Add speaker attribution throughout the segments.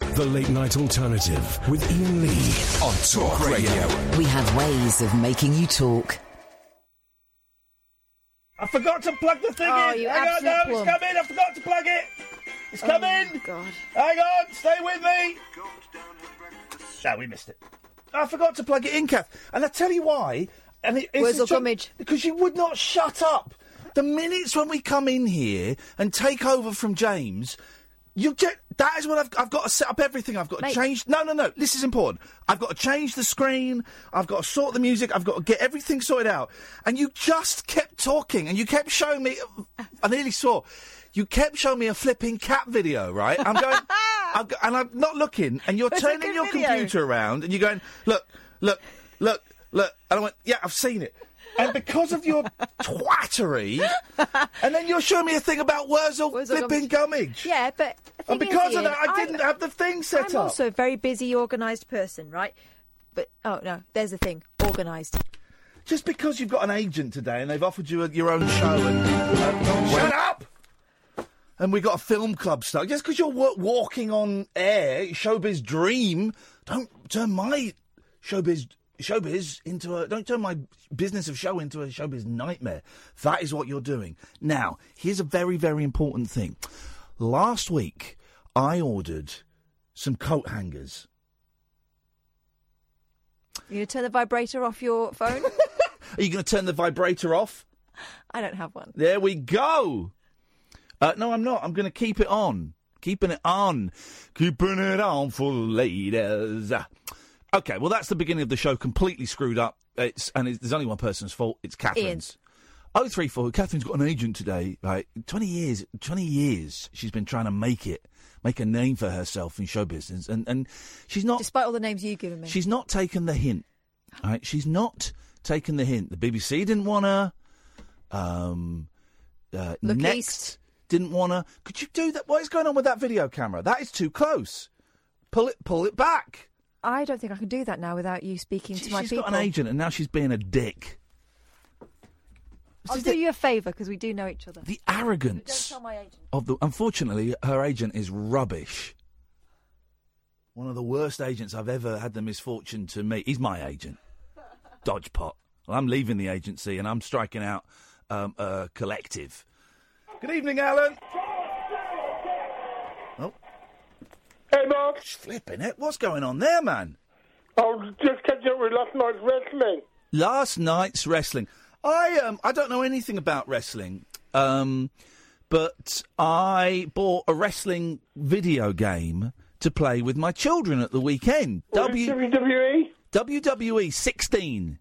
Speaker 1: The Late Night Alternative with Ian Lee on Talk Radio.
Speaker 2: We have ways of making you talk.
Speaker 3: I forgot to plug the thing
Speaker 4: Oh,
Speaker 3: in.
Speaker 4: you
Speaker 3: Hang on,
Speaker 4: absolute
Speaker 3: no,
Speaker 4: plum. Oh.
Speaker 3: it's coming. I forgot to plug it. It's coming.
Speaker 4: God.
Speaker 3: Hang on, stay with me. No, we missed it. I forgot to plug it in, Kath. And I tell you why. And it, it's
Speaker 4: Where's
Speaker 3: just-
Speaker 4: your gummage?
Speaker 3: Because you would not shut up. The minutes when we come in here and take over from James, you get. That is what I've, I've got to set up everything. I've got to
Speaker 4: Mate.
Speaker 3: change. No, no, no. This is important. I've got to change the screen. I've got to sort the music. I've got to get everything sorted out. And you just kept talking and you kept showing me. I nearly saw. You kept showing me a flipping cat video, right? I'm going. I'm, go- and I'm not looking. And you're
Speaker 4: It's a
Speaker 3: turning
Speaker 4: good
Speaker 3: your
Speaker 4: video.
Speaker 3: computer around and you're going, look, look, look, look. And I went, yeah, I've seen it. And because of your twattery, and then you're showing me a thing about Wurzel,
Speaker 4: Wurzel
Speaker 3: flipping gummage.
Speaker 4: Yeah, but the
Speaker 3: And
Speaker 4: thing is,
Speaker 3: because of
Speaker 4: Ian,
Speaker 3: that, I
Speaker 4: I'm-
Speaker 3: didn't have the thing set
Speaker 4: I'm
Speaker 3: up.
Speaker 4: also a very busy, organised person, right? But oh no, there's the thing, organised.
Speaker 3: Just because you've got an agent today and they've offered you a, your own show and. Uh, shut up! And we got a film club stuck. Just because you're wa- walking on air, showbiz dream, don't turn my showbiz showbiz into a. Don't turn my business of show into a showbiz nightmare. That is what you're doing. Now, here's a very, very important thing. Last week, I ordered some coat hangers.
Speaker 4: You gonna turn the vibrator off your phone?
Speaker 3: Are you going to turn the vibrator off?
Speaker 4: I don't have one.
Speaker 3: There we go. Uh, no, I'm not. I'm going to keep it on. Keeping it on. Keeping it on for the ladies. Okay, well, that's the beginning of the show. Completely screwed up. It's And it's, there's only one person's fault. It's Catherine's. Oh three four. Catherine's got an agent today. Right, twenty years. Twenty years. She's been trying to make it, make a name for herself in show business, and and she's not.
Speaker 4: Despite all the names you've given me.
Speaker 3: She's not taken the hint. All right, she's not taken the hint. The BBC didn't want her. Um, uh,
Speaker 4: Look
Speaker 3: Next
Speaker 4: East.
Speaker 3: didn't want her. Could you do that? What is going on with that video camera? That is too close. Pull it, pull it back.
Speaker 4: I don't think I can do that now without you speaking
Speaker 3: She,
Speaker 4: to my
Speaker 3: has
Speaker 4: people.
Speaker 3: got an agent, and now she's being a dick. This
Speaker 4: I'll
Speaker 3: is
Speaker 4: do
Speaker 3: the,
Speaker 4: you a favour because we do know each other.
Speaker 3: the
Speaker 4: But Don't
Speaker 3: arrogance
Speaker 4: tell my agent.
Speaker 3: of the. Unfortunately, her agent is rubbish. One of the worst agents I've ever had the misfortune to meet. He's my agent, Dodgepot. Well, I'm leaving the agency and I'm striking out um, a collective. Good evening, Alan. Oh,
Speaker 5: Hey, Mark.
Speaker 3: flipping it. What's going on there, man?
Speaker 5: I was just catching up with last night's wrestling.
Speaker 3: last night's wrestling. I um I don't know anything about wrestling, um, but I bought a wrestling video game to play with my children at the weekend.
Speaker 5: Was it E?
Speaker 3: W- E
Speaker 5: WWE?
Speaker 3: WWE 16.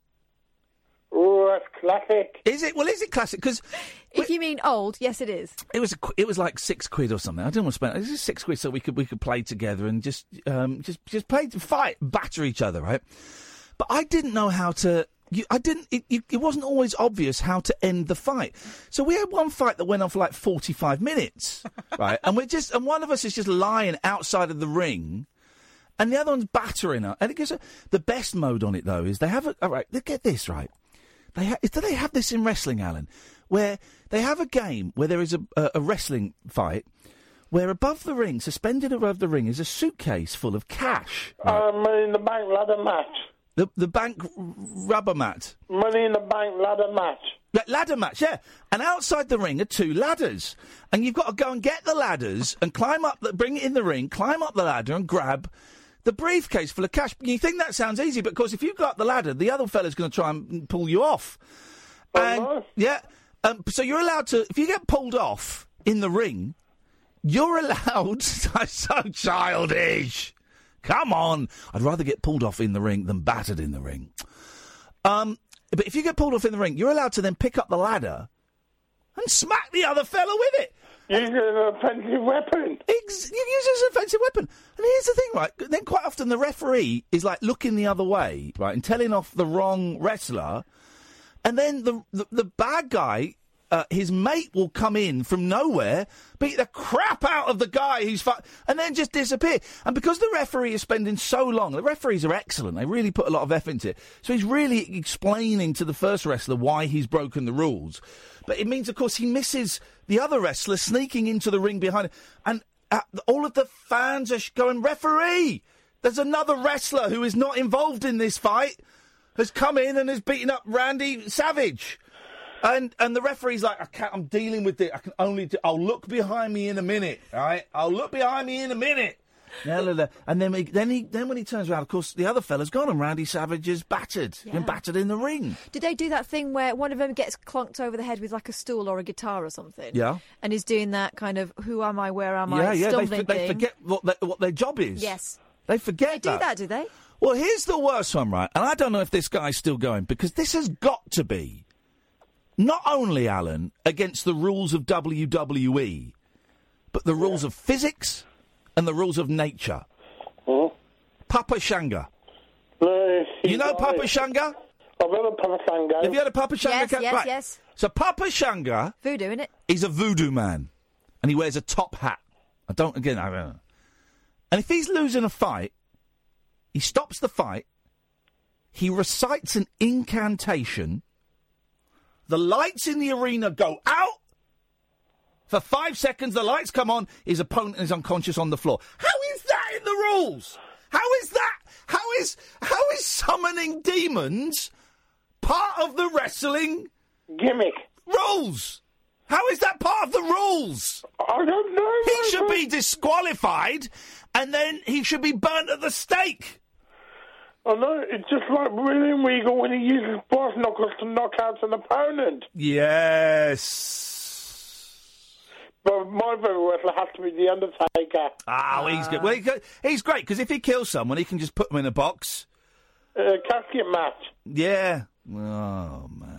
Speaker 5: Oh, that's classic.
Speaker 3: Is it? Well, is it classic? Because
Speaker 4: If you mean old, yes, it is.
Speaker 3: it was a qu- it was like six quid or something. I didn't want to spend. It was just six quid so we could we could play together and just um just just play to fight batter each other, right? But I didn't know how to. You, I didn't. It, you, it wasn't always obvious how to end the fight. So we had one fight that went on for like forty five minutes, right? And we're just and one of us is just lying outside of the ring. And the other one's battering her. And it gives her the best mode on it though is they have a all right. Get this right. They ha- do they have this in wrestling, Alan, where they have a game where there is a, a, a wrestling fight, where above the ring, suspended above the ring, is a suitcase full of cash,
Speaker 5: Uh, money in the bank ladder match.
Speaker 3: the the bank r- rubber mat,
Speaker 5: Money in the bank ladder match.
Speaker 3: La- ladder match, yeah, and outside the ring are two ladders, and you've got to go and get the ladders and climb up, the, bring it in the ring, climb up the ladder and grab. The briefcase full of cash. You think that sounds easy, but of course, if you go up the ladder, the other fella's going to try and pull you off. And-
Speaker 5: no.
Speaker 3: yeah. Um, so you're allowed to, if you get pulled off in the ring, you're allowed. That's so childish. Come on. I'd rather get pulled off in the ring than battered in the ring. Um, but if you get pulled off in the ring, you're allowed to then pick up the ladder and smack the other fella with it.
Speaker 5: Using an offensive weapon.
Speaker 3: Ex- you use it as an offensive weapon. And here's the thing, right? Then quite often the referee is like looking the other way, right, and telling off the wrong wrestler. And then the the, the bad guy, uh, his mate, will come in from nowhere, beat the crap out of the guy who's fu- and then just disappear. And because the referee is spending so long, the referees are excellent. They really put a lot of effort into it. So he's really explaining to the first wrestler why he's broken the rules. But it means, of course, he misses the other wrestler sneaking into the ring behind him. And uh, all of the fans are sh- going, referee! There's another wrestler who is not involved in this fight has come in and has beaten up Randy Savage. And and the referee's like, I can't, I'm dealing with it. I can only do, I'll look behind me in a minute, all right? I'll look behind me in a minute. La, la, la. And then, he, then, he, then when he turns around, of course, the other fella's gone and Randy Savage is battered. He's
Speaker 4: Yeah.
Speaker 3: Been battered in the ring.
Speaker 4: Did they do that thing where one of them gets clonked over the head with like a stool or a guitar or something?
Speaker 3: Yeah.
Speaker 4: And is doing that kind of who am I, where am
Speaker 3: yeah,
Speaker 4: I,
Speaker 3: yeah. They,
Speaker 4: stumbling
Speaker 3: f- they
Speaker 4: thing.
Speaker 3: forget what, they, what their job is.
Speaker 4: Yes.
Speaker 3: They forget
Speaker 4: They do that, do they?
Speaker 3: Well, here's the worst one, right? And I don't know if this guy's still going because this has got to be not only Alan against the rules of WWE, but the rules of physics and the rules of nature.
Speaker 5: Hmm?
Speaker 3: Papa Shanga. you know Papa Shanga?
Speaker 5: I've heard of Papa Shango.
Speaker 3: Have you heard of Papa Shanga?
Speaker 4: Yes,
Speaker 3: Ca-
Speaker 4: yes,
Speaker 3: right.
Speaker 4: yes.
Speaker 3: So Papa Shanga
Speaker 4: Voodoo, innit?
Speaker 3: He's a voodoo man, and he wears a top hat. I don't again. I don't know. And if he's losing a fight, he stops the fight. He recites an incantation. The lights in the arena go out. For five seconds, the lights come on. His opponent is unconscious on the floor. How is that in the rules? How is that? How is how is summoning demons part of the wrestling
Speaker 5: gimmick
Speaker 3: rules? How is that part of the rules?
Speaker 5: I don't know.
Speaker 3: He should be disqualified, and then he should be burnt at the stake.
Speaker 5: I know, it's just like William Regal when he uses brass knuckles to knock out an opponent.
Speaker 3: Yes.
Speaker 5: But my favorite wrestler has to be The Undertaker.
Speaker 3: Oh, he's good. Well, he go- he's great because if he kills someone, he can just put them in a box.
Speaker 5: Uh, casket match.
Speaker 3: Yeah. Oh man.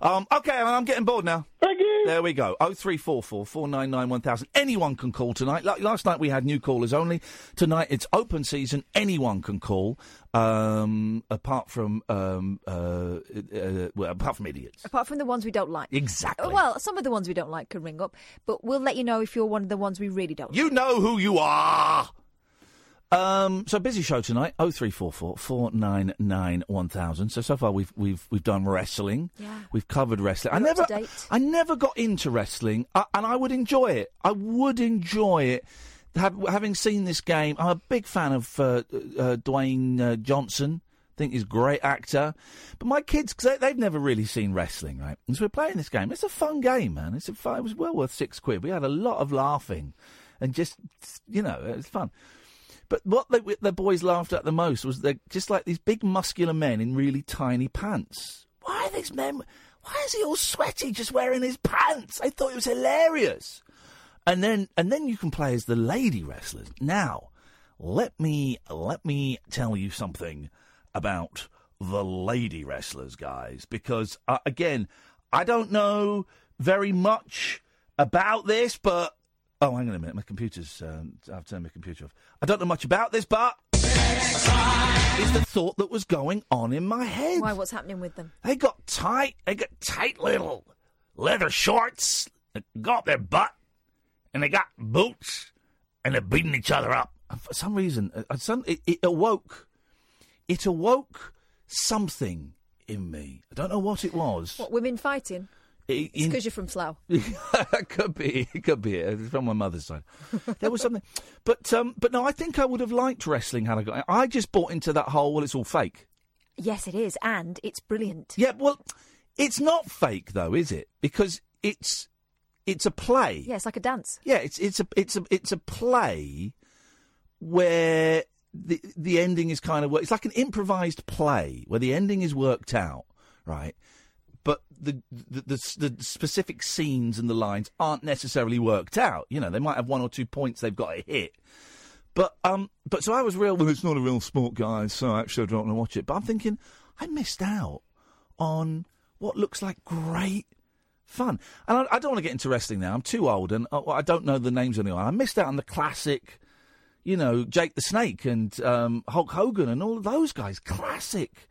Speaker 3: Um. Okay, Alan, I'm getting bored now.
Speaker 5: Thank you.
Speaker 3: There we go. Oh three four four four nine nine one thousand. Anyone can call tonight. Like last night we had new callers only. Tonight it's open season. Anyone can call. Um. Apart from um. Uh. uh well, apart from idiots.
Speaker 4: Apart from the ones we don't like.
Speaker 3: Exactly.
Speaker 4: Well, some of the ones we don't like can ring up, but we'll let you know if you're one of the ones we really don't like.
Speaker 3: You know who you are. Um, so busy show tonight. Oh three four four four nine nine one thousand. So so far we've we've we've done wrestling.
Speaker 4: Yeah.
Speaker 3: We've covered wrestling.
Speaker 4: We're
Speaker 3: I
Speaker 4: up to
Speaker 3: never
Speaker 4: date.
Speaker 3: I never got into wrestling, uh, and I would enjoy it. I would enjoy it. Have, having seen this game, I'm a big fan of uh, uh, Dwayne uh, Johnson. Think he's a great actor, but my kids 'cause they, they've never really seen wrestling, right? And so we're playing this game. It's a fun game, man. It's a fun, it was well worth six quid. We had a lot of laughing, and just you know, it was fun. But what the, the boys laughed at the most was they're just like these big muscular men in really tiny pants. Why are these men? Why is he all sweaty just wearing his pants? I thought it was hilarious. And then and then you can play as the lady wrestlers. Now, let me let me tell you something about the lady wrestlers, guys, because uh, again, I don't know very much about this, but oh, hang on a minute, my computer's um, I've turned my computer off. I don't know much about this, but it's the thought that was going on in my head.
Speaker 4: Why? What's happening with them?
Speaker 3: They got tight. They got tight little leather shorts that go up their butt, and they got boots, and they're beating each other up. And for some reason, uh, uh, some, it, it awoke. It awoke something in me. I don't know what it was.
Speaker 4: What, women fighting?
Speaker 3: It-
Speaker 4: It's
Speaker 3: in-
Speaker 4: because you're from Slough.
Speaker 3: it could be. It could be. uh, It's from my mother's side. There was something, but um, but no, I think I would have liked wrestling had I got. I just bought into that whole. Well, it's all fake.
Speaker 4: Yes, it is, and it's brilliant.
Speaker 3: Yeah, well, it's not fake though, is it? Because it's it's a play.
Speaker 4: Yeah, it's like a dance.
Speaker 3: Yeah, it's it's a it's a it's a play where the the ending is kind of wor- it's like an improvised play where the ending is worked out, right? But the the, the s- the specific scenes and the lines aren't necessarily worked out. You know, they might have one or two points they've got to hit. But um, but so I was real. Well, it's not a real sport, guys. So actually, I don't want to watch it. But I'm thinking, I missed out on what looks like great fun. And I, I don't want to get into wrestling now. I'm too old, and uh, I, I don't know the names anymore. I missed out on the classic, you know, Jake the Snake and um, Hulk Hogan and all of those guys. Classic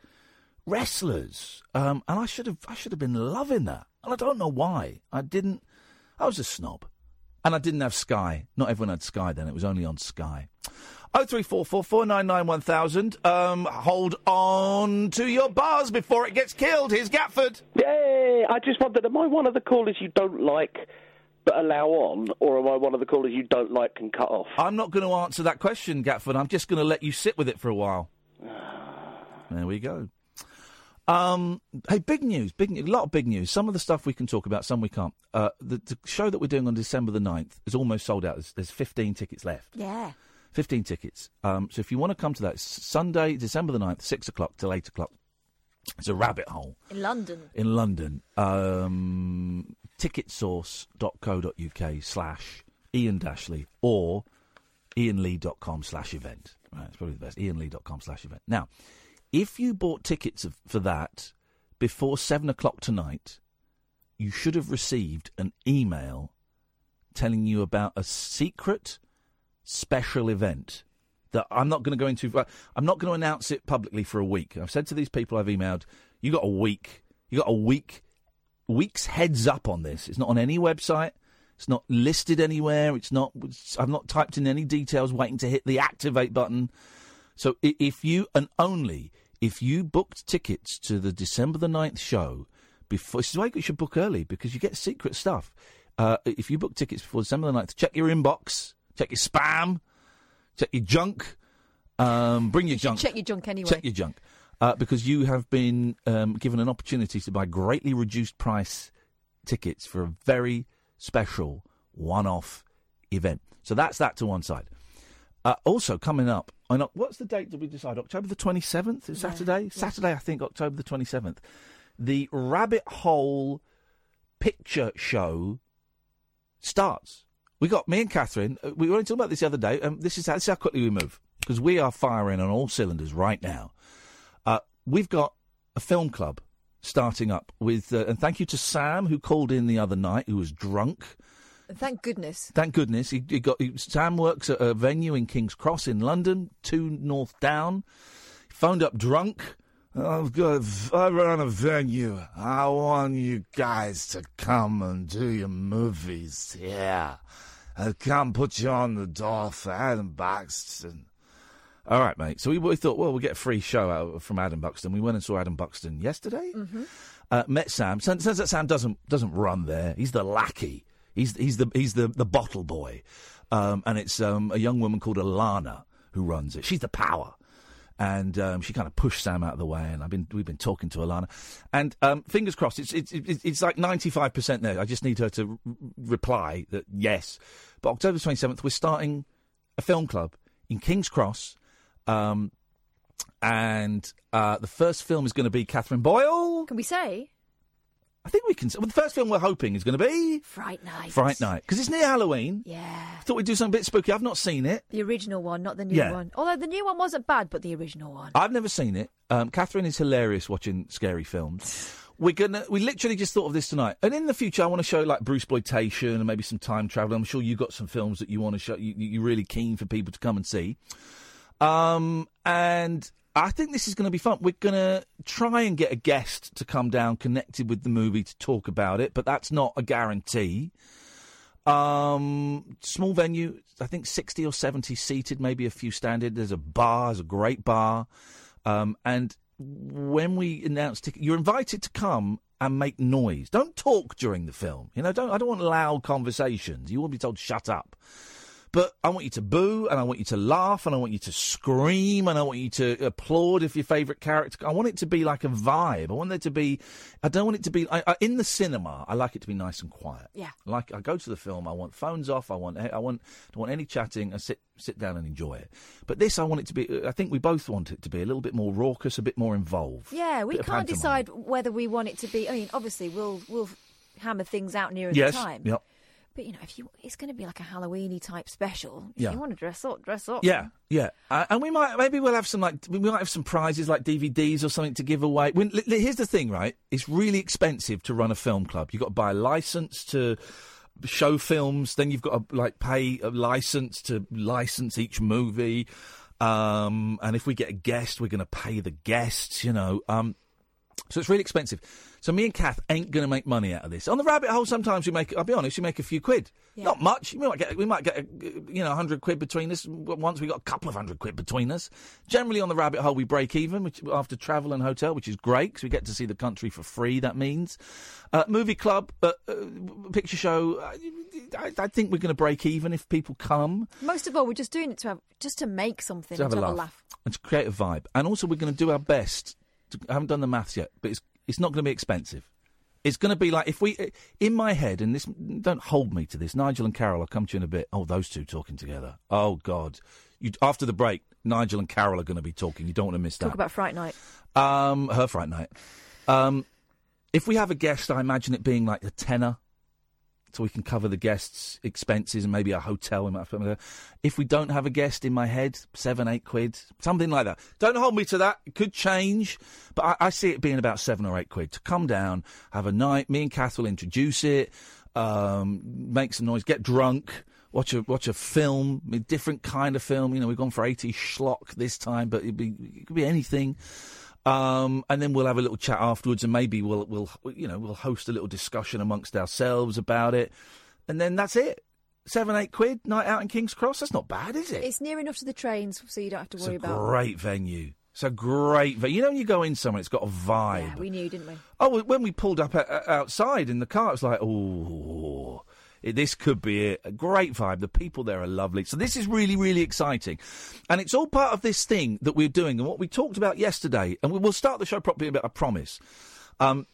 Speaker 3: wrestlers. Um, and I should have, I should have been loving that. And I don't know why I didn't. I was a snob. And I didn't have Sky. Not everyone had Sky then. It was only on Sky. Oh three four four four nine nine one thousand. Um, hold on to your bars before it gets killed. Here's Gatford.
Speaker 6: Yay! I just wondered, am I one of the callers you don't like but allow on, or am I one of the callers you don't like can cut off?
Speaker 3: I'm not going to answer that question, Gatford. I'm just going to let you sit with it for a while. There we go. Um, hey, big news, big news, a lot of big news. Some of the stuff we can talk about, some we can't. Uh, the, the show that we're doing on December the 9th is almost sold out. There's, there's 15 tickets left.
Speaker 4: Yeah.
Speaker 3: 15 tickets. Um, so if you want to come to that, it's Sunday, December the 9th, 6 o'clock till 8 o'clock. It's a rabbit hole
Speaker 4: In London.
Speaker 3: in London. Um, ticketsource.co.uk slash Ian Dashley or ianlee.com slash event. Right, it's probably the best. ianlee.com slash event. Now, if you bought tickets of, for that before 7 o'clock tonight, you should have received an email telling you about a secret special event that I'm not going to go into. I'm not going to announce it publicly for a week. I've said to these people I've emailed, you got a week. You got a week, week's heads up on this. It's not on any website. It's not listed anywhere. It's not. it's- I've not typed in any details, waiting to hit the activate button. So i- if you and only if you booked tickets to the December the 9th show before, this is why you should book early because you get secret stuff. Uh, if you book tickets before December the 9th, check your inbox, check your spam, check your junk, um, bring your junk,
Speaker 4: Check your junk anyway.
Speaker 3: check your junk, uh, because you have been um, given an opportunity to buy greatly reduced price tickets for a very special one-off event. So that's that to one side. Uh, also coming up, on, Oc- what's the date did we decide? October the 27th? Is Saturday? Saturday, I think, October the 27th. The Rabbit Hole Picture Show starts. We got me and Catherine. uh, We were only talking about this the other day. Um, this is how, this is how quickly we move because we are firing on all cylinders right now. Uh, we've got a film club starting up with, uh, and thank you to Sam who called in the other night, who was drunk.
Speaker 4: And Thank goodness.
Speaker 3: Thank goodness he, he got. He, Sam works at a venue in King's Cross in London, two North Down. Phoned up drunk. I've got. I run a venue. I want you guys to come and do your movies here. I can't put you on the door for Adam Buxton. All right, mate. So we, we thought, well, we'll get a free show out from Adam Buxton. We went and saw Adam Buxton yesterday.
Speaker 7: Mm-hmm.
Speaker 3: Uh, met Sam. Sam says that Sam doesn't doesn't run there. He's the lackey. He's he's the he's the the bottle boy. Um, and it's um, a young woman called Alana who runs it. She's the power. And um, she kind of pushed Sam out of the way, and I've been we've been talking to Alana, and um, fingers crossed, it's it's it's, it's like ninety five percent there. I just need her to r- reply that yes. But October twenty seventh, we're starting a film club in King's Cross, um, and uh, the first film is going to be Catherine Boyle.
Speaker 4: Can we say?
Speaker 3: I think we can. s- Well, the first film we're hoping is going to be
Speaker 4: Fright Night.
Speaker 3: Fright Night because it's near Halloween.
Speaker 4: Yeah.
Speaker 3: Thought we'd do something a bit spooky. I've not seen it.
Speaker 4: The original one, not the new
Speaker 3: Yeah.
Speaker 4: one. Although the new one wasn't bad, but the original one.
Speaker 3: I've never seen it. Um, Catherine is hilarious watching scary films. We're gonna. We literally just thought of this tonight, and in the future, I want to show like Bruce exploitation and maybe some time travel. I'm sure you got some films that you want to show. You, you- you're really keen for people to come and see. Um, and I think this is going to be fun. We're going to try and get a guest to come down connected with the movie to talk about it, but that's not a guarantee. Um, small venue, I think 60 or 70 seated, maybe a few standard. There's a bar, there's a great bar. Um, and when we announce ticket, you're invited to come and make noise. Don't talk during the film. You know, don't, I don't want loud conversations. You will be told, shut up. But I want you to boo, and I want you to laugh, and I want you to scream, and I want you to applaud if your favourite character. I want it to be like a vibe. I want there to be. I don't want it to be I, I, in the cinema. I like it to be nice and quiet.
Speaker 4: Yeah.
Speaker 3: Like I go to the film, I want phones off. I want. I want. Don't want any chatting. I sit sit down and enjoy it. But this, I want it to be. I think we both want it to be a little bit more raucous, a bit more involved.
Speaker 4: Yeah, we
Speaker 3: Bit of
Speaker 4: can't
Speaker 3: pantomime.
Speaker 4: decide whether we want it to be. I mean, obviously, we'll we'll hammer things out nearer
Speaker 3: Yes.
Speaker 4: the time.
Speaker 3: Yep.
Speaker 4: But you know, if you, it's going to be like a Halloweeny type special. If
Speaker 3: Yeah.
Speaker 4: you want to dress up, dress up.
Speaker 3: Yeah, yeah, uh, and we might maybe we'll have some like we might have some prizes like DVDs or something to give away. When, li- li- here's the thing, right? It's really expensive to run a film club. You've got to buy a license to show films, then you've got to like pay a license to license each movie. Um, and if we get a guest, we're going to pay the guests. You know, um, So it's really expensive. So me and Kath ain't going to make money out of this. On the rabbit hole, sometimes we make, I'll be honest, we make a few quid. Not much. We might get, we might get, uh, you know, 100 quid between us. W- Once we got a couple of hundred quid between us. Generally on the rabbit hole, we break even which, after travel and hotel, which is great because we get to see the country for free, that means. Uh, movie club, uh, uh, picture show, I, I, I think we're going to break even if people come
Speaker 4: Most of all, we're just doing it to have just to make something,
Speaker 3: to have,
Speaker 4: to
Speaker 3: a, laugh. and to create a vibe. And also, we're going to do our best. To, I haven't done the maths yet, but it's it's not going to be expensive. It's going to be like if we eh, in my head, and this don't hold me to this. Nigel and Carol, I'll come to you in a bit. Oh, those two talking together. Oh God, you after the break, Nigel and Carol are going to be talking. You don't want to miss
Speaker 4: Talk
Speaker 3: that.
Speaker 4: about Fright Night.
Speaker 3: Um, her fright night. Um, if we have a guest, I imagine it being like a tenner, so we can cover the guest's expenses and maybe a hotel. We might have to. If we don't have a guest, in my head, seven, eight quid, something like that. Don't hold me to that. It could change, but I, I see it being about seven or eight quid to come down, have a night. Me and Kath will introduce it, um, make some noise, get drunk watch a watch a film, a different kind of film. You know, we've gone for 80 schlock this time, but it'd be, it could be anything. Um, and then we'll have a little chat afterwards, and maybe we'll we'll you know we'll host a little discussion amongst ourselves about it, and then that's it. Seven eight quid night out in King's Cross. That's not bad, is it?
Speaker 4: It's near enough to the trains, so you don't have to
Speaker 3: It's
Speaker 4: worry
Speaker 3: a
Speaker 4: about.
Speaker 3: great venue. It's a great venue. You know, when you go in somewhere, it's got a vibe.
Speaker 4: Yeah, we knew, didn't we?
Speaker 3: Oh, well, when we pulled up o- o- outside in the car, it was like, oh, it, this could be it. a great vibe. The people there are lovely. So this is really, really exciting, and it's all part of this thing that we're doing and what we talked about yesterday. And we, we'll start the show properly, but I promise. Um,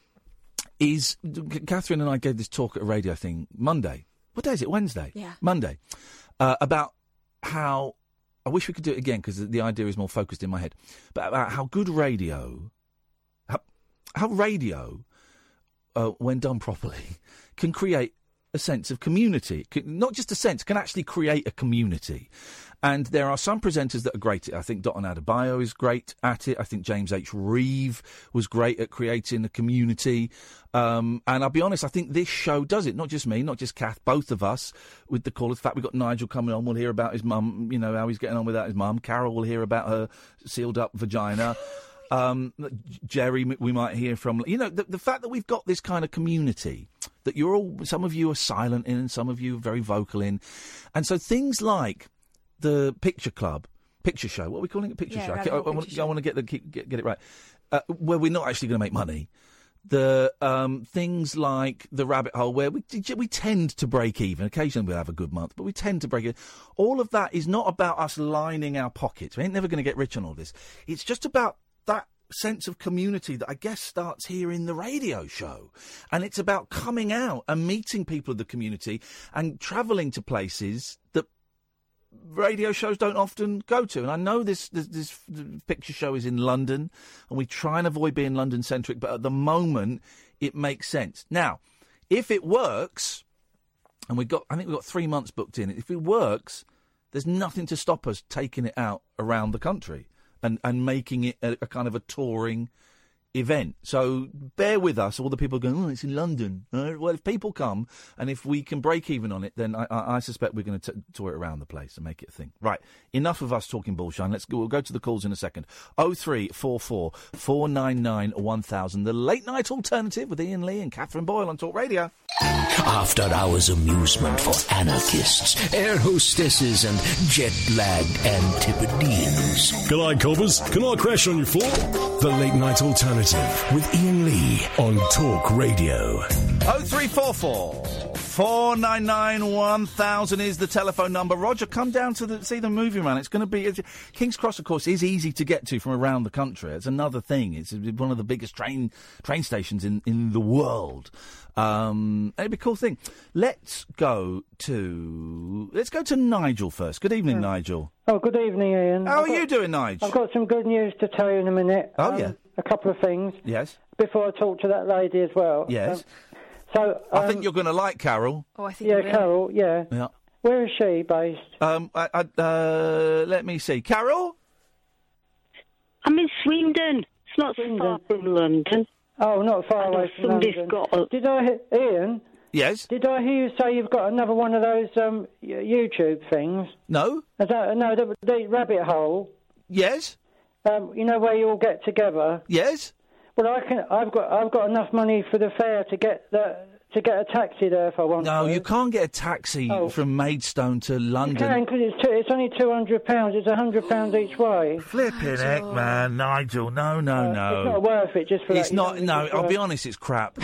Speaker 3: is C- Catherine and I gave this talk at a radio thing Monday? What day is it? Wednesday.
Speaker 8: Yeah.
Speaker 3: Monday. Uh, about how I wish we could do it again because the, the idea is more focused in my head. But about how good radio, how, how radio, uh, when done properly, can create a sense of community. It Can, not just a sense, can actually create a community. And there are some presenters that are great at it. I think Dotton Adebayo is great at it. I think James H. Reeve was great at creating a community. Um, and I'll be honest, I think this show does it. Not just me, not just Kath, both of us with the call. In fact, we've got Nigel coming on. We'll hear about his mum, you know, how he's getting on without his mum. Carol will hear about her sealed up vagina. Um, Jerry, m- we might hear from. You know, the, the fact that we've got this kind of community that you're all, some of you are silent in, and some of you are very vocal in, and so things like the picture club, picture show. What are we calling it? Picture
Speaker 9: Yeah,
Speaker 3: show. I,
Speaker 9: Rabbit
Speaker 3: I,
Speaker 9: Hole
Speaker 3: I,
Speaker 9: Picture
Speaker 3: want,
Speaker 9: Show.
Speaker 3: I want to get the keep- get, get it right. Uh, where we're not actually going to make money. The um, things like the rabbit hole, where we we tend to break even. Occasionally we'll have a good month, but we tend to break it. All of that is not about us lining our pockets. We ain't never going to get rich on all this. It's just about that sense of community that I guess starts here in the radio show. And it's about coming out and meeting people of the community and travelling to places that radio shows don't often go to. And I know this, this this picture show is in London, and we try and avoid being London centric, but at the moment it makes sense. Now, if it works, and we got I think we've got three months booked in. If it works, there's nothing to stop us taking it out around the country and and making it a, a kind of a touring event. So bear with us. All the people going, oh, it's in London. Uh, Well, if people come and if we can break even on it, then I, I, I suspect we're going to tour it around the place and make it a thing. Right. Enough of us talking bullshine. Let's go. We'll go to the calls in a second. 0344 499 1000. The late night alternative with Ian Lee and Catherine Boyle on Talk Radio.
Speaker 10: After hours amusement for anarchists, air hostesses, and jet lagged antipodeans.
Speaker 1: Good night, Cobbers. Can I crash on your floor? The Late Night Alternative with Ian Lee on Talk Radio.
Speaker 3: 0344 499 1000 is the telephone number. Roger, come down to the, see the movie, man. It's going to be. It's, King's Cross, of course, is easy to get to from around the country. It's another thing. It's one of the biggest train train stations in, in the world. Um, it'd be a cool thing. Let's go to. Let's go to Nigel first. Good evening, Nigel.
Speaker 11: Oh, good evening, Ian.
Speaker 3: How
Speaker 11: I've
Speaker 3: are you
Speaker 11: got-
Speaker 3: doing, Nigel?
Speaker 11: I've got some good news to tell you in a minute. Um,
Speaker 3: Oh, yeah.
Speaker 11: A couple of things
Speaker 3: Yes.
Speaker 11: before I talk to that lady as well.
Speaker 3: Yes.
Speaker 11: Um, so um,
Speaker 3: I think you're going to like Carol.
Speaker 11: Oh, I think. Yeah, Carol. Yeah.
Speaker 3: Yeah.
Speaker 11: Where is she based?
Speaker 3: Um, I, I, uh, let me see. Carol?
Speaker 7: I'm in Swindon. It's not far from London.
Speaker 11: Oh, not far
Speaker 7: And
Speaker 11: away from
Speaker 7: somebody's
Speaker 11: London.
Speaker 7: got a-
Speaker 11: Did I, he- Ian?
Speaker 3: Yes.
Speaker 11: Did I hear you say you've got another one of those um, y- YouTube things?
Speaker 3: No.
Speaker 11: Is that, no, the, the rabbit hole.
Speaker 3: Yes.
Speaker 11: Um, you know where you all get together.
Speaker 3: Yes.
Speaker 11: Well, I can. I've got. I've got enough money for the fare to get the to get a taxi there if I want.
Speaker 3: No,
Speaker 11: to.
Speaker 3: you can't get a taxi
Speaker 11: Oh.
Speaker 3: from Maidstone to
Speaker 11: You
Speaker 3: London.
Speaker 11: can because it's two, it's only two hundred pounds. It's hundred pounds each way.
Speaker 3: Flipping heck, man, Nigel. No, no, no.
Speaker 11: Uh, It's not worth it just for
Speaker 3: It's
Speaker 11: that.
Speaker 3: not.
Speaker 11: You
Speaker 3: No,
Speaker 11: know,
Speaker 3: I'll be honest. It's crap.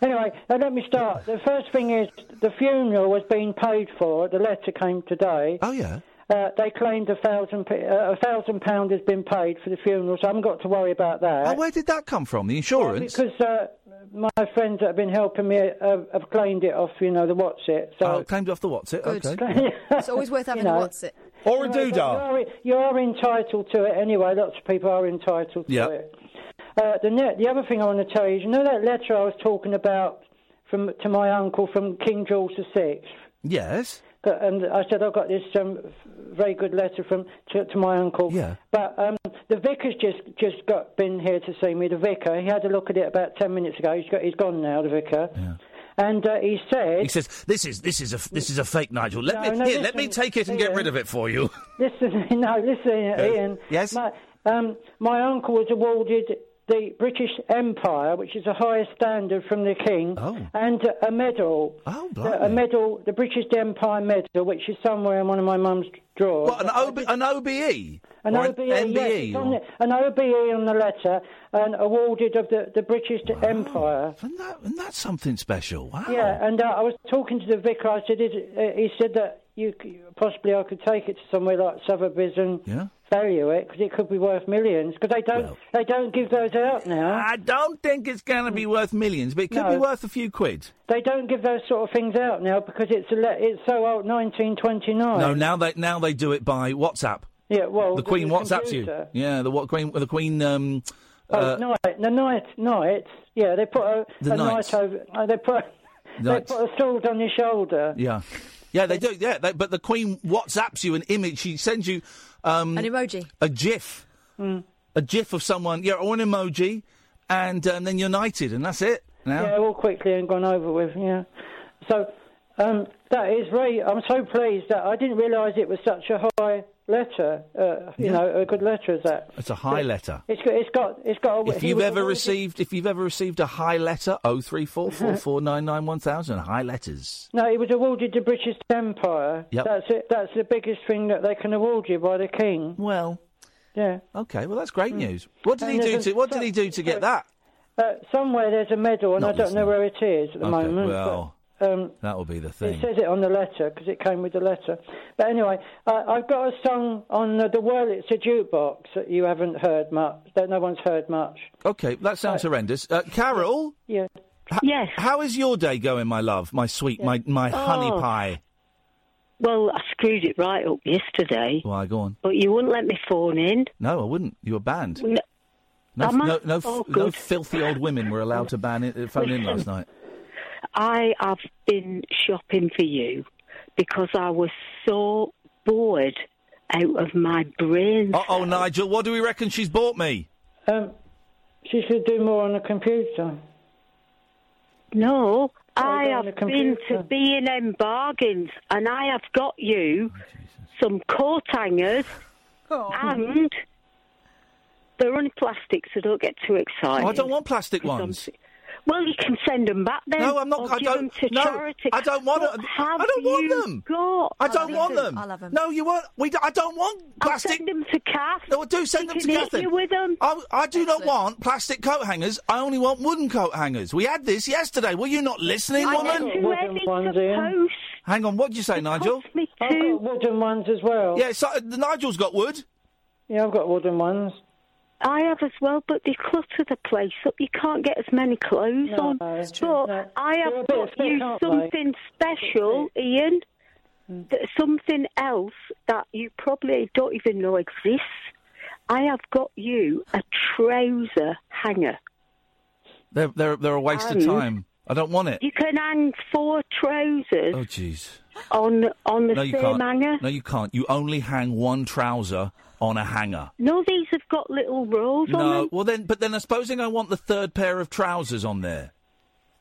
Speaker 11: Anyway, now let me start. The first thing is the funeral was being paid for. The letter came today.
Speaker 3: Oh yeah.
Speaker 11: Uh, they claimed a thousand p- uh, a thousand pound has been paid for the funeral, so I haven't got to worry about that.
Speaker 3: Oh, where did that come from? The insurance.
Speaker 11: Because uh, my friends that have been helping me uh, have claimed it off, you know, the what's it. So
Speaker 3: oh, claimed off the what's it? Okay.
Speaker 4: It's always worth having
Speaker 11: You
Speaker 4: a
Speaker 11: know.
Speaker 4: what's it.
Speaker 3: Or a
Speaker 11: Anyway, but
Speaker 3: doodah.
Speaker 11: You are, you are entitled to it anyway. Lots of people are entitled
Speaker 3: Yeah.
Speaker 11: to it. Uh, the, ne- the other thing I want to tell you is, you know that letter I was talking about from to my uncle from King George the Sixth,
Speaker 3: Yes.
Speaker 11: and I said I got this um, very good letter from to, to my uncle.
Speaker 3: Yeah.
Speaker 11: But um, the vicar's just just got been here to see me. The vicar, he had a look at it about ten minutes ago. He's got he's gone now. The vicar. And uh, he said,
Speaker 3: He says this is this is a f- this is a fake, Nigel. Let
Speaker 11: No,
Speaker 3: me
Speaker 11: no,
Speaker 3: here, let me
Speaker 11: listen,
Speaker 3: take it and get
Speaker 11: Ian.
Speaker 3: rid of it for you.
Speaker 11: Listen, no, listen, Ian.
Speaker 3: Yes?
Speaker 11: My, um, my uncle was awarded the British Empire, which is the highest standard from the king,
Speaker 3: Oh.
Speaker 11: and a medal.
Speaker 3: Oh,
Speaker 11: a,
Speaker 3: blimey.
Speaker 11: medal, the British Empire medal, which is somewhere in one of my mum's drawers.
Speaker 3: What an OB, an OBE
Speaker 11: An
Speaker 3: or
Speaker 11: OBE,
Speaker 3: an E
Speaker 11: yes,
Speaker 3: MBE?
Speaker 11: it's on the, an OBE on the letter, and awarded of the, the British Empire.
Speaker 3: Isn't that, isn't that something special? Wow.
Speaker 11: Yeah, and uh, I was talking to the vicar. I said, is, uh, he said that you c- possibly I could take it to somewhere like Sotheby's and
Speaker 3: Yeah.
Speaker 11: value it because it could be worth millions. Because they don't
Speaker 3: Well.
Speaker 11: they don't give those out now.
Speaker 3: I don't think it's going to be worth millions, but it could
Speaker 11: Mm. No.
Speaker 3: be worth a few quid.
Speaker 11: They don't give those sort of things out now because it's a le- it's so old, 1929.
Speaker 3: No, now they now they do it by WhatsApp.
Speaker 11: yeah, well,
Speaker 3: the Queen WhatsApps you.
Speaker 11: computer.
Speaker 3: Yeah, the what Queen the Queen. Um,
Speaker 11: Oh,
Speaker 3: uh,
Speaker 11: night, the night, night. Yeah, they put a,
Speaker 3: The
Speaker 11: a
Speaker 3: knights.
Speaker 11: night over. Uh, they put. They
Speaker 3: Knights.
Speaker 11: put a sword on your shoulder.
Speaker 3: Yeah, yeah, they do. Yeah, they, but the Queen WhatsApps you an image. She sends you um,
Speaker 4: An emoji.
Speaker 3: a GIF,
Speaker 11: Mm.
Speaker 3: a GIF of someone. Yeah, or an emoji, and um, then united, and that's it. Now,
Speaker 11: Yeah, all quickly and gone over with. Yeah. So um, that is very. I'm so pleased that I didn't realise it was such a high letter. Uh, you know, a good letter as that.
Speaker 3: it's a high letter.
Speaker 11: It's got. It's got. It's got.
Speaker 7: Oh,
Speaker 11: A,
Speaker 3: If
Speaker 11: he
Speaker 3: you've
Speaker 11: was
Speaker 3: ever
Speaker 11: awarded-
Speaker 3: received, if you've ever received a high letter, oh three four four four nine nine one thousand high letters.
Speaker 11: No, he was awarded the British Empire.
Speaker 3: Yep.
Speaker 11: That's it. That's the biggest thing that they can award you by the king.
Speaker 3: Well,
Speaker 11: Yeah.
Speaker 3: okay, well that's
Speaker 7: Hmm.
Speaker 3: great news. What
Speaker 7: Uh,
Speaker 3: did
Speaker 11: And
Speaker 3: he do
Speaker 11: there's a-
Speaker 3: to? What did he do to
Speaker 11: sorry.
Speaker 3: get that?
Speaker 11: Uh, somewhere there's a medal, and
Speaker 3: Not
Speaker 11: I don't
Speaker 3: listening.
Speaker 11: know where it is at the
Speaker 3: Okay,
Speaker 11: moment.
Speaker 3: well.
Speaker 11: But, um,
Speaker 3: That will be the
Speaker 11: It
Speaker 3: thing.
Speaker 11: says it on the letter because it came with the letter. But anyway, I, I've got a song on the, the world. It's a jukebox that you haven't heard much. That no one's heard much.
Speaker 3: Okay, that sounds horrendous. Uh, Carol,
Speaker 11: Yeah.
Speaker 7: Yes.
Speaker 3: how is your day going, my love? My sweet, my my honey
Speaker 7: Oh.
Speaker 3: pie.
Speaker 7: Well, I screwed it right up yesterday,
Speaker 3: Why go on?
Speaker 7: but you wouldn't let me phone in.
Speaker 3: No, I wouldn't. You were banned.
Speaker 7: No,
Speaker 3: No,
Speaker 7: Am I?
Speaker 3: no, no, f-
Speaker 7: Oh,
Speaker 3: no
Speaker 7: good.
Speaker 3: filthy old women were allowed to ban it, uh, phone in last night.
Speaker 7: I have been shopping for you because I was so bored out of my brain.
Speaker 3: Uh oh, Nigel, what do we reckon she's bought me?
Speaker 11: Um, she should do more on the computer.
Speaker 7: No, I
Speaker 11: go on the
Speaker 7: have been to
Speaker 11: computer.
Speaker 7: B&M Bargains and I have got
Speaker 3: Oh,
Speaker 7: you some coat hangers
Speaker 11: Oh.
Speaker 7: and they're only plastic, so don't get too excited.
Speaker 3: Oh, I don't want plastic ones.
Speaker 7: Some- Well, you can send them back then.
Speaker 3: No, I'm not-
Speaker 7: Or
Speaker 3: I
Speaker 7: give
Speaker 3: don't-
Speaker 7: Them to
Speaker 3: no,
Speaker 7: charity.
Speaker 3: I don't want
Speaker 7: What
Speaker 3: them.
Speaker 7: Have
Speaker 3: I don't want
Speaker 7: you
Speaker 3: them.
Speaker 7: Got?
Speaker 3: I don't
Speaker 4: I'll
Speaker 3: want
Speaker 4: have
Speaker 3: them.
Speaker 4: 'em. I'll have 'em.
Speaker 3: No, you won't. We. Do, I don't want
Speaker 7: I'll
Speaker 3: plastic.
Speaker 7: send them to Kath.
Speaker 3: No, I do send
Speaker 7: She
Speaker 3: them to
Speaker 7: can eat
Speaker 3: Catherine.
Speaker 7: you with them.
Speaker 3: I, I do not
Speaker 4: Excellent.
Speaker 3: want plastic coat hangers. I only want wooden coat hangers. We had this yesterday. Were you not listening,
Speaker 4: I
Speaker 3: woman?
Speaker 4: didn't.
Speaker 7: Too
Speaker 11: Wooden
Speaker 7: heavy
Speaker 11: ones,
Speaker 7: to
Speaker 11: Ian.
Speaker 7: post.
Speaker 3: Hang on. What did you say, Nigel?
Speaker 7: Cost me
Speaker 11: I've
Speaker 7: two.
Speaker 11: got wooden ones as well.
Speaker 3: Yeah, so, uh, Nigel's got wood.
Speaker 11: Yeah, I've got wooden ones.
Speaker 7: I have as well, but they clutter the place up. You can't get as many clothes
Speaker 11: No,
Speaker 7: on.
Speaker 11: that's
Speaker 7: But
Speaker 11: true. No.
Speaker 7: I
Speaker 11: They're a
Speaker 7: have
Speaker 11: bit
Speaker 7: got
Speaker 11: thick,
Speaker 7: you
Speaker 11: aren't they? Hmm.
Speaker 7: something special, Ian. Th- Something else that you probably don't even know exists. I have got you a trouser hanger.
Speaker 3: They're they're they're a waste of
Speaker 7: Um,
Speaker 3: time. I don't want it.
Speaker 7: You can hang four trousers
Speaker 3: Oh, jeez.
Speaker 7: on on the
Speaker 3: No,
Speaker 7: same
Speaker 3: you can't.
Speaker 7: hanger.
Speaker 3: No, you can't. You only hang one trouser on a hanger.
Speaker 7: No, these have got little rolls on
Speaker 3: No.
Speaker 7: them.
Speaker 3: Well, then, but then, I supposing I want the third pair of trousers on there.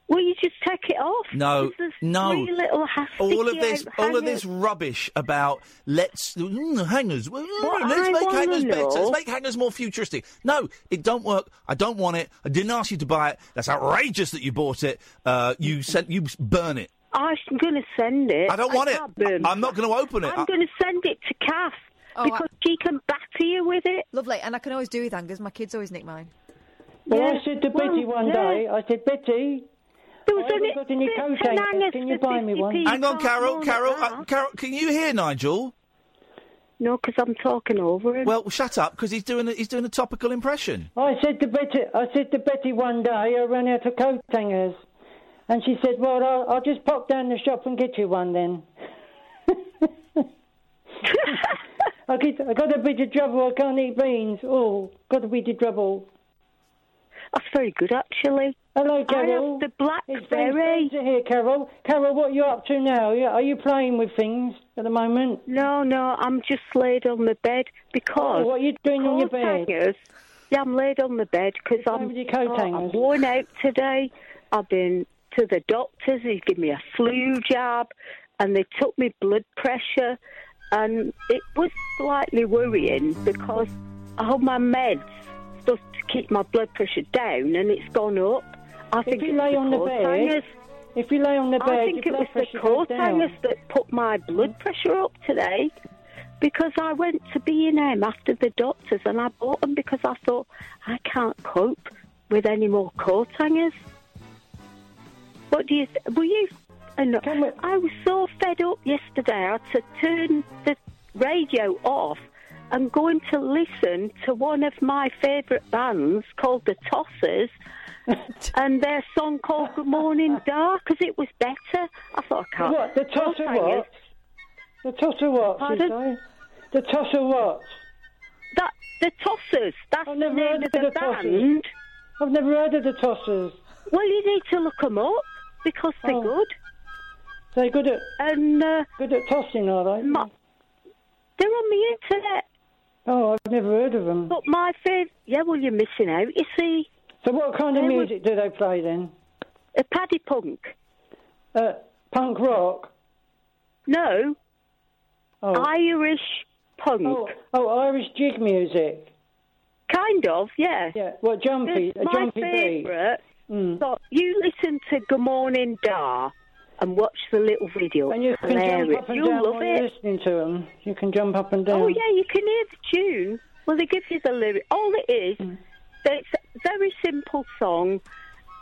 Speaker 7: Well, you just take it off.
Speaker 3: No, no.
Speaker 7: three little uh, ha-
Speaker 3: all of
Speaker 7: sticky
Speaker 3: this,
Speaker 7: hand-
Speaker 3: all of this rubbish about let's mm, hangers. well,
Speaker 7: What
Speaker 3: let's
Speaker 7: I
Speaker 3: make
Speaker 7: wanna
Speaker 3: hangers better. Let's
Speaker 7: know-
Speaker 3: make hangers more futuristic. No, it don't work. I don't want it. I didn't ask you to buy it. That's outrageous that you bought it. Uh, you sent you burn it.
Speaker 7: I'm going to send it.
Speaker 3: I don't want it.
Speaker 7: can't burn
Speaker 3: I- I'm not going to open it.
Speaker 7: I'm going to send it to Kath because she can batter you with it.
Speaker 4: Oh, Lovely, and I can always do with hangers. My kids always nick mine.
Speaker 11: Well,
Speaker 4: Yeah,
Speaker 11: I said to Betty
Speaker 4: well,
Speaker 11: one
Speaker 4: yeah.
Speaker 11: day, I said, Betty,
Speaker 7: there
Speaker 11: I haven't got any coat hangers. Can you buy me one?
Speaker 3: Hang on, Carol. Carol, uh, Carol, can you hear Nigel?
Speaker 7: No, because I'm talking over him.
Speaker 3: Well, shut up, because he's doing a, he's doing a topical impression.
Speaker 11: I said to Betty, I said to Betty one day, I ran out of coat hangers, and she said, "Well, I'll, I'll just pop down the shop and get you one then." I get, I got a bit of trouble. I can't eat beans. Oh, got a bit of trouble.
Speaker 7: That's very good, actually.
Speaker 11: Hello,
Speaker 7: I have
Speaker 11: Carol.
Speaker 7: the blackberry.
Speaker 11: It's Ben Spencer here, Carol. Carol, what are you up to now? Yeah, Are you playing with things at the moment?
Speaker 7: No, no, I'm just laid on the bed because.
Speaker 11: Oh, what are you doing on your
Speaker 7: coat
Speaker 11: bed?
Speaker 7: hangers- yeah, I'm laid on the bed because I'm,
Speaker 11: with your coat
Speaker 7: oh,
Speaker 11: hangers?
Speaker 7: I'm worn out today. I've been to the doctors. They give me a flu jab, and they took me blood pressure, and it was slightly worrying because I have my meds just to keep my blood pressure down, and it's gone up. I think
Speaker 11: you
Speaker 7: it's
Speaker 11: lay on the
Speaker 7: coat
Speaker 11: bed,
Speaker 7: hangers.
Speaker 11: If you lay on the bed,
Speaker 7: I think
Speaker 11: your
Speaker 7: it
Speaker 11: blood
Speaker 7: was the
Speaker 11: pressure goes
Speaker 7: coat
Speaker 11: down.
Speaker 7: hangers that put my blood pressure up today because I went to B&M after the doctors and I bought them because I thought I can't cope with any more coat hangers. What do you? Th- were you? I know- I was so fed up yesterday. I had to turn the radio off and go in to listen to one of my favourite bands called the Tossers. and their song called "Good Morning Dark" because it was better. I thought I can't.
Speaker 11: What? The tosser
Speaker 7: Coat hangers-
Speaker 11: what? The tosser what? you
Speaker 7: Pardon?
Speaker 11: say? The tosser what?
Speaker 7: That the Tossers. That's
Speaker 11: I've never
Speaker 7: the
Speaker 11: heard
Speaker 7: name
Speaker 11: of
Speaker 7: of
Speaker 11: the,
Speaker 7: the
Speaker 11: tossers.
Speaker 7: band.
Speaker 11: I've never heard of the tossers.
Speaker 7: Well, you need to look 'em up because they're
Speaker 11: Oh.
Speaker 7: good.
Speaker 11: They're good at
Speaker 7: and uh,
Speaker 11: good at tossing, are they?
Speaker 7: Ma- They're on the internet.
Speaker 11: Oh, I've never heard of them.
Speaker 7: But my favourite, yeah, well, you're missing out. You see,
Speaker 11: So, what kind of
Speaker 7: They were-
Speaker 11: music do they play then?
Speaker 7: a paddy punk.
Speaker 11: Uh, punk rock.
Speaker 7: No,
Speaker 11: Oh.
Speaker 7: Irish punk.
Speaker 11: oh, oh, Irish jig music.
Speaker 7: Kind of, yeah.
Speaker 11: Yeah, what jumpy?
Speaker 7: It's
Speaker 11: A
Speaker 7: my
Speaker 11: jumpy beat.
Speaker 7: favourite.
Speaker 11: Mm.
Speaker 7: So you listen to Good Morning Dar and watch the little video.
Speaker 11: And you
Speaker 7: It's
Speaker 11: can jump
Speaker 7: hilarious.
Speaker 11: up and
Speaker 7: You'll
Speaker 11: down
Speaker 7: love
Speaker 11: while
Speaker 7: it.
Speaker 11: you're listening to them. You can jump up and down.
Speaker 7: Oh yeah, you can hear the tune. Well, they give you the lyric. All it is, that it's a very simple song.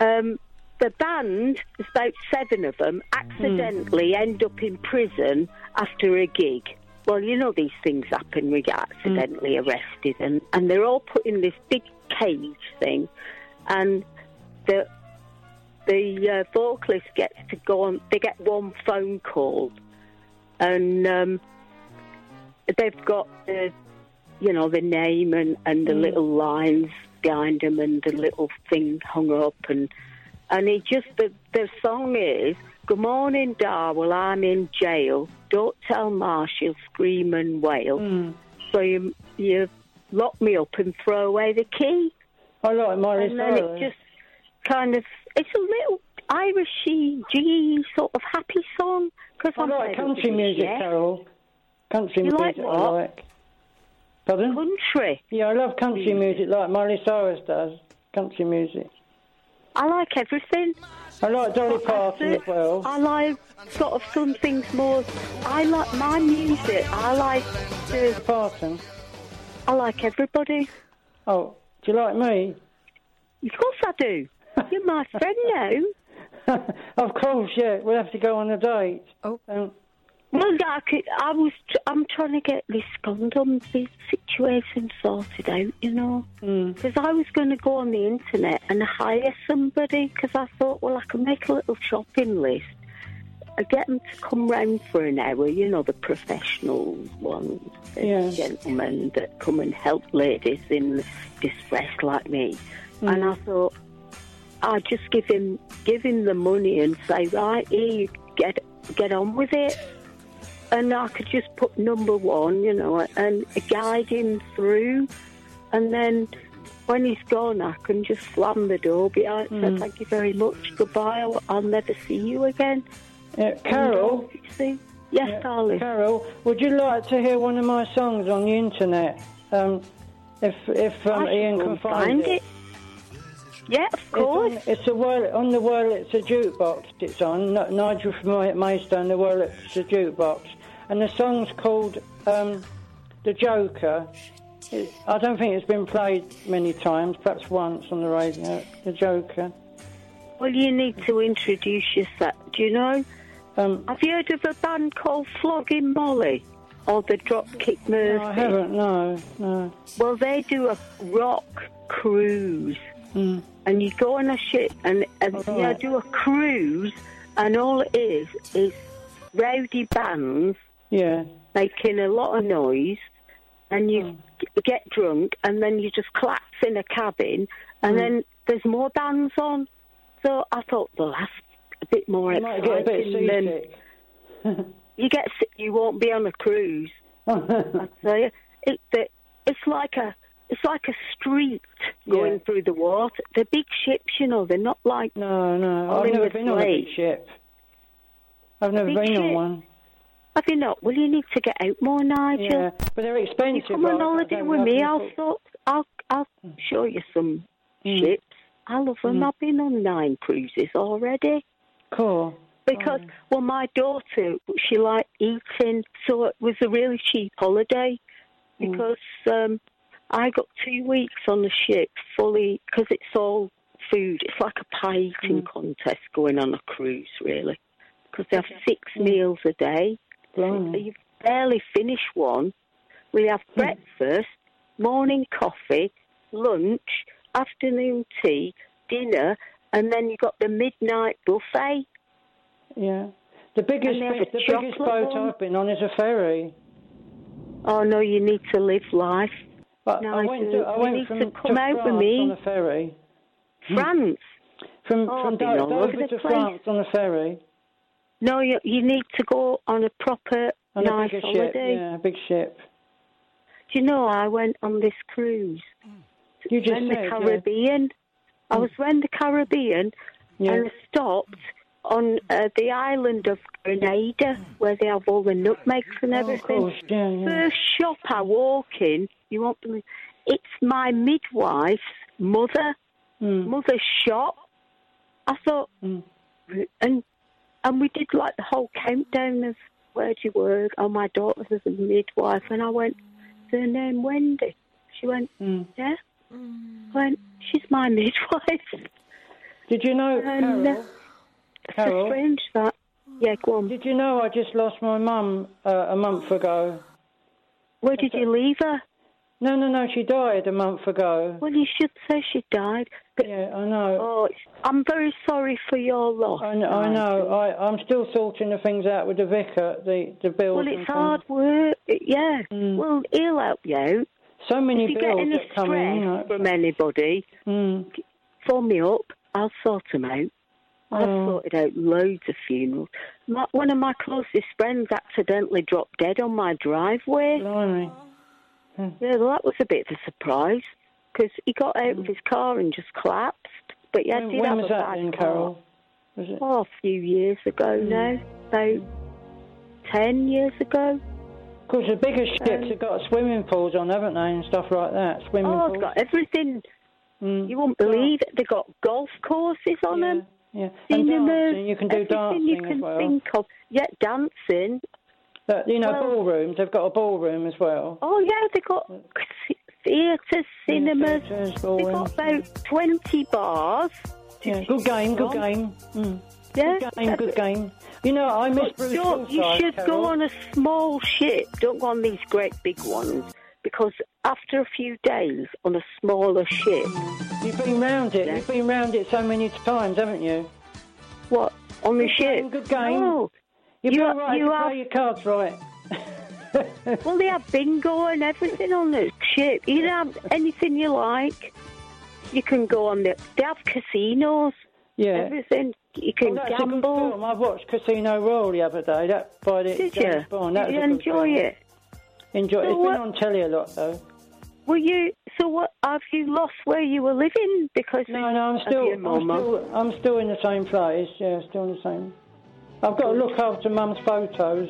Speaker 7: Um, the band, there's about seven of them, accidentally end up in prison after a gig. Well, you know these things happen. We get accidentally arrested, and and they're all put in this big cage thing, and the the uh, vocalist gets to go on. They get one phone call, and um, they've got the, you know, the name and, and the
Speaker 11: Mm.
Speaker 7: little lines behind them and the little thing hung up and and he just the the song is Good morning, Dar. Well, I'm in jail. Don't tell Ma, she'll scream and wail.
Speaker 11: Mm.
Speaker 7: So you you lock me up and throw away the key,
Speaker 11: I like Morris
Speaker 7: and then it just kind of it's a little Irishy, jiggy sort of happy song because
Speaker 11: I
Speaker 7: I'm
Speaker 11: like
Speaker 7: fed up
Speaker 11: country
Speaker 7: with
Speaker 11: music,
Speaker 7: yeah.
Speaker 11: Carol. Country
Speaker 7: You like
Speaker 11: music, I
Speaker 7: what?
Speaker 11: like. Pardon?
Speaker 7: Country.
Speaker 11: Yeah, I love country music like Miley Cyrus does. Country music.
Speaker 7: I like everything.
Speaker 11: I like Dolly Parton as well.
Speaker 7: I like sort of some things more. I like my music. I like to,
Speaker 11: Parton.
Speaker 7: I like everybody.
Speaker 11: Oh, do you like me?
Speaker 7: Of course I do. You're my friend now.
Speaker 11: of course, yeah. We'll have to go on a date.
Speaker 4: Oh.
Speaker 11: Um,
Speaker 7: Well, I, could, I was. tr- I'm trying to get this condom this situation sorted out. You know, because I was going to go on the internet and hire somebody because I thought, well, I can make a little shopping list. I get them to come round for an hour. You know, the professional ones, the
Speaker 11: Yeah.
Speaker 7: gentlemen that come and help ladies in distress like me. And I thought, I just give him give him the money and say, right, here, you get get on with it. And I could just put number one, you know, and guide him through. And then when he's gone, I can just slam the door behind and say, Thank you very much, goodbye, I'll, I'll never see you again.
Speaker 11: Carol?
Speaker 7: You see? Yes, darling.
Speaker 11: Carol, would you like to hear one of my songs on the internet? Um, if if um,
Speaker 7: I
Speaker 11: Ian
Speaker 7: will
Speaker 11: can
Speaker 7: find it. Yeah, of course.
Speaker 11: It's on, it's a whirl, on the whirl. It's a jukebox. It's on N- Nigel from May- Maidstone. The whirl. It's a jukebox, and the song's called um, "The Joker." It, I don't think it's been played many times. Perhaps once on the radio. The Joker.
Speaker 7: Well, you need to introduce yourself. Do you know? Um, Have you heard of a band called Flogging Molly or the Dropkick Murphys?
Speaker 11: I haven't. No, no.
Speaker 7: Well, they do a rock cruise,
Speaker 11: Mm.
Speaker 7: and you go on a ship and, and you know,
Speaker 11: Alright.
Speaker 7: do a cruise, and all it is is rowdy bands
Speaker 11: Yeah. Mm.
Speaker 7: making a lot of noise, and you g- get drunk, and then you just collapse in a cabin,
Speaker 11: Mm.
Speaker 7: and then there's more bands on. So I thought the last a bit more
Speaker 11: You might get a bit
Speaker 7: exciting than
Speaker 11: seasick.
Speaker 7: you get. sick- You won't be on a cruise. So yeah, it, the, it's like a it's like a street going
Speaker 11: Yeah.
Speaker 7: through the water. The big ships, you know, they're not like
Speaker 11: no, no.
Speaker 7: Only
Speaker 11: I've never
Speaker 7: with
Speaker 11: been on a big
Speaker 7: lake.
Speaker 11: ship. I've never
Speaker 7: Big
Speaker 11: been on
Speaker 7: ship?
Speaker 11: one.
Speaker 7: have you not? Well, you need to get out more, Nigel.
Speaker 11: Yeah, but they're expensive.
Speaker 7: You come on
Speaker 11: I- I
Speaker 7: holiday
Speaker 11: don't
Speaker 7: with
Speaker 11: know
Speaker 7: me,
Speaker 11: people-
Speaker 7: I'll sort, I'll I'll show you some ships. I love them. I've been on nine cruises already.
Speaker 11: Cool.
Speaker 7: Because well, my daughter she liked eating, so it was a really cheap holiday. Because um, I got two weeks on the ship fully because it's all food. It's like a pie eating contest going on a cruise, really. Because they have six meals a day, so
Speaker 11: Mm. Blimey. Mm.
Speaker 7: you barely finish one. We have breakfast, morning coffee, lunch, afternoon tea, dinner, and then you've got the midnight buffet.
Speaker 11: Yeah. The biggest
Speaker 7: And they have
Speaker 11: bit-
Speaker 7: a
Speaker 11: the
Speaker 7: chocolate
Speaker 11: biggest boat
Speaker 7: one.
Speaker 11: I've been on is a ferry.
Speaker 7: Oh no, you need to live life.
Speaker 11: But
Speaker 7: No,
Speaker 11: I
Speaker 7: I do.
Speaker 11: went to, I
Speaker 7: You
Speaker 11: went
Speaker 7: need
Speaker 11: from
Speaker 7: to come out with
Speaker 11: France
Speaker 7: me.
Speaker 11: on a ferry. Hmm.
Speaker 7: France.
Speaker 11: From
Speaker 7: Oh,
Speaker 11: from
Speaker 7: I've been
Speaker 11: Do-
Speaker 7: all over
Speaker 11: Dover
Speaker 7: the
Speaker 11: to
Speaker 7: place.
Speaker 11: France on a ferry.
Speaker 7: No, you you need to go on a proper
Speaker 11: On
Speaker 7: nice
Speaker 11: a bigger
Speaker 7: holiday.
Speaker 11: ship. Yeah, a big ship.
Speaker 7: Do you know I went on this cruise?
Speaker 11: You just
Speaker 7: in
Speaker 11: said,
Speaker 7: the
Speaker 11: yeah.
Speaker 7: Caribbean. I was in the Caribbean
Speaker 11: Yeah.
Speaker 7: and stopped on uh, the island of Grenada where they have all the nutmegs and
Speaker 11: Oh, of
Speaker 7: everything.
Speaker 11: course, yeah, yeah.
Speaker 7: First shop I walk in, you won't believe it's my midwife's mother
Speaker 11: Hmm.
Speaker 7: mother's shop. I thought, and and we did like the whole countdown of where do you work? Oh, my daughter's as a midwife, and I went, "Is her name Wendy. She went,
Speaker 11: Hmm.
Speaker 7: yeah. I went, she's my midwife.
Speaker 11: Did you know,
Speaker 7: And, uh,
Speaker 11: Carol?
Speaker 7: It's
Speaker 11: Carol?
Speaker 7: strange that. Yeah, go on.
Speaker 11: Did you know I just lost my mum uh, a month ago?
Speaker 7: Where did you leave her?
Speaker 11: No, no, no. She died a month ago.
Speaker 7: Well, you should say she died. But
Speaker 11: Yeah, I know.
Speaker 7: oh, it's- I'm very sorry for your loss.
Speaker 11: I know. I know. I, I'm still sorting the things out with the vicar, the the bills.
Speaker 7: Well,
Speaker 11: and
Speaker 7: it's
Speaker 11: things. Mm.
Speaker 7: hard work. Yeah. Well, he'll help you out.
Speaker 11: So many
Speaker 7: If you get
Speaker 11: bills
Speaker 7: any
Speaker 11: that come in. You
Speaker 7: stress
Speaker 11: know.
Speaker 7: from anybody,
Speaker 11: Mm.
Speaker 7: phone me up. I'll sort 'em out. I've
Speaker 11: Oh.
Speaker 7: sorted out loads of funerals. My, one of my closest friends accidentally dropped dead on my driveway.
Speaker 11: Blimey. Hmm.
Speaker 7: Yeah, well, that was a bit of a surprise because he got out of his car and just collapsed. But yeah, I
Speaker 11: Hmm. when
Speaker 7: did
Speaker 11: when
Speaker 7: have
Speaker 11: was
Speaker 7: a
Speaker 11: that
Speaker 7: bad
Speaker 11: then,
Speaker 7: car.
Speaker 11: Carol? Was it? Hmm.
Speaker 7: Oh, a few years ago now. So, ten years ago.
Speaker 11: Of course, the bigger
Speaker 7: Um,
Speaker 11: ships have got swimming pools on, haven't they, and stuff like that. Swimming
Speaker 7: Oh,
Speaker 11: pools.
Speaker 7: they've got everything.
Speaker 11: Mm.
Speaker 7: You won't believe it. They've got golf courses on
Speaker 11: yeah.
Speaker 7: them.
Speaker 11: Yeah. And
Speaker 7: Cinemas,
Speaker 11: dancing. You can do
Speaker 7: everything
Speaker 11: dancing
Speaker 7: you can
Speaker 11: as well.
Speaker 7: think of. Yeah, dancing.
Speaker 11: That- you know,
Speaker 7: Well-
Speaker 11: ballrooms. They've got a ballroom as well.
Speaker 7: Oh yeah, they got theatres, cinemas.
Speaker 11: theatres,
Speaker 7: they got
Speaker 11: ballrooms,
Speaker 7: about twenty bars.
Speaker 11: Yeah. Good game. Good game. Mm.
Speaker 7: Yeah,
Speaker 11: Good game. Good game. You know, I miss Bruce
Speaker 7: Don't- you
Speaker 11: Forsyth,
Speaker 7: should
Speaker 11: Carol.
Speaker 7: go on a small ship. Don't go on these great big ones because after a few days on a smaller ship,
Speaker 11: You've been round it.
Speaker 7: Yeah.
Speaker 11: You've been round it so many times, haven't you?
Speaker 7: what on the
Speaker 11: Good
Speaker 7: ship?
Speaker 11: game, good game.
Speaker 7: No.
Speaker 11: You've
Speaker 7: You
Speaker 11: been
Speaker 7: are-
Speaker 11: all right
Speaker 7: you
Speaker 11: to
Speaker 7: are-
Speaker 11: play your cards right.
Speaker 7: Well, they have bingo and everything on the ship. You can have anything you like. You can go on the. They have casinos.
Speaker 11: Yeah.
Speaker 7: Everything. You
Speaker 11: Well,
Speaker 7: can
Speaker 11: that's a good
Speaker 7: gamble.
Speaker 11: film. I watched Casino Royale the other day. That by the
Speaker 7: Did
Speaker 11: James
Speaker 7: you?
Speaker 11: Bond. That
Speaker 7: Did you
Speaker 11: was a good
Speaker 7: enjoy
Speaker 11: film.
Speaker 7: it?
Speaker 11: Enjoy.
Speaker 7: So
Speaker 11: it's
Speaker 7: what-
Speaker 11: been on telly a lot though.
Speaker 7: Were you? So what? Have you lost where you were living because?
Speaker 11: No, no, I'm still, I'm still, I'm still in the same place. Yeah, still in the same. I've got to look after Mum's photos.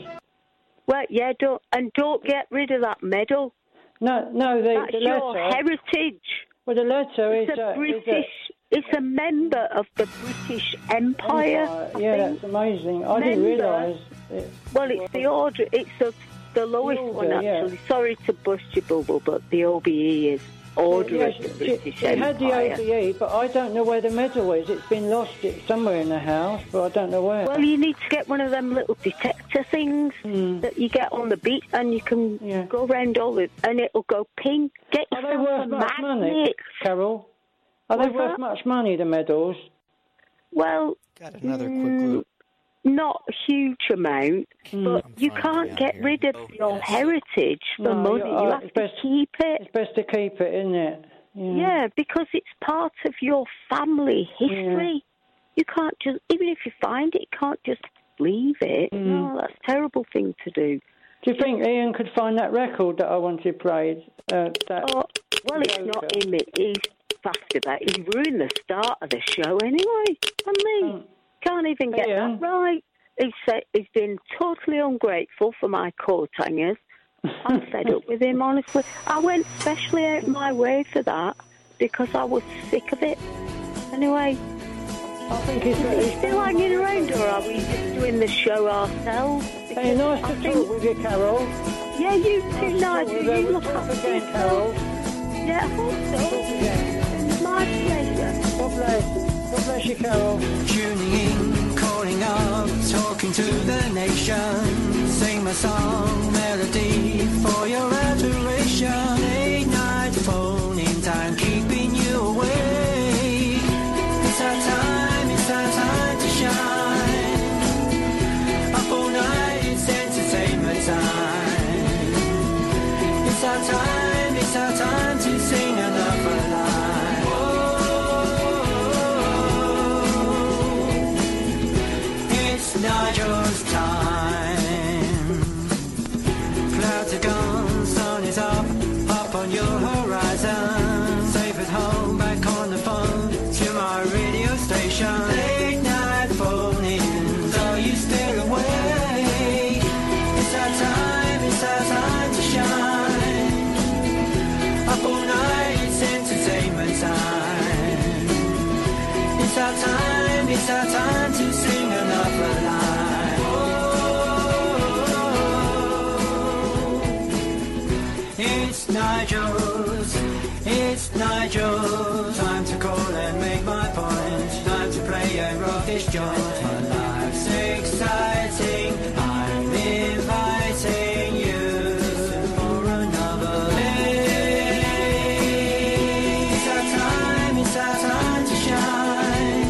Speaker 7: Well, yeah, don't and don't get rid of that medal.
Speaker 11: No, no, the,
Speaker 7: That's
Speaker 11: the
Speaker 7: your
Speaker 11: letter.
Speaker 7: heritage.
Speaker 11: Well, the letter
Speaker 7: it's
Speaker 11: is,
Speaker 7: a
Speaker 11: uh, is
Speaker 7: British.
Speaker 11: a-
Speaker 7: it's a member of the British Empire. I
Speaker 11: yeah,
Speaker 7: think.
Speaker 11: that's amazing. I didn't
Speaker 7: Member.
Speaker 11: realise. it-
Speaker 7: Well, it's the order. It's the, the lowest
Speaker 11: The
Speaker 7: one
Speaker 11: order, yeah.
Speaker 7: actually. Sorry to burst your bubble, but the OBE is Order
Speaker 11: Yeah,
Speaker 7: of the British
Speaker 11: she
Speaker 7: Empire.
Speaker 11: had the E. OBE, but I don't know where the medal is. It's been lost. It's somewhere in the house, but I don't know where.
Speaker 7: Well, you need to get one of them little detector things that you get on the beat, and you can
Speaker 11: Hmm. Yeah.
Speaker 7: go round all it, and it'll go ping. Get
Speaker 11: Are they
Speaker 7: yourself a
Speaker 11: worth much
Speaker 7: magnet.
Speaker 11: money, Carol? Are they
Speaker 7: What's
Speaker 11: worth
Speaker 7: that?
Speaker 11: much money, the medals?
Speaker 7: Well,
Speaker 8: Got another quick loop.
Speaker 7: Mm, not a huge amount,
Speaker 11: Hmm.
Speaker 7: but you
Speaker 8: finding
Speaker 7: can't
Speaker 8: out
Speaker 7: get
Speaker 8: here.
Speaker 7: rid of
Speaker 8: Oh,
Speaker 7: your
Speaker 8: yes.
Speaker 7: heritage for
Speaker 11: No,
Speaker 7: money.
Speaker 11: you're-
Speaker 7: You
Speaker 11: uh,
Speaker 7: have
Speaker 11: it's
Speaker 7: to
Speaker 11: best-
Speaker 7: keep it.
Speaker 11: It's best to keep it, isn't it?
Speaker 7: Yeah, because it's part of your family history. You can't just, even if you find it, you can't just "Oh, leave it.
Speaker 11: Mm.
Speaker 7: No, that's a terrible thing to do.
Speaker 11: Hmm. Do you think Ian could find that record that I wanted played? Uh, that
Speaker 7: Oh, well, it's
Speaker 11: yoga.
Speaker 7: not him. It, he's fussed about. He ruined the start of the show anyway. And me can't even get
Speaker 11: Oh. Yeah.
Speaker 7: that right. He said he's been totally ungrateful for my coat hangers. I'm fed up with him, honestly. I went specially out my way for that because I was sick of it. Anyway,
Speaker 11: I think he's,
Speaker 7: is he
Speaker 11: he's
Speaker 7: still hanging around, or are we just doing the show ourselves?
Speaker 11: hey,
Speaker 7: Because
Speaker 11: nice
Speaker 7: I
Speaker 11: to
Speaker 7: think-
Speaker 11: talk with you, Carol.
Speaker 7: yeah, you too,
Speaker 11: Talk
Speaker 7: Nigel.
Speaker 11: with
Speaker 7: You
Speaker 11: you.
Speaker 7: look
Speaker 11: Talk
Speaker 7: up to
Speaker 11: again, Carol.
Speaker 7: Yeah, I hope so. It's my pleasure.
Speaker 11: God bless. God bless you, Carol.
Speaker 8: Tuning in, calling up, talking to the nation. Sing my song, melody for your adoration. Late night phone in time, keeping you awake. It's our time, it's our time to shine. Up all night, it's entertainment time. It's our time, it's our time to sing another line. It's Nigel's time. Clouds are gone, sun is up, up on your horizon. Safe at home, back on the phone to my radio station. Late night phone in, are you still awake? It's our time, it's our time to shine. Up all night, it's entertainment time. It's our time, it's our time to sing another line. Oh, it's Nigel's, it's Nigel's. Time to call and make my point. Time to play and rock this joint. My life's exciting. I'm inviting you for another day. It's our time, it's our time to shine.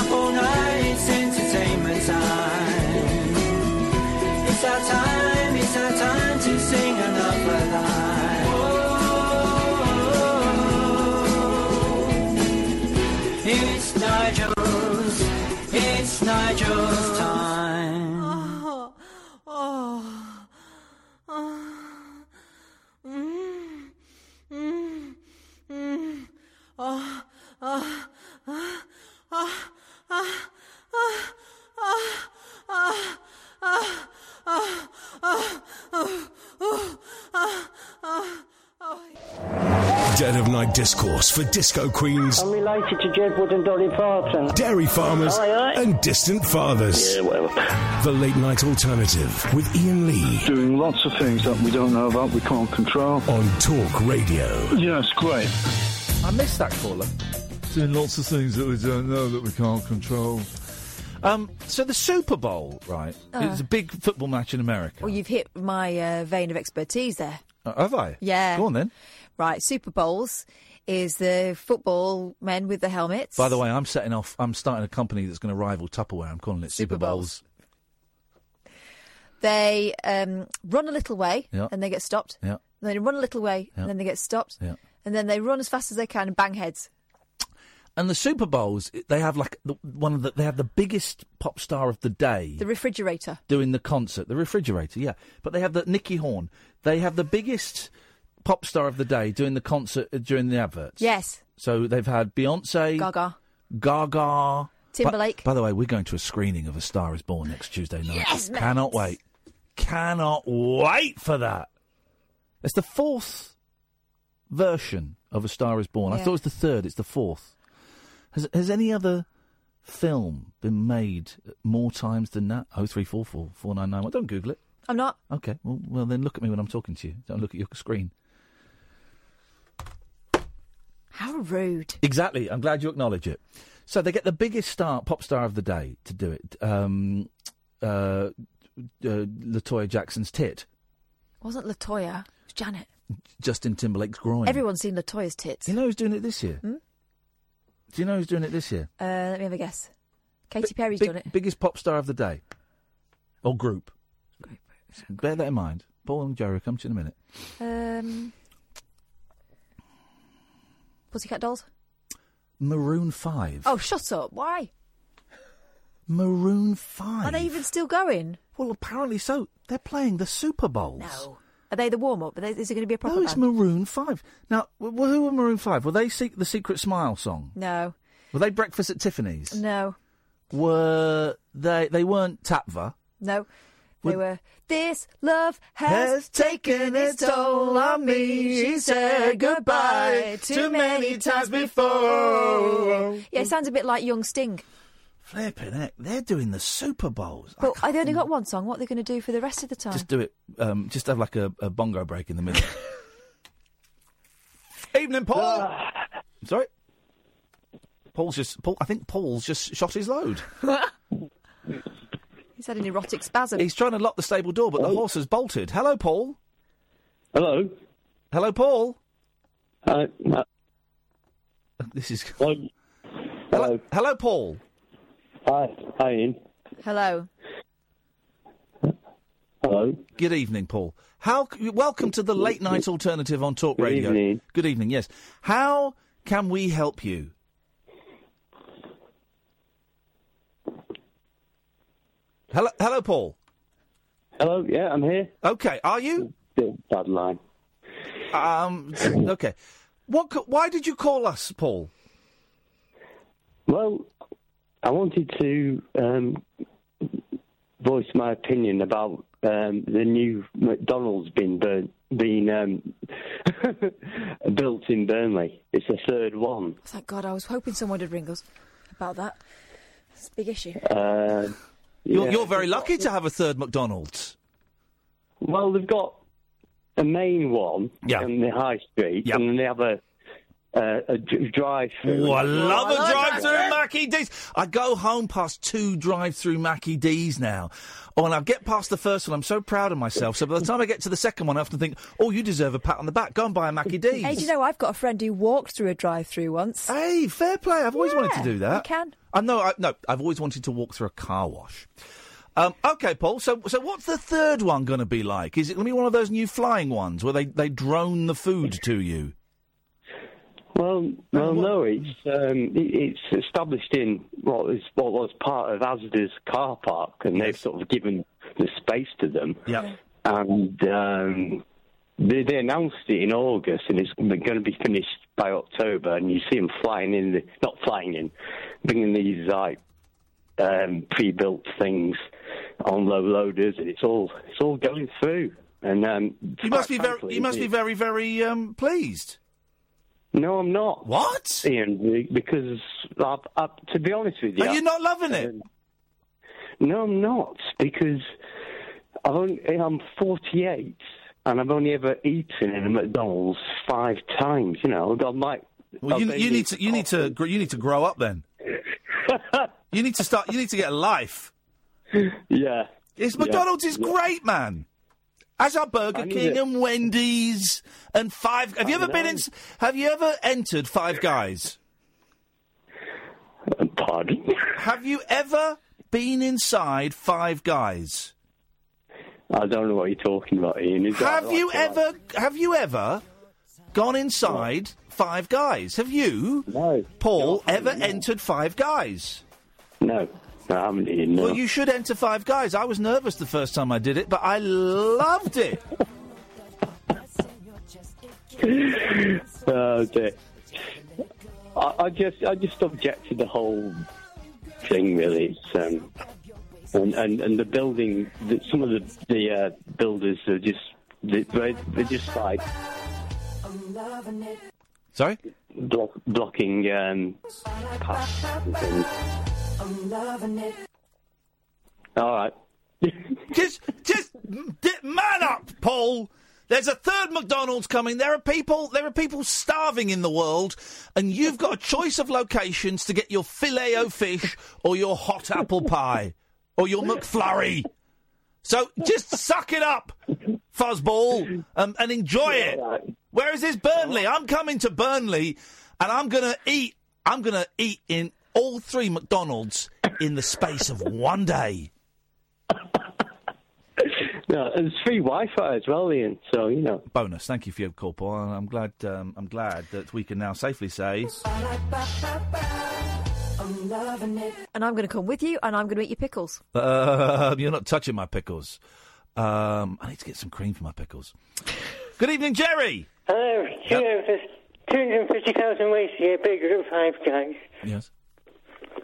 Speaker 8: Up all night, it's entertainment time. It's our time, it's our time to sing another line. Oh, it's Nigel's, it's Nigel's time.
Speaker 1: Dead of Night Discourse for Disco Queens,
Speaker 11: I'm related to Jedwood and Dolly Parton.
Speaker 1: Dairy Farmers,
Speaker 6: Aye, aye.
Speaker 1: and Distant Fathers.
Speaker 6: Yeah, whatever.
Speaker 1: The Late Night Alternative with Ian Lee
Speaker 9: doing lots of things that we don't know about, we can't control.
Speaker 1: on Talk Radio.
Speaker 9: Yeah, it's great.
Speaker 3: I missed that caller.
Speaker 12: Doing lots of things that we don't know that we can't control.
Speaker 3: Um, so the Super Bowl, right?
Speaker 4: Uh.
Speaker 3: It's a big football match in America.
Speaker 4: Well, you've hit my uh, vein of expertise there.
Speaker 3: Uh, have I?
Speaker 4: Yeah.
Speaker 3: Go on then.
Speaker 4: Right, Super Bowls is the football men with the helmets.
Speaker 3: By the way, I'm setting off. I'm starting a company that's going to rival Tupperware. I'm calling it Super, Bowls.
Speaker 4: they um, run a little way
Speaker 3: Yeah.
Speaker 4: and they get stopped.
Speaker 3: Yeah.
Speaker 4: And they run a little way
Speaker 3: Yeah.
Speaker 4: and then they get stopped.
Speaker 3: Yeah.
Speaker 4: And then they run as fast as they can and bang heads.
Speaker 3: And the Super Bowls, they have like the, one of the they have the biggest pop star of the day
Speaker 4: The refrigerator.
Speaker 3: doing the concert, the refrigerator, yeah. But they have the Nicky Horn. They have the biggest pop star of the day doing the concert uh, during the adverts?
Speaker 4: Yes.
Speaker 3: So they've had Beyonce,
Speaker 4: Gaga.
Speaker 3: Gaga,
Speaker 4: Timberlake.
Speaker 3: By, by the way, we're going to a screening of A Star Is Born next Tuesday night.
Speaker 4: Yes, mate.
Speaker 3: cannot wait, cannot wait for that. It's the fourth version of A Star Is Born. I
Speaker 13: Yeah.
Speaker 3: thought it was the third. It's the fourth. Has has any other film been made more times than that? Oh three four four four nine nine one. Don't Google it.
Speaker 4: I'm not.
Speaker 3: Okay. Well, well, then look at me when I'm talking to you. Don't look at your screen.
Speaker 4: How rude.
Speaker 3: Exactly. I'm glad you acknowledge it. So they get the biggest star, pop star of the day to do it. Um, uh, uh, Latoya Jackson's tit,
Speaker 4: It wasn't Latoya. It was Janet.
Speaker 3: Justin Timberlake's groin.
Speaker 4: Everyone's seen Latoya's tits.
Speaker 3: You know who's doing it this year?
Speaker 4: Hmm?
Speaker 3: Do you know who's doing it this year?
Speaker 4: Uh, let me have a guess. Katy Perry's
Speaker 3: Big-
Speaker 4: done it.
Speaker 3: Biggest pop star of the day. Or group. Bear that in mind. Paul and Jerry will come to you in a minute.
Speaker 4: Um, Pussycat Dolls.
Speaker 3: Maroon 5.
Speaker 4: Oh, shut up! Why
Speaker 3: Maroon 5.
Speaker 4: are they even still going?
Speaker 3: Well, apparently so. They're playing the Super Bowls.
Speaker 4: No, are they the warm up? Is it going to be a proper?
Speaker 3: No, it's
Speaker 4: band?
Speaker 3: Maroon Five. Now, wh- wh- who were Maroon Five? Were they Se- the Secret Smile song?
Speaker 4: No,
Speaker 3: Were they Breakfast at Tiffany's?
Speaker 4: no,
Speaker 3: Were they? They weren't Tapva.
Speaker 4: no. They
Speaker 3: Would-
Speaker 4: were. This love has, taken its toll on me. She said goodbye too many times before. Yeah, it sounds a bit like Young Sting.
Speaker 3: Flipping heck, they're doing the Super Bowls.
Speaker 4: But I they only got one song. What are they going to do for the rest of the time?
Speaker 3: Just do it. Um, just have like a, a bongo break in the middle. Evening, Paul. Sorry, Paul's just. Paul, I think Paul's just shot his load.
Speaker 4: He's had an erotic spasm.
Speaker 3: He's trying to lock the stable door, but the horse has bolted. Hello, Paul. Hello. Hello, Paul. Uh, This is. Hello. Hello, Paul. Hi. Hi, Ian.
Speaker 4: Hello.
Speaker 3: Hello. Good evening, Paul. How? c- Welcome to the late night alternative on Talk Radio.
Speaker 6: evening.
Speaker 3: Good evening. Yes. How can we help you? Hello, hello, Paul. Hello. Yeah, I'm here. Okay. Are you? Bad line. Um. Okay. What? co- Why did you call us, Paul?
Speaker 6: Well, I wanted to um, voice my opinion about um, the new McDonald's being burn, being um, built in Burnley. It's the third one.
Speaker 4: Thank God, I was hoping someone would ring us about that. It's a big issue.
Speaker 6: Uh,
Speaker 3: You're,
Speaker 6: yeah.
Speaker 3: you're very lucky to have a third McDonald's.
Speaker 6: Well, they've got a main one in the high street, and then they have a uh, a drive through.
Speaker 3: Oh, I love a drive-through Mackie D's. I go home past two drive-through Mackie D's now. Oh, and I get past the first one. I'm so proud of myself. So by the time I get to the second one, I often think, "Oh, you deserve a pat on the back. Go and buy a Mackie D's."
Speaker 4: Hey, do you know I've got a friend who walked through a drive-through once.
Speaker 3: Hey, fair play. I've always wanted to do that.
Speaker 4: You can.
Speaker 3: I know. I, no, I've always wanted to walk through a car wash. Um, okay, Paul. So, so what's the third one going to be like? Is it going to be one of those new flying ones where they, they drone the food to you?
Speaker 6: Well, well, no, it's um, it- it's established in what is what was part of Asda's car park, and they've sort of given the space to them.
Speaker 3: Yeah.
Speaker 6: And um, they, they announced it in August, and it's going to be finished by October. And you see them flying in, the, not flying in, bringing these like um, pre-built things on low loaders, and it's all it's all going through. And um,
Speaker 3: You must be very,
Speaker 6: frankly,
Speaker 3: you must be
Speaker 6: it-
Speaker 3: very, very um, pleased.
Speaker 6: no, I'm not.
Speaker 3: What?
Speaker 6: Ian, be- because I, I, to be honest with you, Um,
Speaker 3: Are you not loving it?
Speaker 6: no, I'm not because I've only, I'm 48 and I've only ever eaten in a McDonald's five times. You know, I might.
Speaker 3: Well, you,
Speaker 6: I've
Speaker 3: you
Speaker 6: been-
Speaker 3: need to you need to gr- you need to grow up then. you need to start. You need to get a life.
Speaker 6: Yeah.
Speaker 3: It's
Speaker 6: Yeah.
Speaker 3: McDonald's is
Speaker 6: Yeah.
Speaker 3: great, man. As are Burger
Speaker 6: I need
Speaker 3: King
Speaker 6: it.
Speaker 3: and Wendy's and Five. Have you
Speaker 6: I
Speaker 3: ever been in?
Speaker 6: know.
Speaker 3: s- Have you ever entered Five Guys?
Speaker 6: Pardon?
Speaker 3: Have you ever been inside Five Guys?
Speaker 6: I don't know what you're talking about, Ian. Is that
Speaker 3: Have
Speaker 6: like-
Speaker 3: you ever? Have you ever gone inside Five Guys? Have you,
Speaker 6: no.
Speaker 3: Paul, ever entered Five Guys?
Speaker 6: No, no, I haven't eaten. No.
Speaker 3: Well, you should enter Five Guys. I was nervous the first time I did it, but I loved it.
Speaker 6: oh dear. I, I just I just object to the whole thing really. It's, um, and, and and the building, the, some of the the uh, builders are just they, they're they're just like
Speaker 3: sorry
Speaker 6: block, blocking um, paths and things. All right.
Speaker 3: just, just d- man up, Paul. There's a third McDonald's coming. There are people. There are people starving in the world, and you've got a choice of locations to get your filet o fish or your hot apple pie or your McFlurry. So just suck it up, fuzzball, um, and enjoy it. Where is this Burnley? I'm coming to Burnley, and I'm gonna eat. I'm gonna eat in all three McDonald's in the space of one day.
Speaker 6: No, and it's free Wi-Fi as well, Ian. So you know.
Speaker 3: bonus. Thank you for your call, Paul. And I'm glad. Um, I'm glad that we can now safely say.
Speaker 4: And I'm going to come with you, and I'm going to eat your pickles.
Speaker 3: Uh, you're not touching my pickles. Um, I need to get some cream for my pickles. Good evening, Jerry.
Speaker 13: Hello,
Speaker 3: Yep.
Speaker 13: Geo, there's 250,000 ways to get bigger than five times.
Speaker 3: Yes.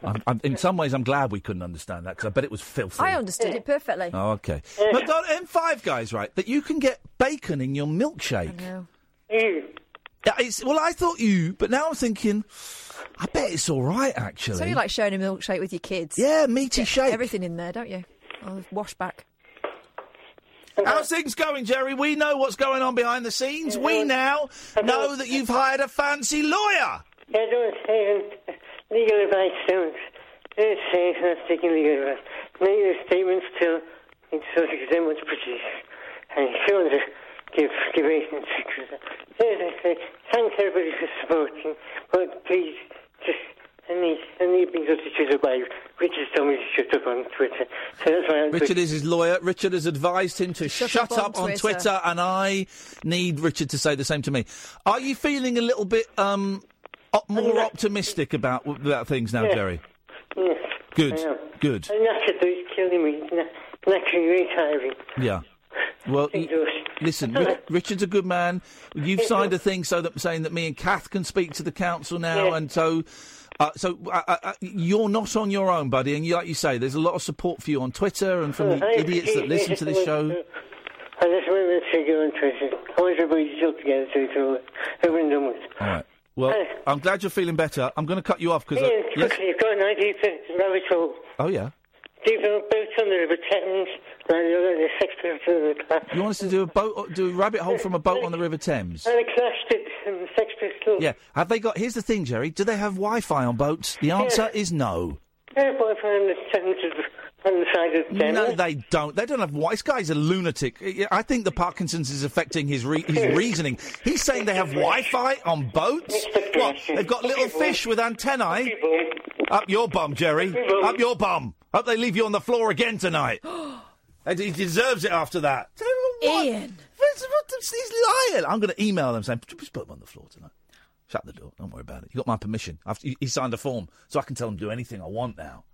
Speaker 3: I'm, I'm, in some ways, I'm glad we couldn't understand that because I bet it was filthy.
Speaker 4: I understood it perfectly.
Speaker 3: Oh, okay. McDonald and Five Guys, right? That you can get bacon in your milkshake.
Speaker 4: Mm.
Speaker 3: Yeah, It's, well, I thought you, but now I'm thinking, I bet it's all right actually.
Speaker 4: So you like sharing a milkshake with your kids?
Speaker 3: Yeah, meaty shake.
Speaker 4: Everything in there, don't you? Oh, wash back.
Speaker 3: How's things going, Jerry? We know what's going on behind the scenes. We now know that you've hired a fancy lawyer.
Speaker 13: Yeah, don't say um, legal advice don't. Don't say it's not taking legal advice. Make your statements till it's sort of resembles produce. And show the give give agents secrets. As I say, thanks everybody for supporting, but please just I need I need being substituted by Richard told me to shut up on Twitter. So that's why I'm
Speaker 3: Richard is his lawyer. Richard has advised him to shut,
Speaker 13: up
Speaker 3: up,
Speaker 13: on
Speaker 3: on, Twitter.
Speaker 13: Twitter,
Speaker 3: and I need Richard to say the same to me. Are you feeling a little bit um, op- more optimistic about about things now,
Speaker 13: Yeah.
Speaker 3: Jerry?
Speaker 13: Yes.
Speaker 3: Good.
Speaker 13: I am.
Speaker 3: Good.
Speaker 13: I'm knackered though, it's killing me. It's knack- Knackering, very tiring.
Speaker 3: Yeah. Well, you- listen, Ri- Richard's a good man. You've signed a thing so that saying that me and Kath can speak to the council now, and so. Uh, so uh, uh, uh, you're not on your own, buddy, and you, like you say, there's a lot of support for you on Twitter and from the
Speaker 13: I-
Speaker 3: idiots that listen to this show.
Speaker 13: I just want to say go on Twitter. I want everybody to talk together so it's all over and done with.
Speaker 3: All right. Well, I'm glad you're feeling better. I'm going to cut you off because
Speaker 13: Ian,
Speaker 3: yes.
Speaker 13: quickly, you've got an idea for rabbit hole.
Speaker 3: Oh yeah.
Speaker 13: Deep on boats on the river Thames, and you're at the sector of the class.
Speaker 3: You want us to do a boat, uh, do a rabbit hole from a boat on the River Thames?
Speaker 13: And I clashed it in the Sex Pistols.
Speaker 3: Yeah. Have they got? Here's the thing, Jerry. Do they have Wi-Fi on boats? The answer is no.
Speaker 13: Therefore, if I'm on the centre of- on the side of Denver.
Speaker 3: No, they don't. They don't have Wi. This guy's a lunatic. I- I think the Parkinson's is affecting his re- his reasoning. He's saying they have Wi-Fi on boats. What? They've got little fish with antennae. Up your bum, Jerry. Up your bum. Hope they leave you on the floor again tonight. And he deserves it after that.
Speaker 4: Ian.
Speaker 3: He's lying. I'm going to email them saying, just put him on the floor tonight. Shut the door. Don't worry about it. You got my permission. I've, he- he signed a form, so I can tell him to do anything I want now.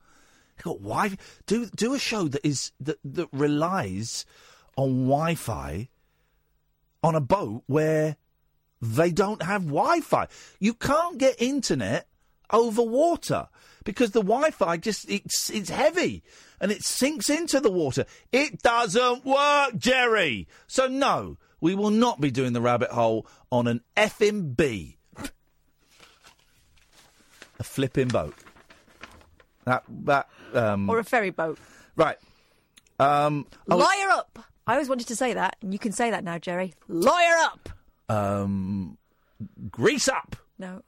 Speaker 3: They got Wi. Do do a show that is that that relies on Wi-Fi on a boat where they don't have Wi-Fi. You can't get internet over water because the Wi-Fi just it's it's heavy and it sinks into the water. It doesn't work, Jerry. So no, we will not be doing the rabbit hole on an effing bee, a flipping boat. That that um
Speaker 4: Or a ferry boat.
Speaker 3: right. Um, I was-
Speaker 4: Liar up! I always wanted to say that, and you can say that now, Jerry. Liar up!
Speaker 3: um, grease up.
Speaker 4: No.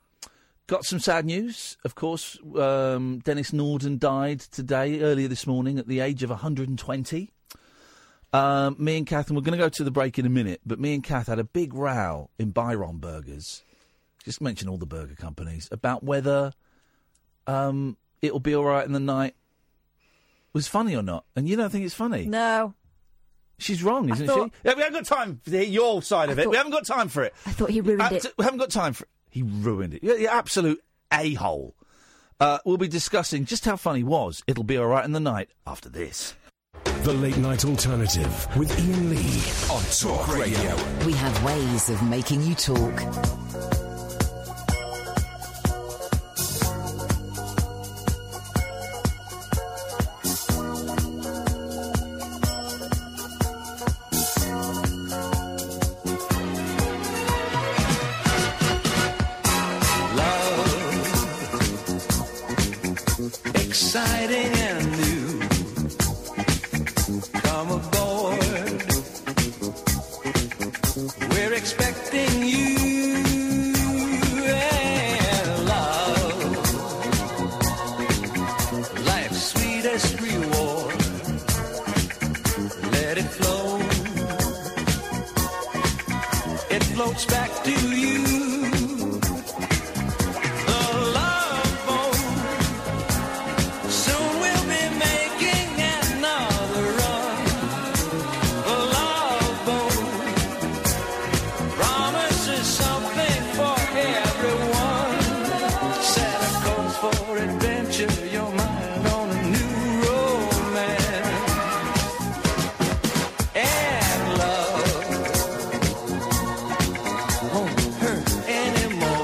Speaker 3: Got some sad news, of course. Um, Dennis Norden died today, earlier this morning, at the age of 120. Um, me and Kath, and we're going to go to the break in a minute, but me and Kath had a big row in Byron Burgers, just mention all the burger companies, about whether um, it'll be all right in the night was funny or not. And you don't think it's funny?
Speaker 4: No.
Speaker 3: She's wrong, isn't
Speaker 4: thought-
Speaker 3: she? Yeah, we haven't got time to hear your side of it. we haven't got time for it.
Speaker 4: I thought he ruined
Speaker 3: it. We haven't got time for it. He ruined it. You're the absolute a hole. Uh, we'll be discussing just how funny he was. It'll be all right in the night after this.
Speaker 1: The Late Night Alternative with Ian Lee on Talk Radio.
Speaker 14: We have ways of making you talk.
Speaker 4: Love, exciting and new. Come aboard, we're expecting you. And love, life's sweetest reward. Let it flow, it floats back to you. The love boat soon will be making another run. The love boat promises something for everyone. Set a course for adventure, your mind on a new romance. And love won't hurt anymore.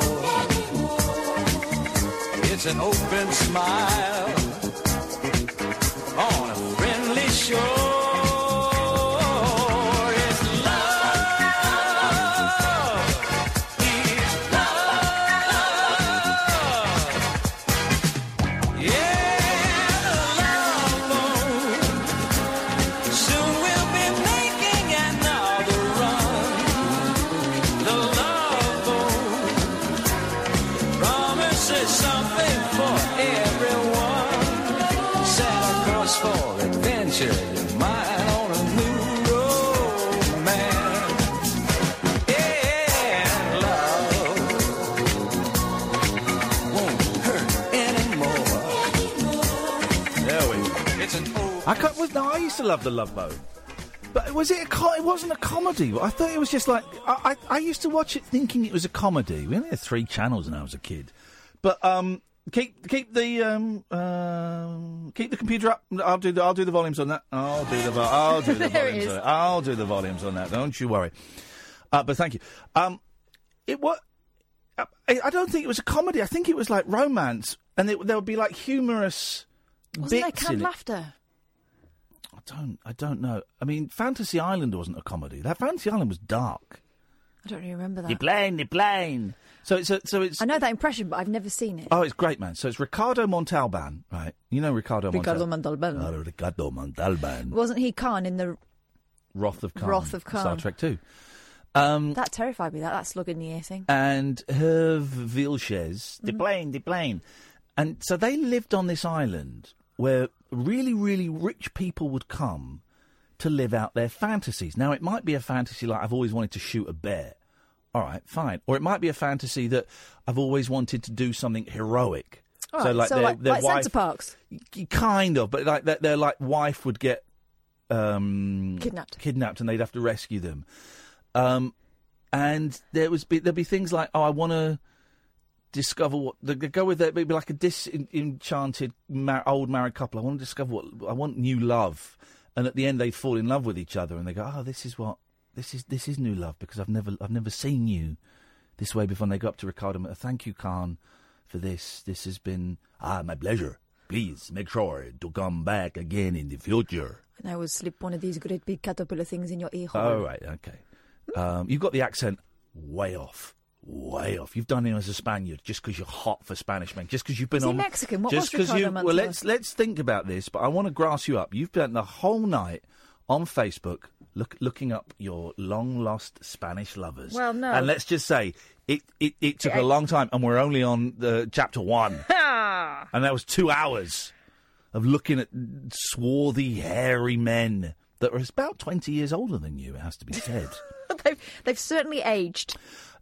Speaker 4: It's an open smile on a friendly shore. It's love. It's love. Yeah, love. Soon we'll be making another run. The love boat promises something for everyone. Set a course for adventure, your mind on a new romance. Yeah, love won't hurt anymore. There we go. It's an old.
Speaker 3: I can't, well, no, I used to love the Love Boat, but was it a? Co- it wasn't a comedy. I thought it was just like I, I, I used to watch it thinking it was a comedy. We only had three channels when I was a kid, but um, keep keep the um, um keep the computer up. I'll do the I'll do the volumes on that. I'll do the vo- I'll do the
Speaker 10: There it
Speaker 3: volumes.
Speaker 10: is.
Speaker 3: On it. I'll do the volumes on that. Don't you worry. Uh, but thank you. Um, it what I, I don't think it was a comedy. I think it was like romance, and it, there would be like humorous
Speaker 15: Wasn't there
Speaker 3: bits in
Speaker 15: canned
Speaker 3: it.
Speaker 15: laughter?
Speaker 3: I don't. I don't know. I mean, Fantasy Island wasn't a comedy. That Fantasy Island was dark.
Speaker 15: I don't really remember that.
Speaker 3: You're playing. You're playing. So it's a, so it's.
Speaker 15: I know that impression, but I've never seen it.
Speaker 3: Oh, it's great, man. So it's Ricardo Montalban, right? You know Ricardo.
Speaker 15: Ricardo
Speaker 3: Montalban.
Speaker 15: Montalban.
Speaker 3: Oh, Ricardo Montalban.
Speaker 15: Wasn't he Khan in the?
Speaker 3: Wrath of Khan.
Speaker 15: Wrath of Khan.
Speaker 3: Star Trek Two. Um,
Speaker 15: That terrified me. That that slug in the ear thing.
Speaker 3: and Herve Vilches, the
Speaker 15: Mhm.
Speaker 3: plane, the plane. And so they lived on this island where really, really rich people would come to live out their fantasies. Now, it might be a fantasy like I've always wanted to shoot a bear. All right, fine. Or it might be a fantasy that I've always wanted to do something heroic.
Speaker 15: All right, so like, like Centre Parks.
Speaker 3: Y- kind of, but like their, their like wife would get um,
Speaker 15: Kidnapped.
Speaker 3: kidnapped, and they'd have to rescue them. Um, and there was be, there'd be things like, oh, I want to discover what they'd go with. There be like a disenchanted mar- old married couple. I want to discover what I want new love, and at the end they'd fall in love with each other, and they go, oh, this is what this is this is new love because I've never I've never seen you this way before. And they go up to Ricardo, and thank you, Khan, for this. This has been ah my pleasure. Please make sure to come back again in the future.
Speaker 15: And I would slip one of these great big caterpillar things in your ear hole.
Speaker 3: All right, okay. Um, you've got the accent way off, way off. You've done it as a Spaniard just because you're hot for Spanish, man. Just because you've been
Speaker 15: Is he
Speaker 3: on
Speaker 15: Mexican? What
Speaker 3: just
Speaker 15: was
Speaker 3: 'cause you.
Speaker 15: Ricardo
Speaker 3: Well,
Speaker 15: Montalban?
Speaker 3: let's let's think about this. But I want to grass you up. You've spent the whole night on Facebook look, looking up your long lost Spanish lovers.
Speaker 15: Well, no.
Speaker 3: and let's just say it it, it took
Speaker 15: Yeah.
Speaker 3: a long time, and we're only on the chapter one.
Speaker 15: Ha!
Speaker 3: And that was two hours of looking at swarthy, hairy men that were about 20 years older than you, it has to be said.
Speaker 15: they've, they've certainly aged.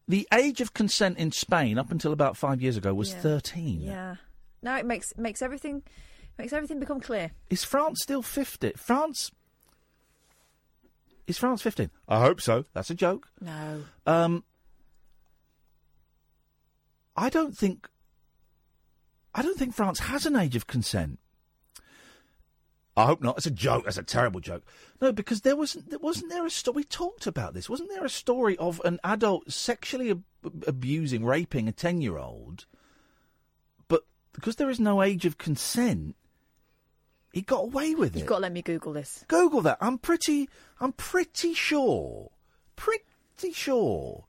Speaker 3: the age of consent in Spain up until about five years ago was
Speaker 15: Yeah.
Speaker 3: 13.
Speaker 15: Yeah. Now it makes makes everything makes everything become clear.
Speaker 3: Is France still 50? France. Is France 15? I hope so. That's a joke.
Speaker 15: No.
Speaker 3: Um, I don't think. I don't think France has an age of consent. I hope not. It's a joke. That's a terrible joke. No, because there wasn't there wasn't there a story we talked about this. Wasn't there a story of an adult sexually ab- abusing, raping a ten year old? But because there is no age of consent, he got away with
Speaker 15: You've
Speaker 3: it.
Speaker 15: got to let me Google this.
Speaker 3: Google that. I'm pretty. I'm pretty sure. Pretty sure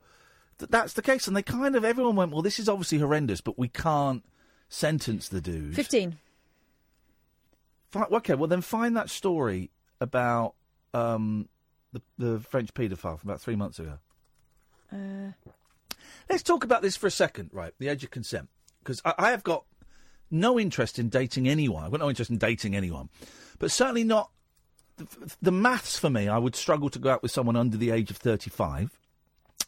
Speaker 3: that that's the case. And they kind of everyone went, well, this is obviously horrendous, but we can't sentence the dude.
Speaker 15: 15.
Speaker 3: Fi- okay, well then find that story about um, the the French paedophile from about three months ago.
Speaker 15: Uh,
Speaker 3: Let's talk about this for a second, right? The age of consent, because I, I have got no interest in dating anyone. I've got no interest in dating anyone, but certainly not the, the maths for me. I would struggle to go out with someone under the age of 35,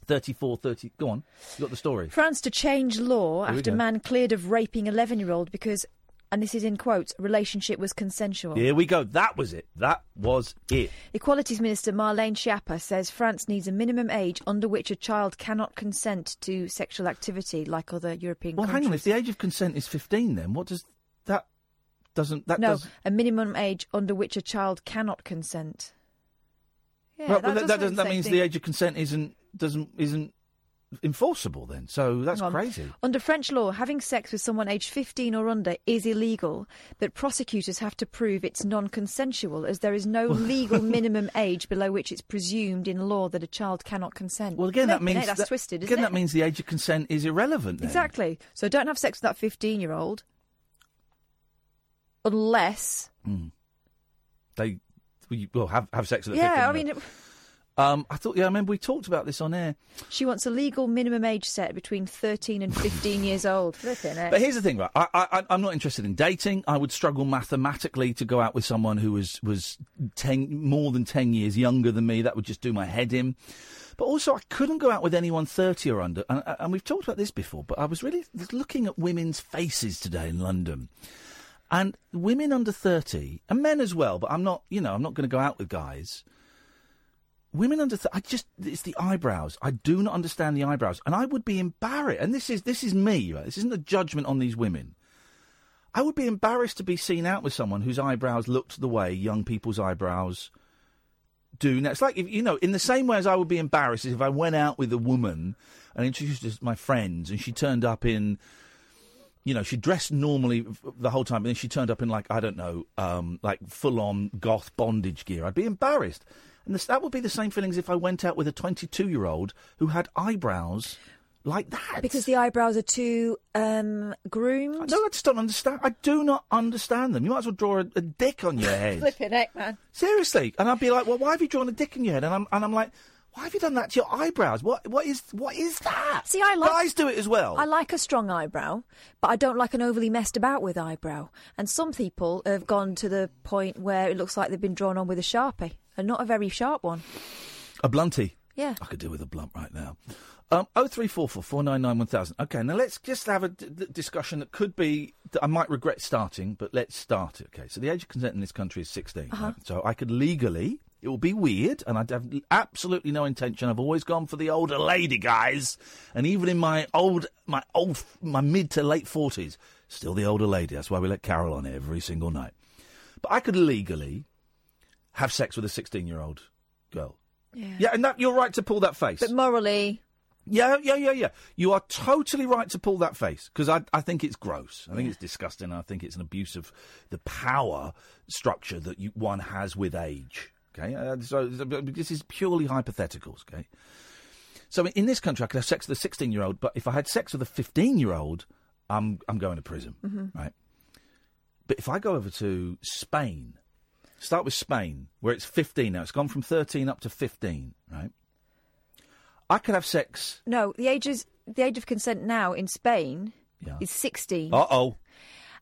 Speaker 3: 34, 30. Go on, you got the story.
Speaker 15: France to change law
Speaker 3: Here we
Speaker 15: after
Speaker 3: go.
Speaker 15: man cleared of raping 11 year old because, and this is in quotes, relationship was consensual.
Speaker 3: Here we go. That was it. That was it.
Speaker 15: Equalities Minister Marlene Schiappa says France needs a minimum age under which a child cannot consent to sexual activity like other European
Speaker 3: Well,
Speaker 15: countries.
Speaker 3: hang on. If the age of consent is 15, then what does that doesn't that
Speaker 15: no,
Speaker 3: does
Speaker 15: a minimum age under which a child cannot consent. Yeah,
Speaker 3: Right, but
Speaker 15: that,
Speaker 3: that, doesn't, that means the age of consent isn't doesn't isn't enforceable then. So that's
Speaker 15: Hang on.
Speaker 3: crazy.
Speaker 15: Under French law, having sex with someone aged 15 or under is illegal, but prosecutors have to prove it's non consensual as there is no legal minimum age below which it's presumed in law that a child cannot consent. Well,
Speaker 3: Again, that means
Speaker 15: that's
Speaker 3: that-
Speaker 15: twisted, isn't
Speaker 3: again,
Speaker 15: it?
Speaker 3: that means the age of consent is irrelevant. Then.
Speaker 15: Exactly. So don't have sex with that 15 year old unless.
Speaker 3: Mm. They well, you- well have have sex with. a
Speaker 15: yeah,
Speaker 3: 15
Speaker 15: I mean, it,
Speaker 3: um, I thought yeah, I remember we talked about this on air.
Speaker 15: she wants a legal minimum age set between 13 and 15 years old. Flipping heck.
Speaker 3: But here's the thing, right? I, I, I- I'm not interested in dating. I would struggle mathematically to go out with someone who was was ten more than ten years younger than me. That would just do my head in. But also, I couldn't go out with anyone thirty or under. And, uh, and we've talked about this before. But I was really looking at women's faces today in London, and women under thirty and men as well. But I'm not, you know, I'm not going to go out with guys. Women under, th- I just it's the eyebrows. I do not understand the eyebrows, and I would be embarrassed. And this is this is me. Right? This isn't a judgment on these women. I would be embarrassed to be seen out with someone whose eyebrows looked the way young people's eyebrows do. Now it's like if you know, in the same way as I would be embarrassed if I went out with a woman and introduced her to my friends, and she turned up in you know, she dressed normally f- the whole time, but then she turned up in like I don't know, um, like full-on goth bondage gear. I'd be embarrassed, and this, that would be the same feelings if I went out with a 22-year-old who had eyebrows like that.
Speaker 15: Because the eyebrows are too um, groomed.
Speaker 3: No, I just don't understand. I do not understand them. You might as well draw a, a dick on your head.
Speaker 15: Flipping heck, man.
Speaker 3: Seriously, and I'd be like, well, why have you drawn a dick in your head? And I'm and I'm like, why have you done that to your eyebrows? What what is what is that?
Speaker 15: See, I like
Speaker 3: guys do it as well.
Speaker 15: I like a strong eyebrow, but I don't like an overly messed about with eyebrow. And some people have gone to the point where it looks like they've been drawn on with a sharpie, and not a very sharp one.
Speaker 3: a blunty.
Speaker 15: Yeah.
Speaker 3: I could do with a blunt right now. Um, oh three four four four nine nine one thousand. Okay, now let's just have a d- d- discussion that could be that I might regret starting, but let's start it. Okay, so the age of consent in this country is 16
Speaker 15: Uh-huh.
Speaker 3: right? So I could legally. It will be weird, and I'd have absolutely no intention. I've always gone for the older lady guys, and even in my old, my old, my mid to late forties, still the older lady. That's why we let Carol on every single night. But I could legally have sex with a sixteen-year-old girl.
Speaker 15: Yeah.
Speaker 3: Yeah, and that you're right to pull that face.
Speaker 15: But morally,
Speaker 3: yeah, yeah, yeah, yeah. You are totally right to pull that face because I, I think it's gross. I think it's disgusting. I think it's an abuse of the power structure that you, one has with age. Okay, uh, so so this is purely hypotheticals. Okay, so in this country, I could have sex with a 16 year old, but if I had sex with a 15 year old, I'm I'm going to prison.
Speaker 11: Mm-hmm.
Speaker 15: Mhm.
Speaker 3: Right. But if I go over to Spain, start with Spain, where it's 15 now. It's gone from 13 up to 15. Right. I could have sex.
Speaker 15: no. The ages, the age of consent now in Spain is sixteen,
Speaker 3: Uh oh.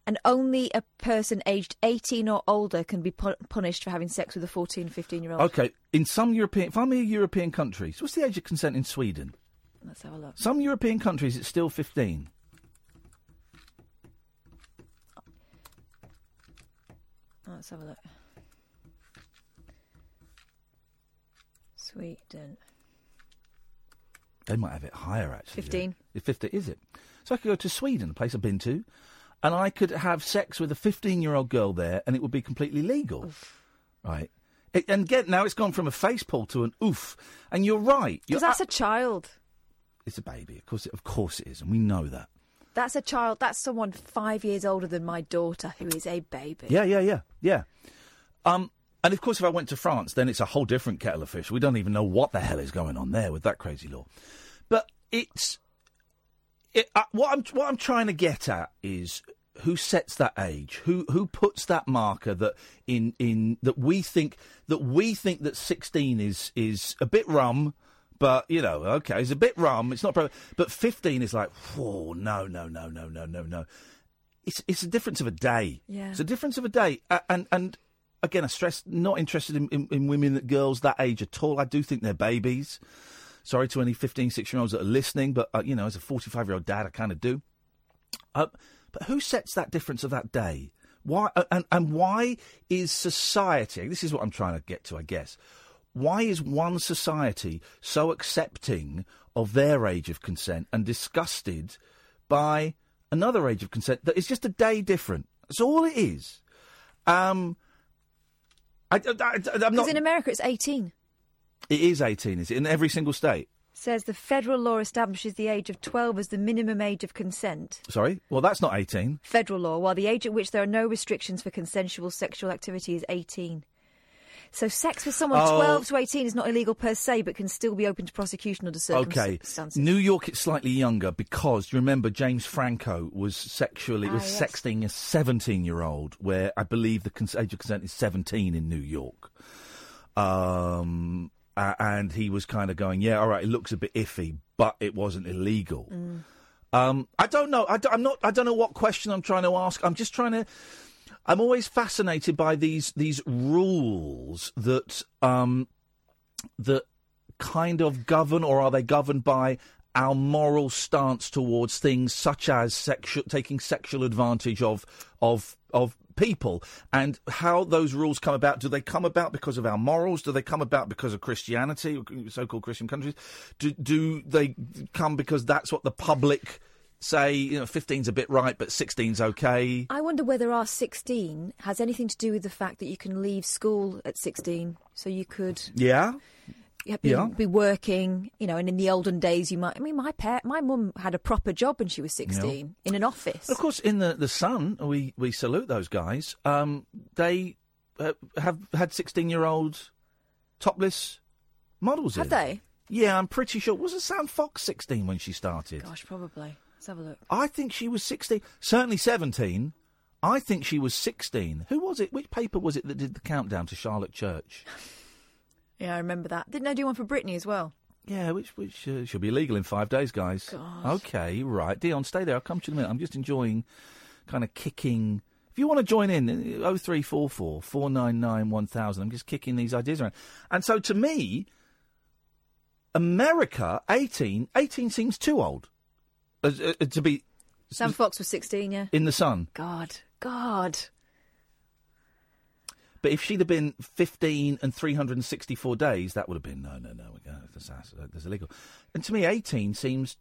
Speaker 15: and only a person aged eighteen or older can be pu- punished for having sex with a 14, 15 year old.
Speaker 3: Okay. In some European, if I'm in a European country, so what's the age of consent in Sweden?
Speaker 15: Let's have a look.
Speaker 3: Some European countries, it's still 15.
Speaker 15: Let's have a look. Sweden.
Speaker 3: They might have it higher actually.
Speaker 15: 15.
Speaker 3: Yeah. It's 50, is it? So I could go to Sweden, a place I've been to, and I could have sex with a 15 year old girl there, and it would be completely legal. Right. It, and get now it's gone from a face pull to an oof. And you're right. You're
Speaker 15: Because that's a child.
Speaker 3: It's a baby. Of course, it, of course it is, and we know that.
Speaker 15: That's a child. That's someone five years older than my daughter, who is a baby.
Speaker 3: Yeah, yeah, yeah, yeah. Um, and of course, if I went to France, then it's a whole different kettle of fish. We don't even know what the hell is going on there with that crazy law. But it's it, uh, what I'm what I'm trying to get at is who sets that age, who who puts that marker that in in that we think that we think that 16 is is a bit rum. But you know, okay, it's a bit rum. It's not, pro- but fifteen is like, whoa, no, no, no, no, no, no, no. It's it's a difference of a day.
Speaker 16: Yeah.
Speaker 3: It's a difference of a day. A and and again, I stress not interested in, in, in women that girls that age at all. I do think they're babies. Sorry to any 15, 16 year olds that are listening, but uh, you know, as a 45 year old dad, I kind of do. Uh, but who sets that difference of that day? Why uh, and and why is society? This is what I'm trying to get to, I guess. Why is one society so accepting of their age of consent and disgusted by another age of consent that is just a day different? That's all it is. Um, I, am
Speaker 15: Because
Speaker 3: not.
Speaker 15: in America, it's 18.
Speaker 3: it is 18, is it? In every single state.
Speaker 15: Says the federal law establishes the age of 12 as the minimum age of consent.
Speaker 3: Sorry. Well, that's not 18.
Speaker 15: Federal law, while the age at which there are no restrictions for consensual sexual activity is 18. So sex with someone
Speaker 3: Oh.
Speaker 15: 12 to 18 is not illegal per se, but can still be open to prosecution under
Speaker 3: Okay.
Speaker 15: circumstances.
Speaker 3: New York, it's slightly younger because you remember James Franco was sexually
Speaker 15: Ah,
Speaker 3: was
Speaker 15: yes.
Speaker 3: sexting a 17 year old, where I believe the cons- age of consent is 17 in New York. Um, a- and he was kind of going, yeah, all right, it looks a bit iffy, but it wasn't illegal. Um, I don't know. I don't, I'm not. I don't know what question I'm trying to ask. I'm just trying to. I'm always fascinated by these these rules that um, that kind of govern, or are they governed by our moral stance towards things such as sexual, taking sexual advantage of of of people, and how those rules come about? Do they come about because of our morals? Do they come about because of Christianity, so-called Christian countries? Do do they come because that's what the public say? You know, 15's a bit right, but 16's okay.
Speaker 15: I wonder whether R16 has anything to do with the fact that you can leave school at 16, so you could
Speaker 3: Yeah.
Speaker 15: yeah, be,
Speaker 3: Yeah.
Speaker 15: be working, you know, and in the olden days you might, I mean, my pet, my mum had a proper job when she was 16 in an office.
Speaker 3: Of course, in the the Sun, we we salute those guys. Um, they uh, have had sixteen year old topless models.
Speaker 15: Have
Speaker 3: in.
Speaker 15: they?
Speaker 3: Yeah, I'm pretty sure. Was it Sam Fox sixteen when she started?
Speaker 15: Gosh, probably. Let's have a look.
Speaker 3: I think she was sixteen. Certainly seventeen. I think she was sixteen. Who was it? Which paper was it that did the countdown to Charlotte Church?
Speaker 15: Yeah, I remember that. Didn't I do one for Britney as well?
Speaker 3: Yeah, which which uh, should be illegal in five days, guys. Okay, right, Dion, stay there. I'll come to you in a minute. I'm just enjoying, kind of kicking. If you want to join in, oh three four four four nine nine one thousand. I'm just kicking these ideas around. And so to me, America 18, 18 seems too old as, uh, to be
Speaker 15: Sam Fox was 16, yeah.
Speaker 3: in the sun.
Speaker 15: God, God.
Speaker 3: But if she'd have been 15 and 364 days, that would have been no, no, no. We're going, that's, that's, uh, that's illegal. And to me, 18 seems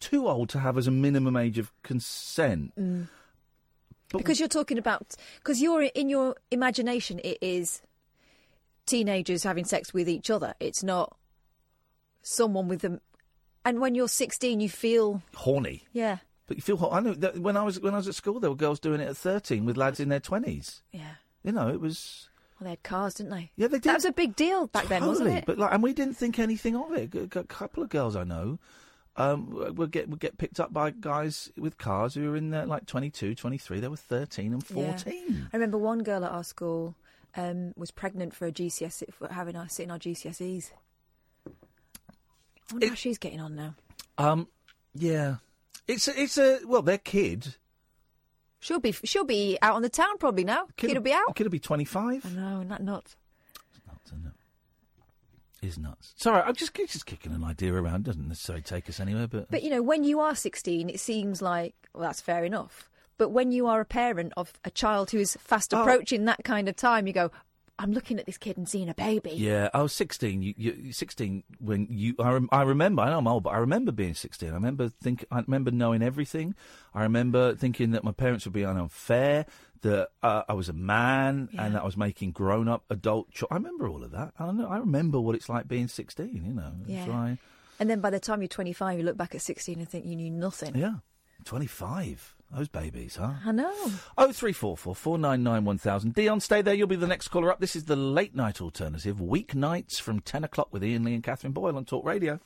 Speaker 3: too old to have as a minimum age of consent.
Speaker 15: Mm.
Speaker 3: But-
Speaker 15: because you're talking about because you're in your imagination it is teenagers having sex with each other it's not someone with them and when you're 16 you feel
Speaker 3: Horny.
Speaker 15: yeah
Speaker 3: But you feel hot. I know that when I was when I was at school, there were girls doing it at 13 with lads in their 20s.
Speaker 15: yeah
Speaker 3: You know, it was
Speaker 15: well they had cars didn't they
Speaker 3: yeah they did.
Speaker 15: that was a big deal back then wasn't
Speaker 3: Totally,
Speaker 15: it
Speaker 3: But like, and we didn't think anything of it. A, a couple of girls I know um, would get would get picked up by guys with cars who were in their like 22, 23. They were 13 and 14.
Speaker 15: Yeah. i remember one girl at our school um, was pregnant for a gcse E, for having us sitting our gcse's I wonder how she's getting on now.
Speaker 3: Um, yeah, it's a, it's a well, their kid
Speaker 15: She'll be she'll be out on the town probably now. Kid, will be out.
Speaker 3: Kid will be twenty five.
Speaker 15: I know, isn't that nuts?
Speaker 3: is nuts. Sorry, I'm just it's just kicking an idea around. Doesn't necessarily take us anywhere, but,
Speaker 15: But you know, when you are 16, it seems like well, that's fair enough. But when you are a parent of a child who is fast
Speaker 3: Oh.
Speaker 15: approaching that kind of time, you go, I'm looking at this kid and seeing a baby.
Speaker 3: Yeah, I was 16. You, you, 16 when you. I, rem, I remember. I know I'm old, but I remember being 16. I remember think. I remember knowing everything. I remember thinking that my parents were being unfair. That uh, I was a man and that I was making grown-up adult. Cho- I remember all of that. I don't know. I remember what it's like being 16. You know. It's
Speaker 15: Yeah.
Speaker 3: like-
Speaker 15: And then by the time you're 25, you look back at 16 and think you knew nothing.
Speaker 3: yeah. 25. Those babies, huh?
Speaker 15: I know.
Speaker 3: Oh three four four four nine nine one thousand. Dion, stay there. You'll be the next caller up. This is the late night alternative, weeknights from ten o'clock with Ian Lee and Catherine Boyle on Talk Radio.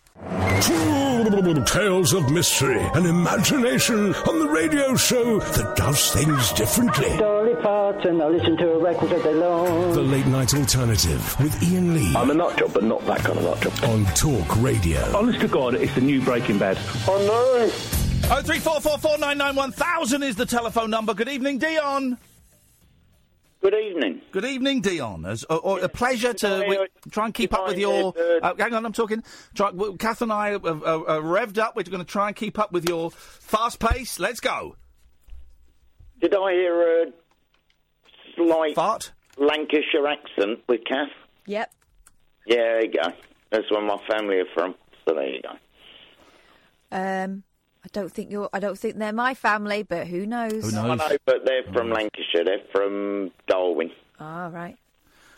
Speaker 1: Tales of mystery and imagination on the radio show that does things differently.
Speaker 11: Dolly Parton, I listen to a record all day long.
Speaker 1: The late night alternative with Ian Lee. I'm a nut job, but not that kind of nut job. On Talk Radio. Honest to God, it's the new Breaking Bad.
Speaker 3: Oh no! Oh three four four four nine nine one thousand is the telephone number. Good evening, Dion.
Speaker 16: Good evening.
Speaker 3: Good evening, Dion. As, or, or a pleasure to we, try and keep up with your. Uh, hang on, I'm talking. Try, well, Kath and I are, are, are revved up. We're going to try and keep up with your fast pace. Let's go.
Speaker 16: Did I hear a slight
Speaker 3: Fart?
Speaker 16: Lancashire accent with Kath?
Speaker 15: Yep.
Speaker 16: Yeah, there you go. That's where my family are from. So there you go.
Speaker 15: Um, I don't think you're. I don't think they're my family, but who knows?
Speaker 16: I know, but they're from Lancashire. They're from Darwin.
Speaker 15: All right.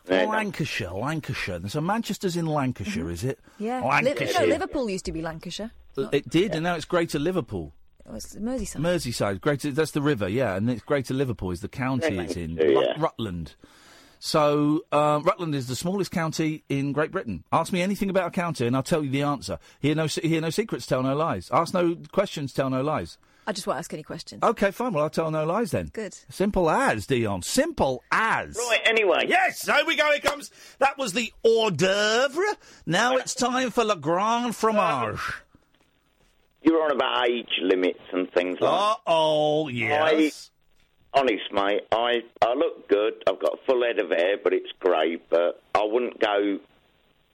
Speaker 16: There you go.
Speaker 3: Lancashire, Lancashire. So Manchester's in Lancashire, is it?
Speaker 15: Mm-hmm. Yeah. Li-
Speaker 3: Lancashire.
Speaker 15: no, Liverpool used to be Lancashire.
Speaker 3: It did, and now it's Greater Liverpool.
Speaker 15: Oh, it's Merseyside.
Speaker 3: Merseyside, Greater. That's the river, yeah, and it's Greater Liverpool is the county
Speaker 15: Yeah,
Speaker 3: it's in.
Speaker 15: yeah.
Speaker 3: Rut- Rutland. So uh, Rutland is the smallest county in Great Britain. Ask me anything about a county, and I'll tell you the answer. Hear no, se- hear no secrets, tell no lies. Ask no questions, tell no lies.
Speaker 15: I just won't ask any questions.
Speaker 3: Okay, fine. Well, I'll tell no lies then.
Speaker 15: Good.
Speaker 3: Simple as, Dion. Simple as. Right,
Speaker 16: anyway.
Speaker 3: Yes, here we go. It comes. That was the hors d'oeuvre. Now it's time for Le Grand Fromage.
Speaker 16: You were on about age limits and things like that.
Speaker 3: oh, yes.
Speaker 16: I, honest, mate, I, I look good. I've got a full head of hair, but it's grey. But I wouldn't go.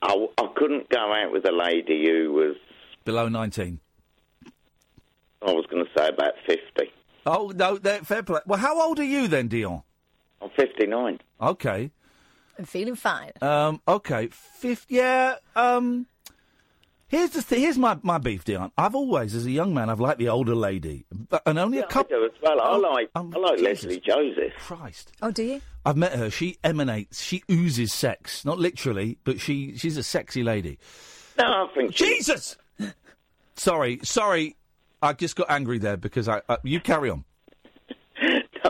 Speaker 16: I, w- I couldn't go out with a lady who was,
Speaker 3: Below 19.
Speaker 16: I was going to say, about 50.
Speaker 3: Oh, no, they're- fair play. Well, how old are you then, Dion?
Speaker 16: I'm 59.
Speaker 3: Okay.
Speaker 15: I'm feeling fine.
Speaker 3: Um, okay, fifth. Yeah. Um, here's the th- here's my, my beef, Dion. I've always, as a young man, I've liked the older lady, but, and only a couple.
Speaker 16: as well. I
Speaker 3: Oh,
Speaker 16: like, I like
Speaker 3: Jesus
Speaker 16: Leslie Joseph.
Speaker 3: Christ.
Speaker 15: Oh, do you?
Speaker 3: I've met her. She emanates. She oozes sex. Not literally, but she she's a sexy lady.
Speaker 16: No, I think
Speaker 3: Jesus. sorry, sorry. I just got angry there because I uh, you carry on.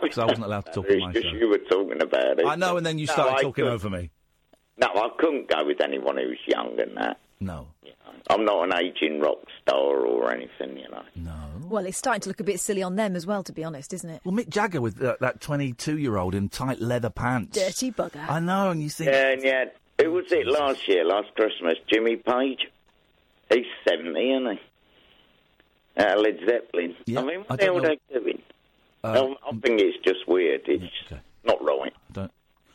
Speaker 3: Because I wasn't allowed to talk on
Speaker 16: It's
Speaker 3: my
Speaker 16: just
Speaker 3: show.
Speaker 16: you were talking about it.
Speaker 3: I know, and then you
Speaker 16: No,
Speaker 3: started
Speaker 16: I
Speaker 3: talking
Speaker 16: couldn't-
Speaker 3: over me.
Speaker 16: No, I couldn't go with anyone who's young and that.
Speaker 3: No.
Speaker 16: I'm not an aging rock star or anything, you know.
Speaker 3: Oh.
Speaker 15: Well, it's starting to look a bit silly on them as well, to be honest, isn't it?
Speaker 3: Well, Mick Jagger with uh, that twenty-two-year-old in tight leather pants.
Speaker 15: Dirty bugger.
Speaker 3: I know, and you think
Speaker 16: Yeah, and yeah. Who was it last year, last Christmas? Jimmy Page. He's 70, isn't he? Uh, Led Zeppelin. I mean, what
Speaker 3: I
Speaker 16: the hell
Speaker 3: don't know.
Speaker 16: are
Speaker 3: Uh,
Speaker 16: they doing? Um, I think it's just weird. It's not right.
Speaker 3: Don't.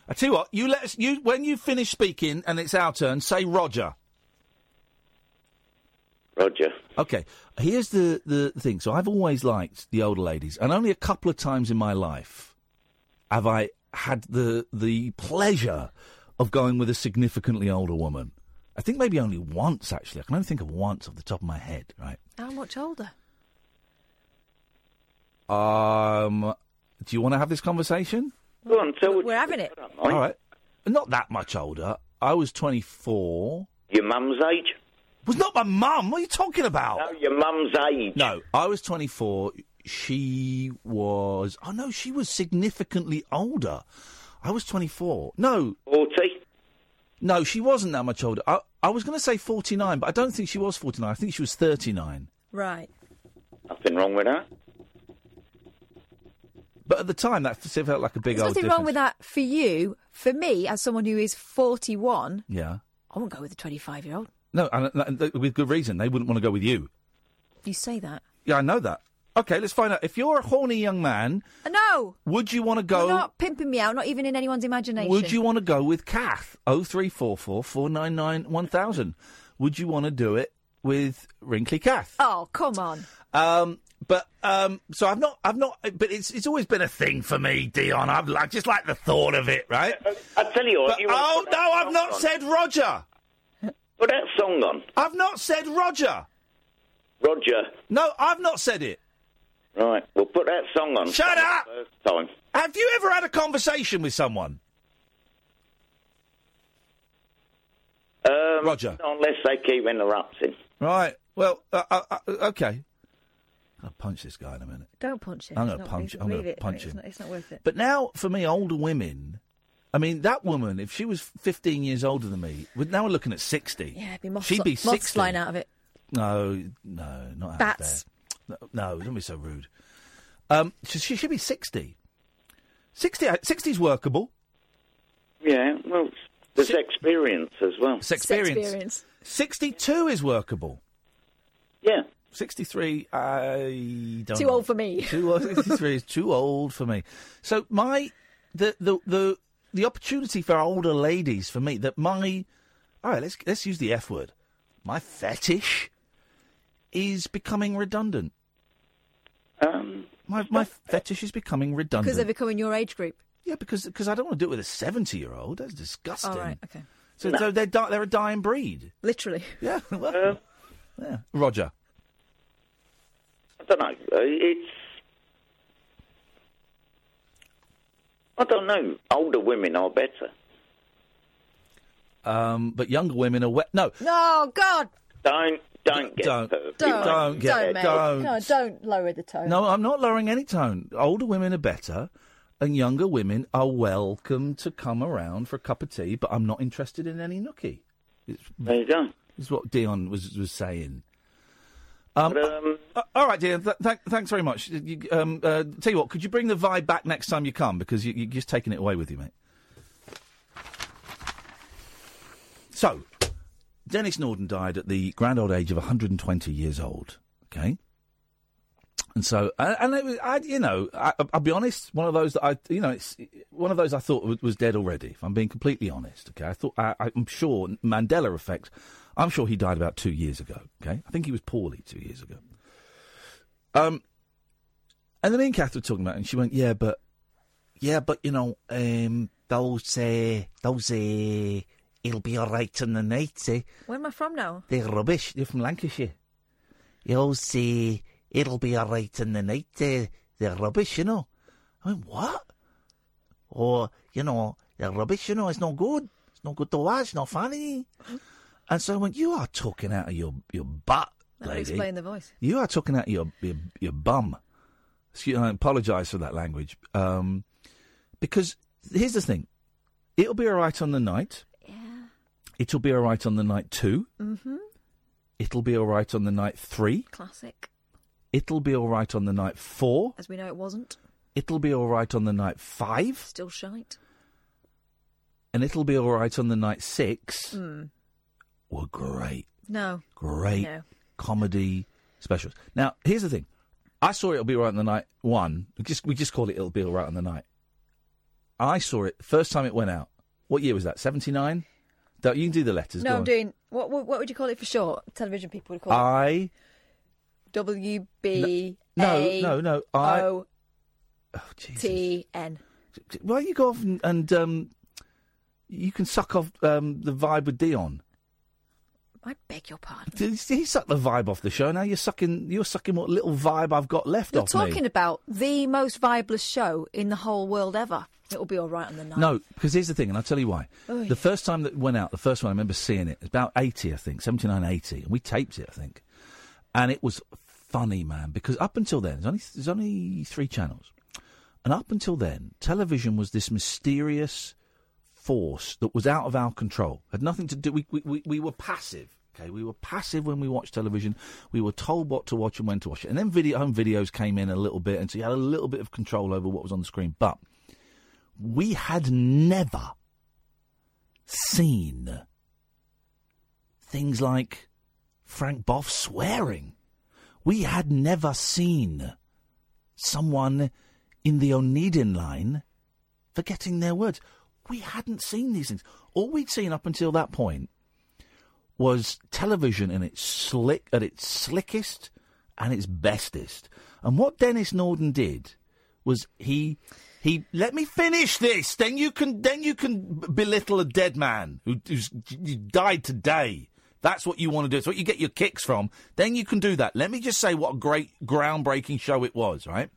Speaker 3: I tell you what, you let us. You when you finish speaking and it's our turn, say Roger.
Speaker 16: Roger.
Speaker 3: Okay, here's the the thing. So I've always liked the older ladies, and only a couple of times in my life have I had the the pleasure of going with a significantly older woman. I think maybe only once actually. I can only think of once off the top of my head. Right.
Speaker 15: How much older?
Speaker 3: Um. Do you want to have this conversation?
Speaker 16: Go on, tell
Speaker 15: We're having it.
Speaker 3: All right. Not that much older. I was 24.
Speaker 16: Your mum's age?
Speaker 3: Was not my mum. What are you talking about?
Speaker 16: No, Oh, your mum's age.
Speaker 3: No, I was 24. She was. Oh, no, she was significantly older. I was 24. No.
Speaker 16: 40?
Speaker 3: No, she wasn't that much older. I, I was going to say 49, but I don't think she was 49. I think she was 39.
Speaker 15: Right.
Speaker 16: Nothing wrong with that.
Speaker 3: But at the time, that f- felt like a big
Speaker 15: There's
Speaker 3: old
Speaker 15: nothing
Speaker 3: difference.
Speaker 15: wrong with that for you. For me, as someone who is 41,
Speaker 3: Yeah.
Speaker 15: I won't go with a 25 year old.
Speaker 3: No, and, and th- with good reason. They wouldn't want to go with you.
Speaker 15: You say that.
Speaker 3: Yeah, I know that. Okay, let's find out. If you're a horny young man,
Speaker 15: Uh, No!
Speaker 3: would you want to go?
Speaker 15: You're not pimping me out, not even in anyone's imagination.
Speaker 3: Would you want to go with Kath? 0344 499 1000. Would you want to do it with Wrinkly Kath?
Speaker 15: Oh, come on.
Speaker 3: Um, But um, so I've not, I've not, but it's it's always been a thing for me, Dion. I've I just like the thought of it, right?
Speaker 16: Uh, I tell you what.
Speaker 3: But-
Speaker 16: you wanna
Speaker 3: oh
Speaker 16: put that
Speaker 3: no, I've
Speaker 16: song
Speaker 3: not
Speaker 16: on.
Speaker 3: said Roger.
Speaker 16: Put that song on.
Speaker 3: I've not said Roger.
Speaker 16: Roger.
Speaker 3: No, I've not said it.
Speaker 16: Right, we'll put that song on.
Speaker 3: Shut up!
Speaker 16: First time.
Speaker 3: Have you ever had a conversation with someone?
Speaker 16: Um,
Speaker 3: Roger.
Speaker 16: not Unless they keep interrupting.
Speaker 3: Right. Well, uh, uh, uh, okay. I'll punch this guy in a minute.
Speaker 15: Don't punch him.
Speaker 3: I'm
Speaker 15: It's
Speaker 3: gonna
Speaker 15: not-
Speaker 3: punch-
Speaker 15: it's-
Speaker 3: I'm gonna
Speaker 15: leave it.
Speaker 3: punch
Speaker 15: it's
Speaker 3: him.
Speaker 15: Not, it's not worth it.
Speaker 3: But now, for me, older women. I mean, that woman, if she was 15 years older than me, we're now we're looking at 60.
Speaker 15: Yeah, it'd be moths,
Speaker 3: She'd be Ah,
Speaker 15: moths
Speaker 3: 60.
Speaker 15: flying out of it.
Speaker 3: No, no, not out
Speaker 15: Bats.
Speaker 3: there. No, no, don't be so rude. Um, she, she should be 60. 60 60's workable.
Speaker 16: Yeah, well, there's experience as well.
Speaker 3: Sexperience. 62 is workable.
Speaker 16: Yeah.
Speaker 3: 63, I don't
Speaker 15: Too
Speaker 3: know.
Speaker 15: old for me.
Speaker 3: Too old, 63 is too old for me. So my, the, the, the, the opportunity for older ladies for me that my, all right, let's, let's use the F word. My fetish is becoming redundant.
Speaker 16: Um,
Speaker 3: my, my fetish is becoming redundant.
Speaker 15: Because they're becoming your age group.
Speaker 3: Yeah, because because I don't want to do it with a seventy year old. That's disgusting.
Speaker 15: All right, okay.
Speaker 3: So,
Speaker 15: No.
Speaker 3: so they're di- they're a dying breed.
Speaker 15: Literally.
Speaker 3: Yeah. Well, yeah. Roger.
Speaker 16: I don't know. Uh, It's. I don't know. Older women are better. Uh,
Speaker 3: Um, but younger women are wet. No,
Speaker 15: No, God,
Speaker 16: don't don't get
Speaker 3: don't
Speaker 16: pervy.
Speaker 15: don't,
Speaker 3: don't get
Speaker 15: don't, mate.
Speaker 3: don't.
Speaker 15: No, don't lower the tone.
Speaker 3: No, I'm not lowering any tone. Older women are better, and younger women are welcome to come around for a cup of tea. But I'm not interested in any nookie. It's,
Speaker 16: there you go.
Speaker 3: Is what Dion was was saying. Um, uh, all right, Dion. Th- th- thanks very much. You, um, uh, tell you what, could you bring the vibe back next time you come because you, you're just taking it away with you, mate. So, Dennis Norden died at the grand old age of 120 years old. Okay. And so, and, and it was, I, you know, I, I'll be honest. One of those that I, you know, it's one of those I thought was- was dead already. If I'm being completely honest, okay, I thought I, I'm sure Mandela effect. I'm sure he died about two years ago. Okay, I think he was poorly two years ago. Um, and then me and Kath were talking about, it, and she went, "Yeah, but, yeah, but you know, um, those, uh, those, uh, he'll be all right in the night, eh?
Speaker 15: Where am I from now?
Speaker 3: They're rubbish. They're from Lancashire. You'll see, it'll be all right in the night. They're, they're rubbish, you know. I mean, what? Or, you know, they're rubbish, you know. It's not good. It's not good to watch. Not funny. And so I went, you are talking out of your, your butt,
Speaker 15: That'll
Speaker 3: lady.
Speaker 15: explain the voice.
Speaker 3: You are talking out of your, your, your bum. Excuse, I apologise for that language. Um, because here's the thing. It'll be all right on the night. Yeah. It'll be all right on the night too.
Speaker 15: Mm-hmm.
Speaker 3: It'll be all right on the night three.
Speaker 15: Classic.
Speaker 3: It'll be all right on the night four.
Speaker 15: As we know, it wasn't.
Speaker 3: It'll be all right on the night five.
Speaker 15: Still shite.
Speaker 3: And it'll be all right on the night six.
Speaker 15: Mm.
Speaker 3: Were Oh, great,
Speaker 15: No.
Speaker 3: great
Speaker 15: No.
Speaker 3: comedy specials. Now, here's the thing. I saw It'll Be All Right on the Night one. We just, we just call it It'll Be All Right on the Night. I saw it first time it went out. What year was that? 79? You can do the letters.
Speaker 15: No,
Speaker 3: go
Speaker 15: I'm
Speaker 3: on.
Speaker 15: doing. What, what What would you call it for short? Television people would call
Speaker 3: I.
Speaker 15: it WB.
Speaker 3: No, no, no. I. Oh,
Speaker 15: T N.
Speaker 3: Why don't you go off and, and um, you can suck off um, the vibe with Dion?
Speaker 15: I beg your pardon.
Speaker 3: He he sucked the vibe off the show. Now you're sucking. You're sucking what little vibe I've got left
Speaker 15: You're
Speaker 3: off
Speaker 15: talking
Speaker 3: me.
Speaker 15: about the most vibeless show in the whole world ever. It'll be all right on the night.
Speaker 3: No, because here's the thing, and I'll tell you why.
Speaker 15: Oy.
Speaker 3: The first time that it went out, the first one I remember seeing it, it was about 80, I think, 79, 80, and we taped it, I think. And it was funny, man, because up until then, there's only, there's only three channels. And up until then, television was this mysterious force that was out of our control, had nothing to do, we, we, we, we were passive. Okay, we were passive when we watched television. We were told what to watch and when to watch it. And then video home videos came in a little bit, and so you had a little bit of control over what was on the screen. But we had never seen things like Frank Boff swearing. We had never seen someone in the Oneidin line forgetting their words. We hadn't seen these things. All we'd seen up until that point was television in its slick at its slickest and its bestest. And what Dennis Norden did was he he let me finish this. Then you can then you can b- belittle a dead man who who's, who died today. That's what you want to do. It's what you get your kicks from. Then you can do that. Let me just say what a great groundbreaking show it was. Right.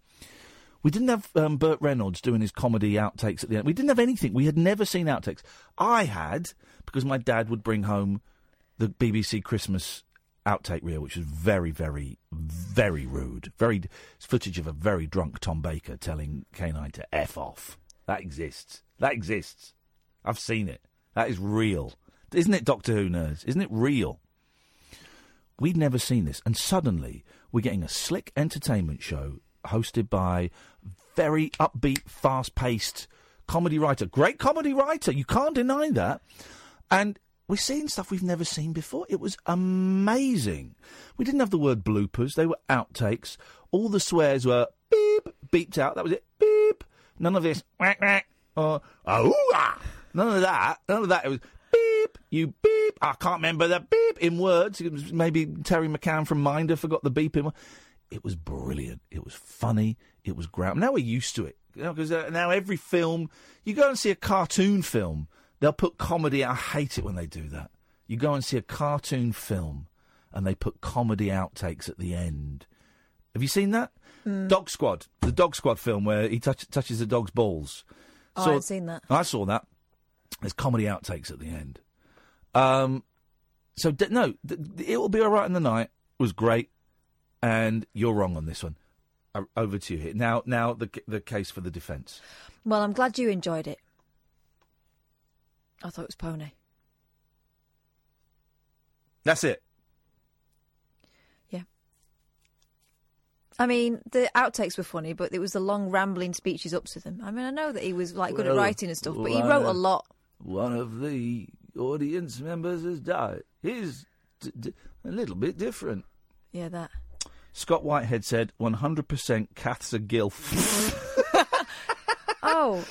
Speaker 3: We didn't have um, Burt Reynolds doing his comedy outtakes at the end. We didn't have anything. We had never seen outtakes. I had because my dad would bring home the BBC Christmas outtake reel, which was very, very, very rude. Very it's footage of a very drunk Tom Baker telling K9 to f off. That exists. That exists. I've seen it. That is real, isn't it? Doctor Who nerds, isn't it real? We'd never seen this, and suddenly we're getting a slick entertainment show hosted by very upbeat, fast-paced comedy writer. Great comedy writer, you can't deny that. And we're seeing stuff we've never seen before. It was amazing. We didn't have the word bloopers; they were outtakes. All the swears were beep beeped out. That was it. Beep. None of this. Whack, whack, or ah. None of that. None of that. It was beep. You beep. I can't remember the beep in words. It was maybe Terry McCann from Minder forgot the beep in. wo- It was brilliant. It was funny. It was ground. Now we're used to it. You know, because uh, now every film, you go and see a cartoon film, they'll put comedy. I hate it when they do that. You go and see a cartoon film, and they put comedy outtakes at the end. Have you seen that?
Speaker 15: Hmm.
Speaker 3: Dog Squad, the Dog Squad film where he touch, touches the dog's balls.
Speaker 15: Oh, I haven't seen that.
Speaker 3: I saw that. There's comedy outtakes at the end. Um, so d- no, th- th- it will be all right in the night. Was great, and you're wrong on this one. O- Over to you here now. Now the c- the case for the defence.
Speaker 15: Well, I'm glad you enjoyed it. I thought it was pony.
Speaker 3: That's it.
Speaker 15: I mean, the outtakes were funny, but it was the long rambling speeches up to them. I mean, I know that he was like good
Speaker 3: Well,
Speaker 15: at writing and stuff, but he
Speaker 3: well,
Speaker 15: wrote
Speaker 3: I-
Speaker 15: a lot.
Speaker 3: One of the audience members has died. He's d- d- a little bit different.
Speaker 15: Yeah, that.
Speaker 3: Scott Whitehead said, "100% Kath's a gilf."
Speaker 15: Oh.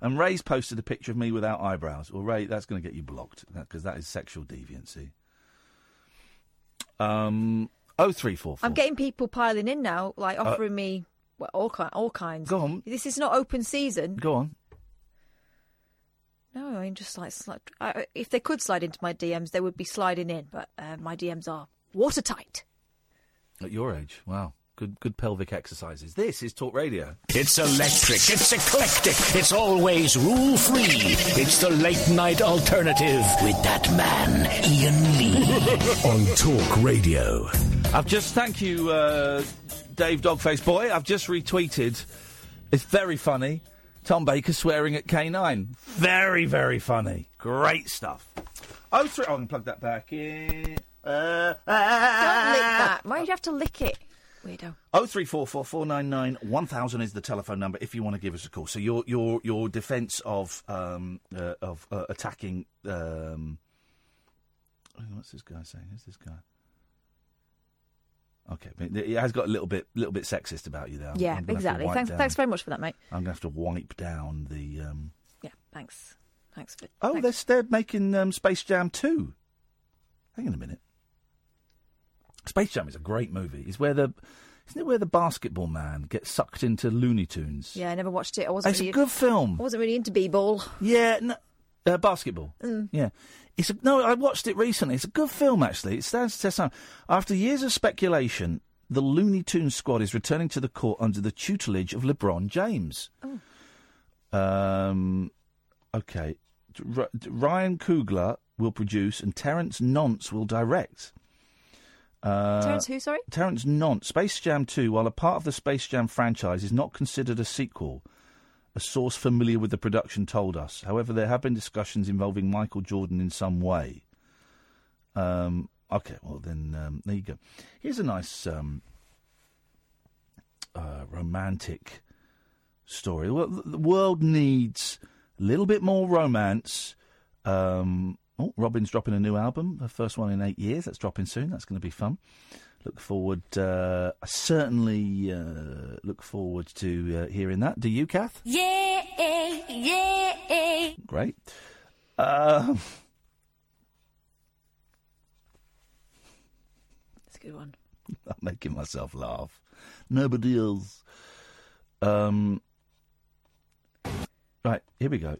Speaker 3: and Ray's posted a picture of me without eyebrows. Well, Ray, that's going to get you blocked because that is sexual deviancy. Um, oh three four four.
Speaker 15: I'm getting people piling in now, like
Speaker 3: Uh,
Speaker 15: offering me well, all kind, all kinds.
Speaker 3: Go on.
Speaker 15: This is not open season.
Speaker 3: Go on.
Speaker 15: No, I mean just like slide, I, if they could slide into my DMs, they would be sliding in. But uh, my DMs are watertight.
Speaker 3: At your age, wow, good good pelvic exercises. This is Talk Radio.
Speaker 10: It's electric, it's eclectic, it's always rule free. It's the late night alternative with that man, Ian Lee.
Speaker 1: On Talk Radio.
Speaker 3: I've just thank you, uh, Dave Dogface Boy. I've just retweeted. It's very funny. Tom Baker swearing at K9. Very very funny. Great stuff. Oh three. I'm gonna plug that back in. Uh,
Speaker 15: Don't lick that. Why would you have to lick it, weirdo?
Speaker 3: Oh three four four four nine nine one thousand is the telephone number if you want to give us a call. So your your your defence of um uh, of uh, attacking um what's this guy saying? Who's this guy? Okay, but it has got a little bit little bit sexist about you there. I'm-
Speaker 15: yeah,
Speaker 3: I'm gonna have to
Speaker 15: exactly.
Speaker 3: wipe
Speaker 15: Thanks,
Speaker 3: down-
Speaker 15: thanks very much for that, mate.
Speaker 3: I'm gonna have to wipe down the. Um...
Speaker 15: Yeah, thanks, thanks for.
Speaker 3: Oh, they're they're making um, Space Jam two. Hang on a minute. Space Jam is a great movie. It's where the isn't it where the basketball man gets sucked into Looney Tunes?
Speaker 15: Yeah, I never watched it. I wasn't.
Speaker 3: It's a
Speaker 15: really,
Speaker 3: good film.
Speaker 15: I wasn't really into b-ball.
Speaker 3: Yeah, no, uh, basketball.
Speaker 15: Mm.
Speaker 3: Yeah, it's a, no. I watched it recently. It's a good film, actually. It stands the test of time. After years of speculation, the Looney Tunes squad is returning to the court under the tutelage of LeBron James. Um, okay, D- R- D- Ryan Coogler will produce and Terrence Nonce will direct. Uh,
Speaker 15: Terrence who, sorry?
Speaker 3: Terrence Nonce. Space Jam 2, while a part of the Space Jam franchise, is not considered a sequel. A source familiar with the production told us. However, there have been discussions involving Michael Jordan in some way. Um, okay, well then, um, there you go. Here's a nice um, uh, romantic story. Well, th- the world needs a little bit more romance. Um, oh, Robin's dropping a new album, her first one in eight years. That's dropping soon. That's going to be fun. Look forward. Uh, I certainly uh, look forward to uh, hearing that. Do you, Kath?
Speaker 17: Yeah, yeah.
Speaker 3: Uh, Great. Um,
Speaker 15: a good one.
Speaker 3: I'm making myself laugh. Nobody else. Um, right, here we go.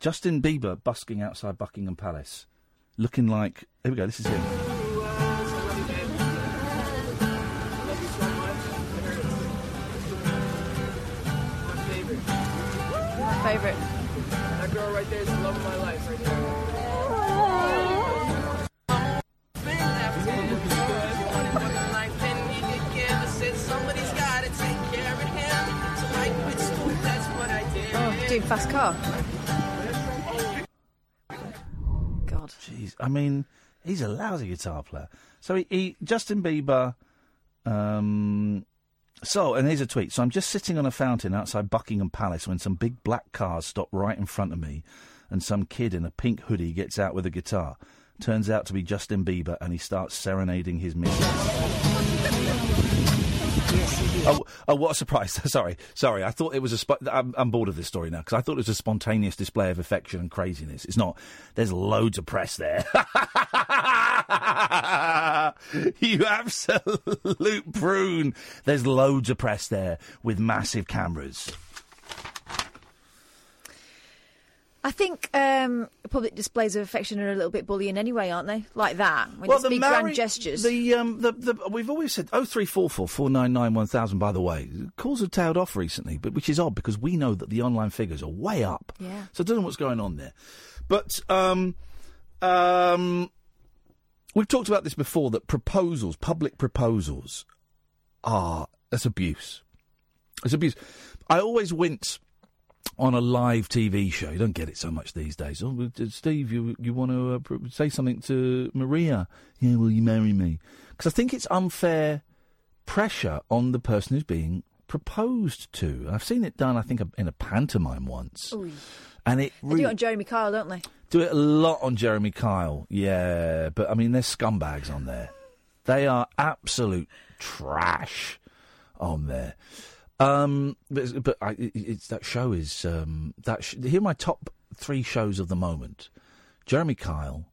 Speaker 3: Justin Bieber busking outside Buckingham Palace, looking like. Here we go, this is him.
Speaker 15: Favorite.
Speaker 17: That girl right there is the love of my life right
Speaker 15: Oh, dude, fast car. God.
Speaker 3: Jeez, I mean, he's a lousy guitar player. So he, he Justin Bieber. Um, so, and here's a tweet. So I'm just sitting on a fountain outside Buckingham Palace when some big black cars stop right in front of me, and some kid in a pink hoodie gets out with a guitar. Turns out to be Justin Bieber, and he starts serenading his missus. Oh, oh, what a surprise! sorry, sorry. I thought it was a. Sp- I'm, I'm bored of this story now because I thought it was a spontaneous display of affection and craziness. It's not. There's loads of press there. you absolute prune. There's loads of press there with massive cameras.
Speaker 15: I think um, public displays of affection are a little bit bullying anyway, aren't they? Like that, when it's big grand
Speaker 3: marri-
Speaker 15: gestures.
Speaker 3: The, um, the, the, we've always said oh, 0344 499 1000, by the way. Calls have tailed off recently, but which is odd because we know that the online figures are way up.
Speaker 15: Yeah.
Speaker 3: So I don't know what's going on there. But um, um, we've talked about this before that proposals, public proposals, are that's abuse. It's abuse. I always wince on a live TV show. You don't get it so much these days. Oh, uh, Steve, you you want to uh, pr- say something to Maria? Yeah, will you marry me? Because I think it's unfair pressure on the person who's being proposed to. I've seen it done. I think in a pantomime once,
Speaker 15: Ooh.
Speaker 3: and it
Speaker 15: They do
Speaker 3: really
Speaker 15: it on Jeremy Kyle, don't they?
Speaker 3: do it a lot on Jeremy Kyle, yeah. But I mean, there's scumbags on there. They are absolute trash on there. Um, but but I, it- it's that show is um, that sh- here are my top three shows of the moment: Jeremy Kyle,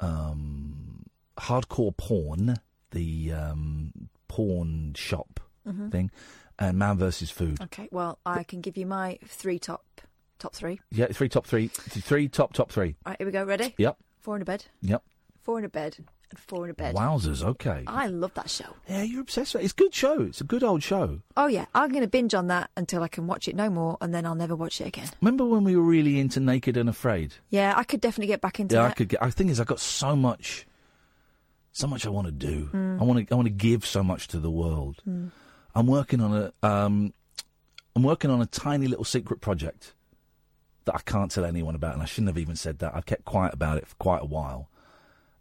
Speaker 3: um, hardcore porn, the um, porn shop
Speaker 15: Mhm.
Speaker 3: thing, and Man versus Food.
Speaker 15: Okay, well, I can give you my three top top three.
Speaker 3: Yeah, three top three, th- three top top three.
Speaker 15: All right, here we go. Ready?
Speaker 3: Yep,
Speaker 15: Four in a bed,
Speaker 3: yep.
Speaker 15: four in a bed, and four in a bed.
Speaker 3: Wowzers. Okay.
Speaker 15: I love that show.
Speaker 3: Yeah, you're obsessed with it. It's a good show. It's a good old show.
Speaker 15: Oh yeah, I'm going to binge on that until I can watch it no more, and then I'll never watch it again.
Speaker 3: Remember when we were really into Naked and Afraid?
Speaker 15: Yeah, I could definitely get back into
Speaker 3: yeah,
Speaker 15: that.
Speaker 3: I could get. I think is I got so much, so much I want to do.
Speaker 15: Mm.
Speaker 3: I want to. I want to give so much to the world.
Speaker 15: Mm.
Speaker 3: I'm working on a. Um, I'm working on a tiny little secret project that I can't tell anyone about, and I shouldn't have even said that. I've kept quiet about it for quite a while,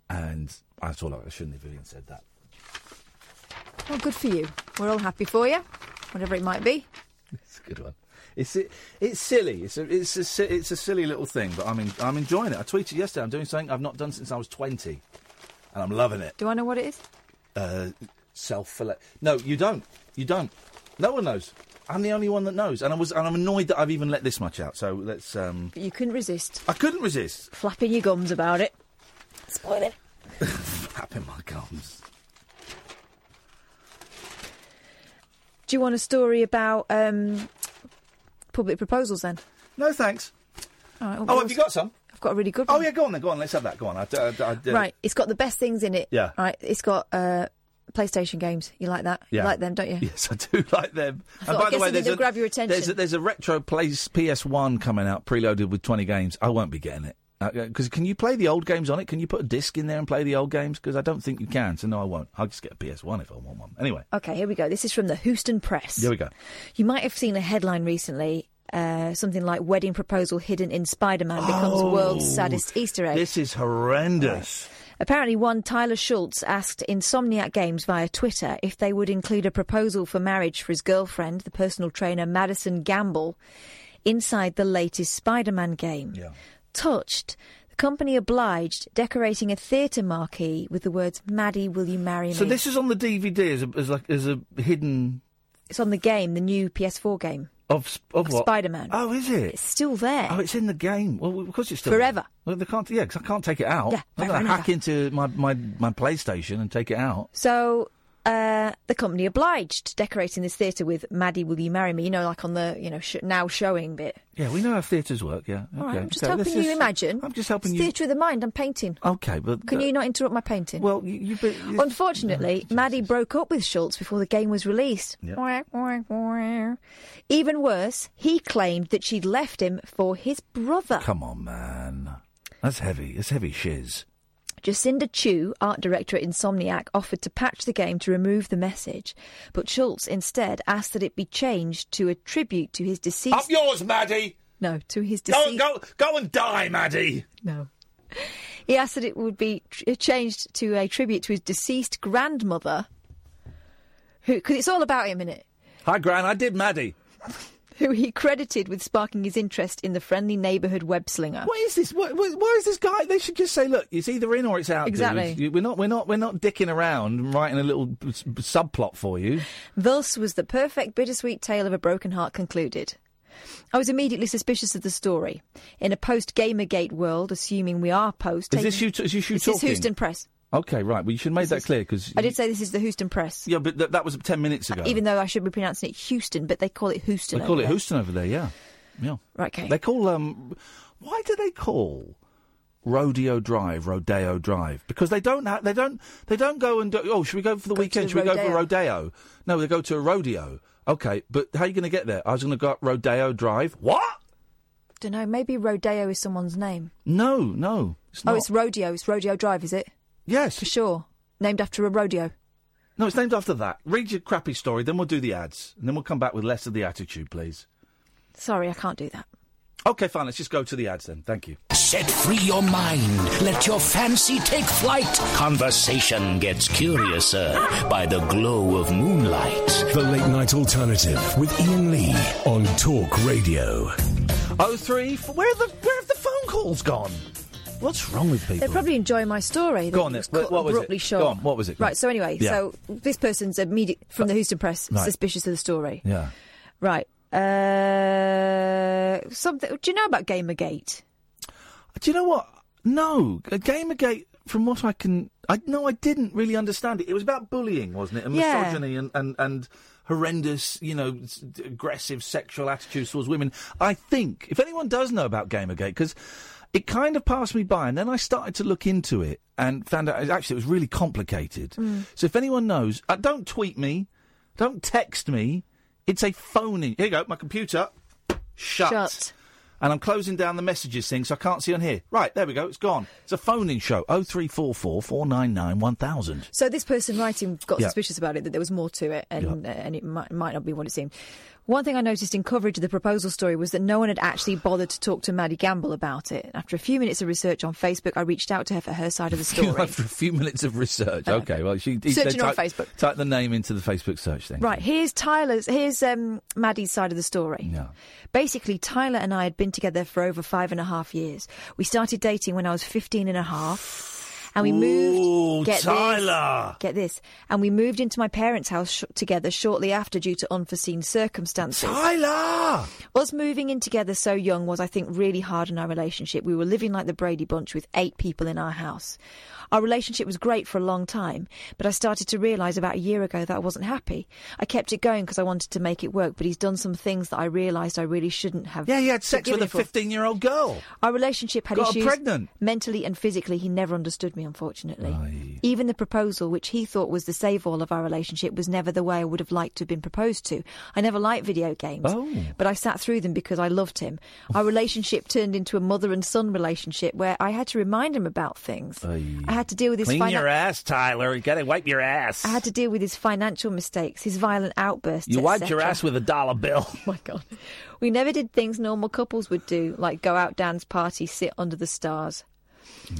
Speaker 3: and I thought like, I shouldn't have even said that.
Speaker 15: Well, good for you. We're all happy for you, whatever it might be.
Speaker 3: It's a good one. It's it, it's silly. It's a, it's a si- it's a silly little thing, but I'm en- I'm enjoying it. I tweeted yesterday. I'm doing something I've not done since I was 20, and I'm loving it.
Speaker 15: Do I know what it is?
Speaker 3: Uh, self fillet. No, you don't. You don't. No one knows. I'm the only one that knows, and I was and I'm annoyed that I've even let this much out. So let's. Um,
Speaker 15: But you couldn't resist
Speaker 3: I couldn't resist.
Speaker 15: flapping your gums about it. Spoiling.
Speaker 3: Flapping my gums.
Speaker 15: Do you want a story about um, public proposals then?
Speaker 3: No, thanks.
Speaker 15: All right,
Speaker 3: Oh, have you got some?
Speaker 15: I've got a really good
Speaker 3: Oh yeah, go on then. Go on. Let's have that. Go on. I, d- I d- I d-
Speaker 15: Right, it's got the best things in it.
Speaker 3: Yeah.
Speaker 15: Right, it's got uh, PlayStation games. You like that?
Speaker 3: Yeah.
Speaker 15: You like them, don't you?
Speaker 3: Yes, I do like them.
Speaker 15: I thought, I guess they didn't grab your
Speaker 3: There's a,
Speaker 15: attention.
Speaker 3: there's a retro place PS1 coming out, preloaded with 20 games. I won't be getting it. Because can you play the old games on it? Can you put a disc in there and play the old games? Because I don't think you can. So no, I won't. I'll just get a PS1 if I want one. Anyway,
Speaker 15: Okay, here we go. This is from the Houston Press.
Speaker 3: here we go.
Speaker 15: You might have seen a headline recently. Uh, something like wedding proposal hidden in Spider-Man becomes world's saddest Easter egg.
Speaker 3: Oh, This is horrendous.
Speaker 15: Apparently, one Tyler Schultz asked Insomniac Games via Twitter if they would include a proposal for marriage for his girlfriend, the personal trainer Madison Gamble, inside the latest Spider Man game. Touched, the company obliged, decorating a theatre marquee with the words, Maddie, will you marry me?
Speaker 3: So this is on the DVD as, a, as like as a hidden.
Speaker 15: It's on the game, the new PS4 game.
Speaker 3: Of, sp- of what?
Speaker 15: Spider Man.
Speaker 3: Oh, is it?
Speaker 15: It's still there.
Speaker 3: Oh, it's in the game. Well, of course it's still
Speaker 15: Forever.
Speaker 3: Well, they can't. Yeah, 'cause I can't take it out.
Speaker 15: Yeah, forever
Speaker 3: I'm going
Speaker 15: and
Speaker 3: to hack
Speaker 15: ever.
Speaker 3: into my, my, my PlayStation and take it out.
Speaker 15: So uh, the company obliged, decorating this theatre with "Maddie, will you marry me?" You know, like on the you know sh- now showing bit.
Speaker 3: Yeah, we know how theatres work. Yeah.
Speaker 15: All right,
Speaker 3: okay.
Speaker 15: I'm just
Speaker 3: So
Speaker 15: helping
Speaker 3: let's
Speaker 15: you
Speaker 3: just-
Speaker 15: imagine. I'm
Speaker 3: just helping
Speaker 15: it's
Speaker 3: you-
Speaker 15: Theatre of the mind. I'm painting.
Speaker 3: Okay, but
Speaker 15: Can you not interrupt my painting?
Speaker 3: Well, you. you
Speaker 15: Unfortunately, Maddie broke up with Schultz before the game was released. Even worse, he claimed that she'd left him for his brother.
Speaker 3: Come on, man. That's heavy. It's heavy shiz.
Speaker 15: Jacinda Chu, art director at Insomniac, offered to patch the game to remove the message, but Schultz instead asked that it be changed to a tribute to his deceased.
Speaker 3: Up yours, Maddie.
Speaker 15: No, to his
Speaker 3: Go,
Speaker 15: deceased.
Speaker 3: go, go and die, Maddie.
Speaker 15: No. He asked that it would be tr- changed to a tribute to his deceased grandmother, who because it's all about him, innit?
Speaker 3: Hi, Gran. I did Maddie.
Speaker 15: Who he credited with sparking his interest in the friendly neighbourhood web slinger.
Speaker 3: What is this? What, what, where is this guy? They should just say, look, it's either in or it's out. dude.
Speaker 15: Exactly.
Speaker 3: You- We're not, we're not, we're not dicking around and writing a little b- s- b- subplot for you.
Speaker 15: Thus was the perfect bittersweet tale of a broken heart concluded. I was immediately suspicious of the story. In a post Gamergate world, assuming we are post.
Speaker 3: Is this you t- is this you
Speaker 15: this
Speaker 3: talking?
Speaker 15: is Houston Press.
Speaker 3: Okay, right. Well, you should have made that clear because
Speaker 15: I did say this is the Houston Press,
Speaker 3: yeah, but th- that was ten minutes ago.
Speaker 15: even though I should be pronouncing it Houston, but they call it Houston.
Speaker 3: they call
Speaker 15: over
Speaker 3: it
Speaker 15: there.
Speaker 3: Houston over there. Yeah, yeah.
Speaker 15: Right, okay.
Speaker 3: They call um. Why do they call Rodeo Drive Rodeo Drive? Because they don't ha- they don't they don't go and do, oh should we go for the weekend?
Speaker 15: the
Speaker 3: Should we go for rodeo? No, they go to a rodeo. Okay, but how are you going to get there? I was going to go up Rodeo Drive. What?
Speaker 15: Don't know. Maybe Rodeo is someone's name.
Speaker 3: No, no. It's not.
Speaker 15: Oh, it's Rodeo. It's Rodeo Drive, is it?
Speaker 3: Yes,
Speaker 15: for sure. Named after a rodeo.
Speaker 3: no, it's named after that. Read your crappy story, then we'll do the ads, and then we'll come back with less of the attitude, please.
Speaker 15: Sorry, I can't do that.
Speaker 3: Okay, fine. Let's just go to the ads then. Thank you.
Speaker 10: Set free your mind. Let your fancy take flight. Conversation gets curiouser by the glow of moonlight.
Speaker 1: The Late Night Alternative with Ian Lee on Talk Radio.
Speaker 3: Oh three, f- where the where have the phone calls gone? What's wrong with people?
Speaker 15: They probably enjoy my story.
Speaker 3: Go
Speaker 15: that
Speaker 3: on then.
Speaker 15: was
Speaker 3: Wh-
Speaker 15: cut
Speaker 3: what was it?
Speaker 15: abruptly short.
Speaker 3: Go on, what was it? Go on.
Speaker 15: Right. So anyway,
Speaker 3: Yeah.
Speaker 15: so this person's immediate from the Houston Press,
Speaker 3: Right.
Speaker 15: suspicious of the story.
Speaker 3: Yeah.
Speaker 15: Right. Uh, something. Do you know about Gamergate?
Speaker 3: Do you know what? No, a Gamergate. From what I can, I no, I didn't really understand it. It was about bullying, wasn't it? And
Speaker 15: Yeah.
Speaker 3: misogyny and, and, and horrendous, you know, s- d- aggressive sexual attitudes towards women. I think if anyone does know about Gamergate, because it kind of passed me by, and then I started to look into it and found out actually it was really complicated.
Speaker 18: Mm.
Speaker 3: So if anyone knows, uh, don't tweet me, don't text me. It's a phoning. Here you go, my computer. Shut. And I'm closing down the messages thing, so I can't see on here. Right, there we go. It's gone. It's a phoning show. Oh three four four four nine nine one thousand.
Speaker 15: So this person writing got
Speaker 3: Yeah.
Speaker 15: suspicious about it that there was more to it, and uh, and it might, might not be what it seemed. One thing I noticed in coverage of the proposal story was that no one had actually bothered to talk to Maddie Gamble about it. After a few minutes of research on Facebook, I reached out to her for her side of the story. Uh-huh.
Speaker 3: After a few minutes of research, okay. Well, she they
Speaker 15: Searching on
Speaker 3: type,
Speaker 15: Facebook.
Speaker 3: Type the name into the Facebook search thing.
Speaker 15: Right, here's Tyler's, here's um, Maddie's side of the story. Basically, Tyler and I had been together for over five and a half years. We started dating when I was 15 and a half. And we
Speaker 3: Ooh,
Speaker 15: moved. Get
Speaker 3: Tyler!
Speaker 15: This, get this. And we moved into my parents' house sh- together shortly after due to unforeseen circumstances.
Speaker 3: Tyler!
Speaker 15: Us moving in together so young was, I think, really hard on our relationship. We were living like the Brady Bunch with eight people in our house. Our relationship was great for a long time, but I started to realise about a year ago that I wasn't happy. I kept it going because I wanted to make it work, but he's done some things that I realised I really shouldn't have.
Speaker 3: Yeah, he had sex with
Speaker 15: forgiven
Speaker 3: a
Speaker 15: him for.
Speaker 3: fifteen-year-old girl.
Speaker 15: Our relationship had
Speaker 3: Got her
Speaker 15: issues.
Speaker 3: pregnant.
Speaker 15: Mentally and physically, he never understood me, unfortunately. Even the proposal, which he thought was the save all of our relationship, was never the way I would have liked to have been proposed to. I never liked video games,
Speaker 19: Oh.
Speaker 15: but I sat through them because I loved him. Our relationship turned into a mother and son relationship where I had to remind him about things. I had to deal with his
Speaker 3: Clean
Speaker 15: finan-
Speaker 3: your ass, Tyler. You gotta wipe your ass.
Speaker 15: I had to deal with his financial mistakes, his violent outbursts.
Speaker 3: you wiped your
Speaker 15: etc..
Speaker 3: ass with a dollar bill.
Speaker 15: We never did things normal couples would do, like go out, dance, party, sit under the stars.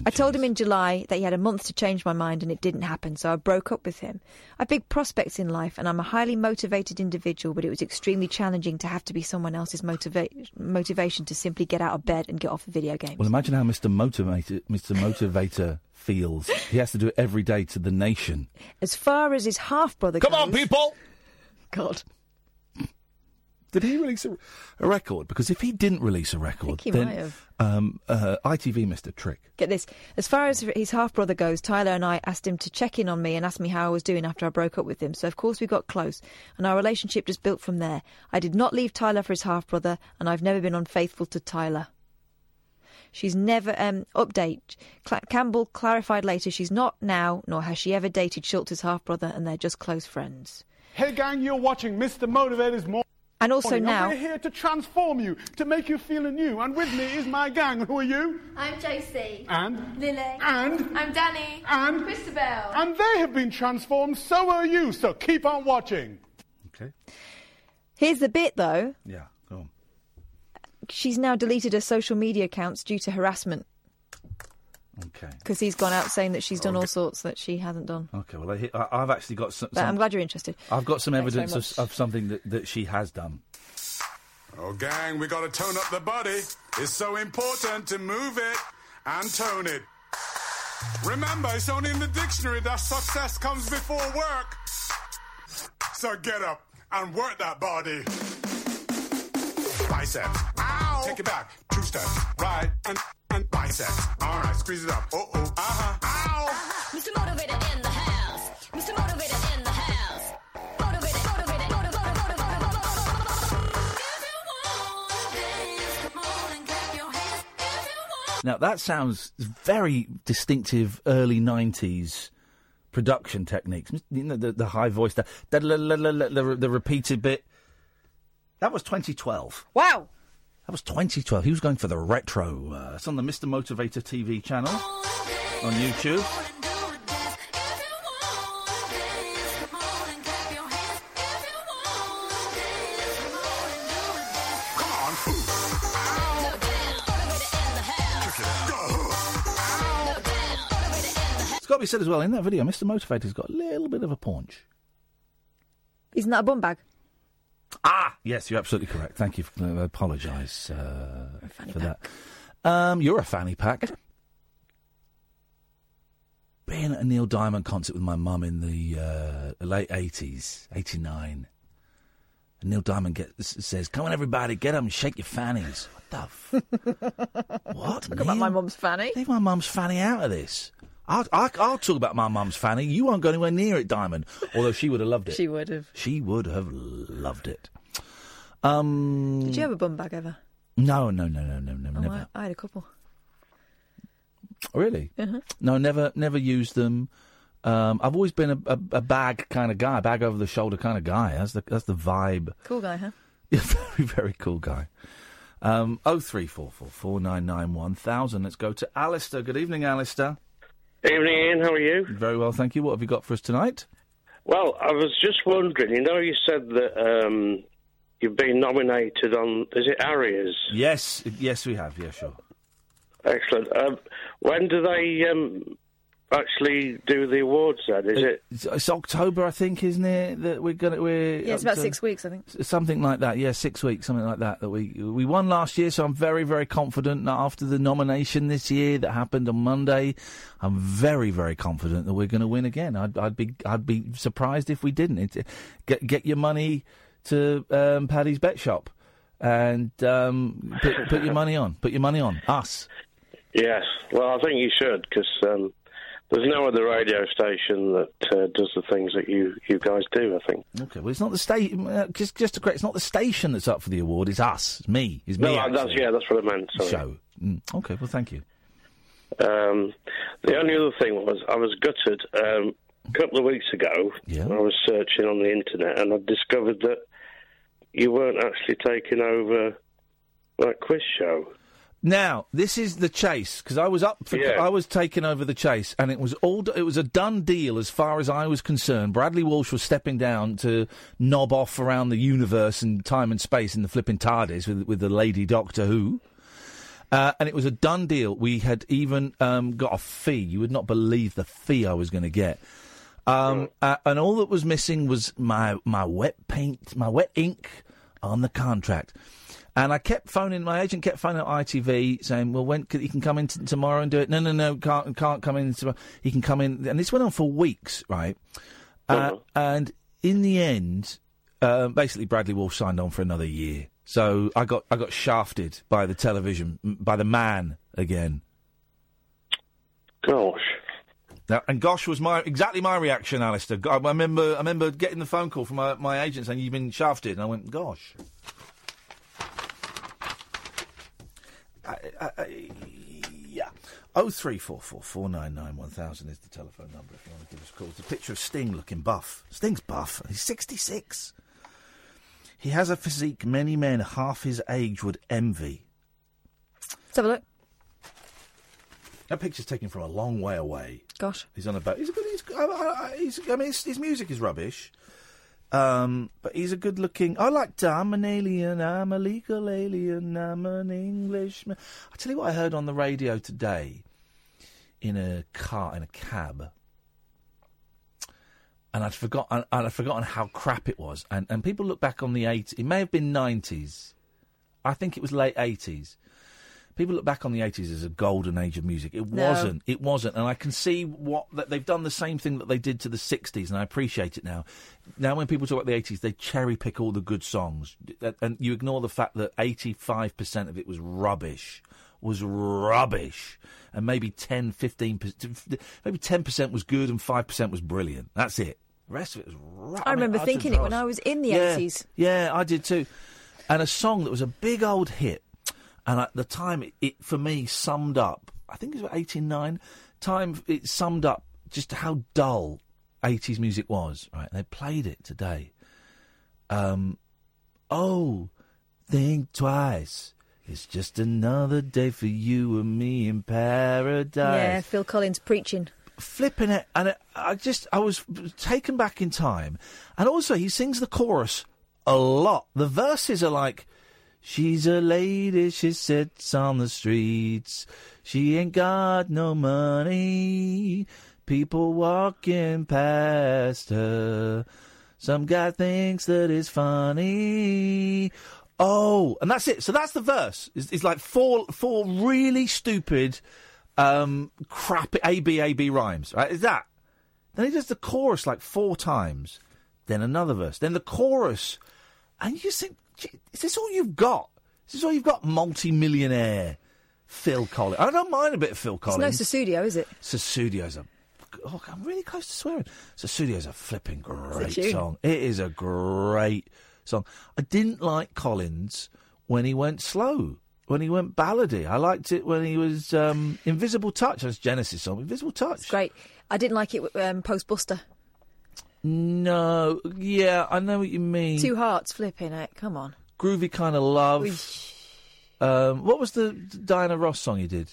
Speaker 15: I told him in July that he had a month to change my mind, and it didn't happen, so I broke up with him. I have big prospects in life, and I'm a highly motivated individual, but it was extremely challenging to have to be someone else's motiva- motivation to simply get out of bed and get off the video game.
Speaker 3: Well, imagine how Mr. Motivator, Mr. Motivator feels. He has to do it every day to the nation.
Speaker 15: As far as his half brother
Speaker 3: Come on, people!
Speaker 15: God.
Speaker 3: Did he release a, a record? Because if he didn't release a record,
Speaker 15: he
Speaker 3: then
Speaker 15: might have.
Speaker 3: Um, uh, ITV missed a trick.
Speaker 15: Get this. As far as his half brother goes, Tyler and I asked him to check in on me and ask me how I was doing after I broke up with him. So, of course, we got close, and our relationship just built from there. I did not leave Tyler for his half brother, and I've never been unfaithful to Tyler. She's never. Um, update. Cla- Campbell clarified later she's not now, nor has she ever dated Schultz's half brother, and they're just close friends.
Speaker 18: Hey, gang, you're watching Mr. Motivator's Morning.
Speaker 15: And also now-
Speaker 18: we're here to transform you, to make you feel anew. And with me is my gang. Who are you?
Speaker 19: I'm Josie.
Speaker 18: And?
Speaker 19: Lily.
Speaker 18: And?
Speaker 19: I'm Danny.
Speaker 18: And?
Speaker 19: Christabel.
Speaker 18: And they have been transformed, so are you. So keep on watching.
Speaker 15: Here's the bit, though.
Speaker 3: Yeah, go on.
Speaker 15: She's now deleted her social media accounts due to harassment
Speaker 3: Okay.
Speaker 15: because he's gone out saying that she's done all sorts that she hasn't done.
Speaker 3: Okay, well, I, he- I, I've actually got some.
Speaker 15: But I'm glad you're interested.
Speaker 3: I've got some
Speaker 15: Thanks very
Speaker 3: evidence of, of something that, that she has done.
Speaker 20: Oh, gang, we gotta tone up the body. It's so important to move it and tone it. Remember, it's only in the dictionary that success comes before work. So get up and work that body. Bicep. Ow! Take it back. Two steps. Right and, and bicep. All right, squeeze it up. Oh, oh. Uh huh. Ow!
Speaker 21: Mr. Motivator in the house. Mr. Motivator in the house. Motivator, motivator, motivator, motivator, motivator,
Speaker 3: Now that sounds very distinctive early '90s production techniques. You know, the, the high voice, the, the, the, the, the, the repeated bit. That was 2012.
Speaker 15: Wow.
Speaker 3: That was 2012. He was going for the retro. Uh, it's on the Mr. Motivator TV channel on YouTube. It's got to be said as well in that video, Mr. Motivator's got a little bit of a paunch.
Speaker 15: Isn't that a bum bag?
Speaker 3: Ah, yes, you're absolutely correct. Thank you. For, I apologise uh, for that. Um, you're a fanny pack. Being at a Neil Diamond concert with my mum in the uh, late 80s, 89. And Neil Diamond gets, says, Come on, everybody, get up and shake your fannies. What the f- What? Talk about my
Speaker 15: mum's fanny.
Speaker 3: Leave my mum's fanny out of this. I'll, I, I'll talk about my mum's fanny. You won't go anywhere near it, Diamond. Although she would have loved it.
Speaker 15: She would have.
Speaker 3: She would have loved it. Um,
Speaker 15: Did you have a bum bag ever?
Speaker 3: No, no, no, no, no, no,
Speaker 15: Oh,
Speaker 3: never.
Speaker 15: I, I had a couple.
Speaker 3: Oh, Really?
Speaker 15: Uh-huh.
Speaker 3: No, never, never used them. Um, I've always been a, a, a bag kind of guy, bag over the shoulder kind of guy. That's the that's the vibe.
Speaker 15: Cool guy, huh?
Speaker 3: Yeah, very very cool guy. Um, oh three four four four nine nine one thousand. Let's go to Alistair. Good evening, Alistair.
Speaker 22: Evening, Ian. How are you?
Speaker 3: Very well, thank you. What have you got for us tonight?
Speaker 22: Well, I was just wondering. You know, you said that um, you've been nominated on. Is it Arias?
Speaker 3: Yes, yes, we have. Yeah, sure.
Speaker 22: Excellent. Um, when do they um, actually do the awards? Then is it?
Speaker 3: It's, it's October, I think, isn't it? That we're gonna we're
Speaker 15: Yeah, it's
Speaker 3: up
Speaker 15: about
Speaker 3: to-
Speaker 15: six weeks, I think.
Speaker 3: S- something like that. Yeah, six weeks, something like that. That we we won last year, so I'm very very confident that after the nomination this year that happened on Monday, I'm very very confident that we're going to win again. I'd, I'd be I'd be surprised if we didn't. It, get get your money to um, Paddy's Bet Shop and um, put, put your money on. Put your money on us.
Speaker 22: Yes. Well, I think you should because um, there's no other radio station that uh, does the things that you you guys do. I think.
Speaker 3: Okay, well it's not the station. Uh, just just to correct, it's not the station that's up for the award. It's us. It's me. It's me.
Speaker 22: no, I- that's
Speaker 3: actually.
Speaker 22: yeah, that's what I meant. Sorry.
Speaker 3: So, mm, okay, well thank you.
Speaker 22: Um, the only other thing was I was gutted. Um, a couple of weeks ago, I was searching on the internet and I discovered that you weren't actually taking over that quiz show.
Speaker 3: Now this is the chase because I was up for I was taking over the chase and it was all it was a done deal as far as I was concerned. Bradley Walsh was stepping down to knob off around the universe and time and space in the flipping TARDIS with with the lady Doctor Who. Uh, and it was a done deal. We had even um, got a fee. You would not believe the fee I was going to get. Um, uh, and all that was missing was my my wet paint, my wet ink on the contract. And I kept phoning my agent, kept phoning ITV saying, "Well, when c- he can come in t- tomorrow and do it?" No, no, no, can't can't come in tomorrow. He can come in, and this went on for weeks, right? Uh, And in the end, Um, basically, Bradley Wolf signed on for another year, so I got I got shafted by the television m- by the man again.
Speaker 22: Gosh.
Speaker 3: Now, and gosh was my exactly my reaction, Alistair. Go- I remember I remember getting the phone call from my, my agent saying you've been shafted, and I went gosh. I, I, I, yeah. Oh three four four four nine nine one thousand is the telephone number if you want to give us a call. It's a picture of Sting looking buff. Sting's buff. He's sixty six. He has a physique many men half his age would envy.
Speaker 15: Let's have a look.
Speaker 3: That picture's taken from a long way away.
Speaker 15: Gosh.
Speaker 3: He's on a boat. He's a good. He's, I, I, I- he's, I mean, his, his music is rubbish, um, but he's a good looking. I liked I'm an alien. I'm a legal alien. I'm an Englishman. I tell you what, I heard on the radio today, in a car, in a cab, and I'd forgotten. And I'd forgotten how crap it was. And and people look back on the eight. It may have been nineties. I think it was late eighties. People look back on the eighties as a golden age of music. It
Speaker 19: No.
Speaker 3: wasn't. It wasn't, and I can see what that they've done the same thing that they did to the '60s, and I appreciate it now. Now, when people talk about the '80s, they cherry pick all the good songs, That- and you ignore the fact that 85 percent of it was rubbish, was rubbish, and maybe 10, 15, maybe 10 percent was good, and five percent was brilliant. That's it. The rest of it was rubbish.
Speaker 15: I remember thinking it when I was in the
Speaker 3: Yeah.
Speaker 15: 80s.
Speaker 3: Yeah, I did too. And a song that was a big old hit. And at the time, it, it for me summed up, I think it was about 89, time it summed up just how dull 80s music was, right? And they played it today. Um, oh, think twice. It's just another day for you and me in paradise
Speaker 15: Yeah, Phil Collins preaching.
Speaker 3: flipping it, and it, I just I was taken back in time. And also, he sings the chorus a lot. The verses are like, "She's a lady, she sits on the streets, she ain't got no money, people walking past her." Some guy thinks that it's funny. Oh, and that's it. So that's the verse. It's, it's like four four really stupid, um, crap A B A B rhymes. Right? Is that? Then he does the chorus like four times, then another verse, then the chorus, and you just think, "Gee, is this all you've got? Is this all you've got? Multi-millionaire Phil Collins. I don't mind a bit of Phil
Speaker 15: It's
Speaker 3: Collins.
Speaker 15: no Susudio, is it?
Speaker 3: Sasudio's a. Oh, I'm really close to swearing. Sasudio's a flipping great
Speaker 15: tune.
Speaker 3: song. It is a great song. I didn't like Collins when he went slow, when he went ballady. I liked it when he was um, Invisible Touch. That's Genesis song. Invisible Touch.
Speaker 15: Great. I didn't like it w- um, post Buster.
Speaker 3: No, yeah, I know what you mean.
Speaker 15: Two hearts flipping it. Come on.
Speaker 3: Groovy kind of love. Um, what was the Diana Ross song you did?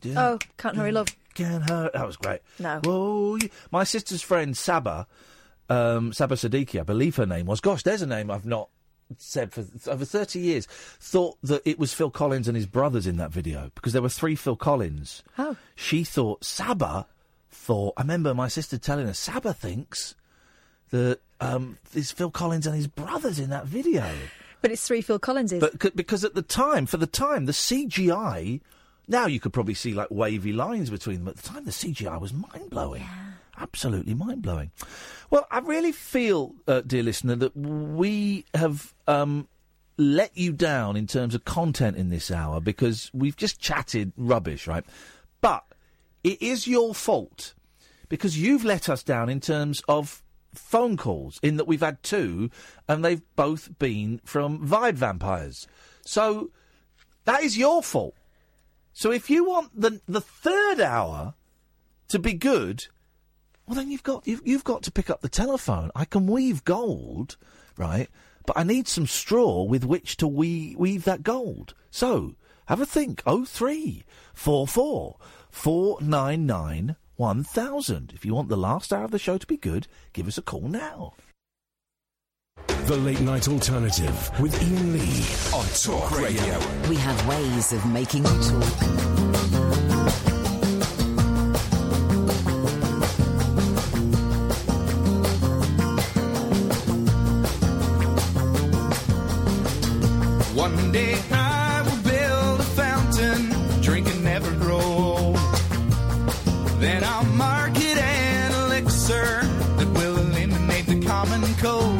Speaker 3: Didn't-
Speaker 15: Oh, can't
Speaker 3: Mm.
Speaker 15: hurry love.
Speaker 3: Can't hurt. That was great.
Speaker 15: No.
Speaker 3: Whoa, you- my sister's friend Saba, um, Saba Siddiqui, I believe her name was. Gosh, there's a name I've not said for th- over 30 years. Thought that it was Phil Collins and his brothers in that video because there were three Phil Collins.
Speaker 15: Oh.
Speaker 3: She thought Saba thought. I remember my sister telling us Saba thinks that um, it's Phil Collins and his brothers in that video.
Speaker 15: But it's three Phil Collinses.
Speaker 3: But c- because at the time, for the time, the CGI. Now you could probably see like wavy lines between them. At the time, the CGI was mind blowing, absolutely mind blowing. Well, I really feel, uh, dear listener, that we have um, let you down in terms of content in this hour because we've just chatted rubbish, right? But it is your fault because you've let us down in terms of phone calls in that we've had two and they've both been from vibe vampires so that is your fault so if you want the the third hour to be good well then you've got you've, you've got to pick up the telephone i can weave gold right but i need some straw with which to we, weave that gold so have a think Oh three four four four nine nine one thousand. if you want the last hour of the show to be good give us a call now
Speaker 1: The Late Night Alternative with Ian Lee on Talk Radio.
Speaker 2: We have ways of making you talk.
Speaker 19: One day I will build a fountain, drink and never grow old. Then I'll market an elixir that will eliminate the common cold.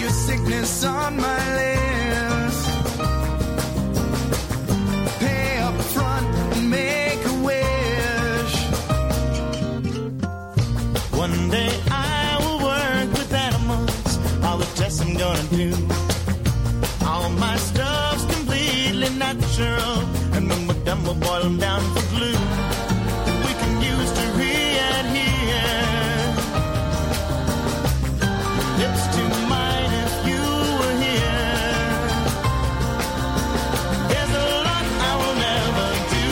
Speaker 19: your sickness on my list. Pay up front and make a wish.
Speaker 5: One day I will work with animals. All the tests I'm gonna do. All my stuff's completely natural. And when we're done, we'll boil them down for glue. That we can use to readhere. Lips to mine if you were here. There's a lot I will never do.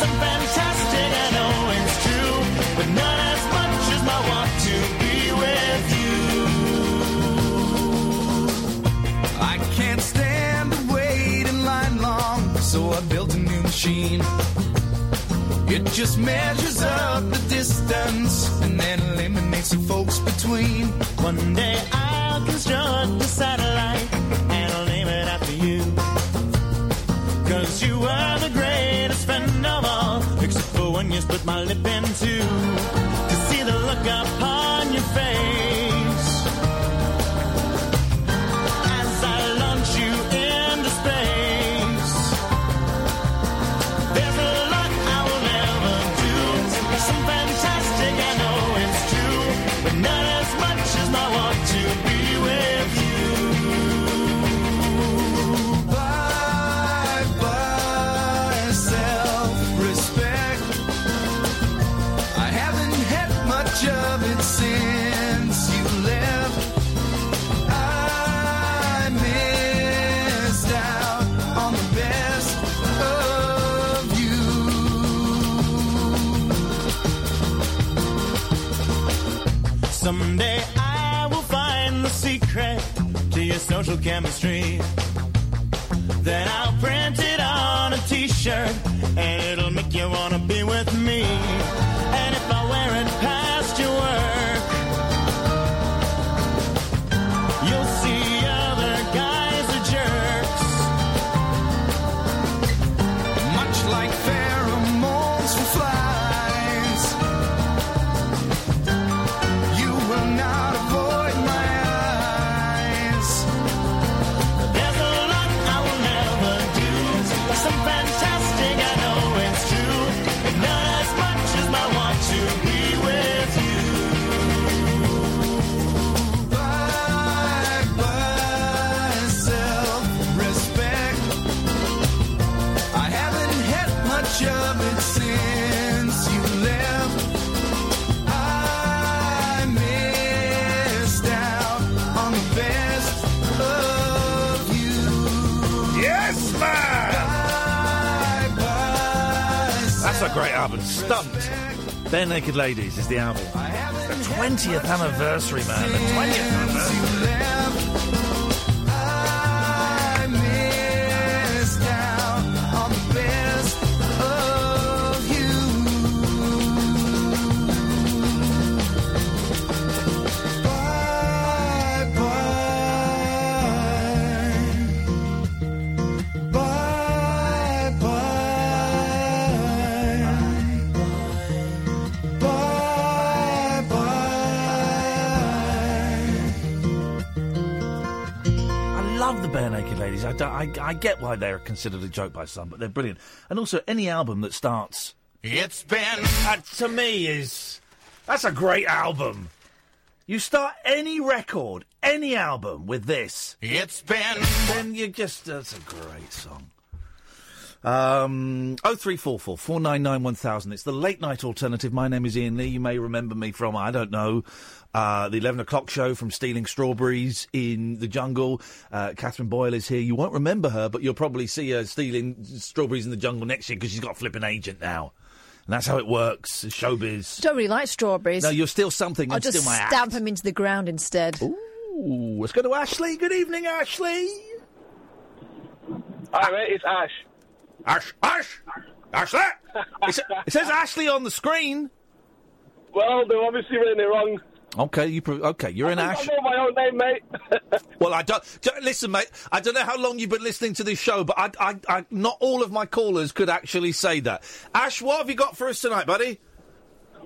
Speaker 5: Some fantastic, I know it's true. But not as much as I want to be with you.
Speaker 19: I can't stand the wait in line long, so I built a new machine. It just measures up the distance and then eliminates the folks between.
Speaker 5: One day I'll construct a satellite and I'll name it after you. Cause you are the greatest friend of all. Except for one you split my lip in two. To see the look upon your face. As I launch you into space. There's a lot I will never do. Some fantastic, I know it's true. But not as much as I want to be with you.
Speaker 19: Bye, bye, self-respect. I haven't had much of it since you left. I missed out on the best of you.
Speaker 5: Someday I will find the secret to your social chemistry. Then I'll print it on a t-shirt and it'll make you wanna be with me. And if I wear it past your work, you'll see other guys are jerks.
Speaker 19: Much like pheromones for flies, you will not avoid my eyes.
Speaker 5: There's a lot I will never do. Some fantastic, I know it's true. But not as much as I want to be with you.
Speaker 19: Bye, bye, self-respect. I haven't had much of it since you left. I missed out on the best of you. Yes, man. Bye, bye,
Speaker 3: That's a great album. Stumped. Bare Naked Ladies is the album. It's the 20th anniversary, man. The 20th anniversary.
Speaker 19: I missed out on the best of you. Bye bye, bye bye, bye bye.
Speaker 3: I love the Bare Naked Ladies. I, don't, I, I get why they're considered a joke by some, but they're brilliant. And also, any album that starts. It's been. That to me is. That's a great album. You start any record, any album with this. It's been. Then you just. That's a great song. Um, 0344 499 1000. It's the late night alternative. My name is Ian Lee. You may remember me from, I don't know, uh, the 11 o'clock show from Stealing Strawberries in the Jungle. Uh, Catherine Boyle is here. You won't remember her, but you'll probably see her stealing strawberries in the jungle next year because she's got a flipping agent now. And that's how it works, showbiz.
Speaker 15: Don't really like strawberries.
Speaker 3: No, you're still something.
Speaker 15: I'll
Speaker 3: I'm
Speaker 15: just
Speaker 3: still my act.
Speaker 15: stamp them into the ground instead.
Speaker 3: Ooh, let's go to Ashley. Good evening, Ashley.
Speaker 23: Hi, mate. It's Ash.
Speaker 3: Ash, Ash, Ashley. It's- it says Ashley on the screen.
Speaker 23: Well, they're obviously reading it wrong.
Speaker 3: Okay, you pro- okay, you're in
Speaker 23: I
Speaker 3: Ash.
Speaker 23: know my own name, mate.
Speaker 3: well, I don't, don't- listen, mate. I don't know how long you've been listening to this show, but I, I, I, not all of my callers could actually say that. Ash, what have you got for us tonight, buddy?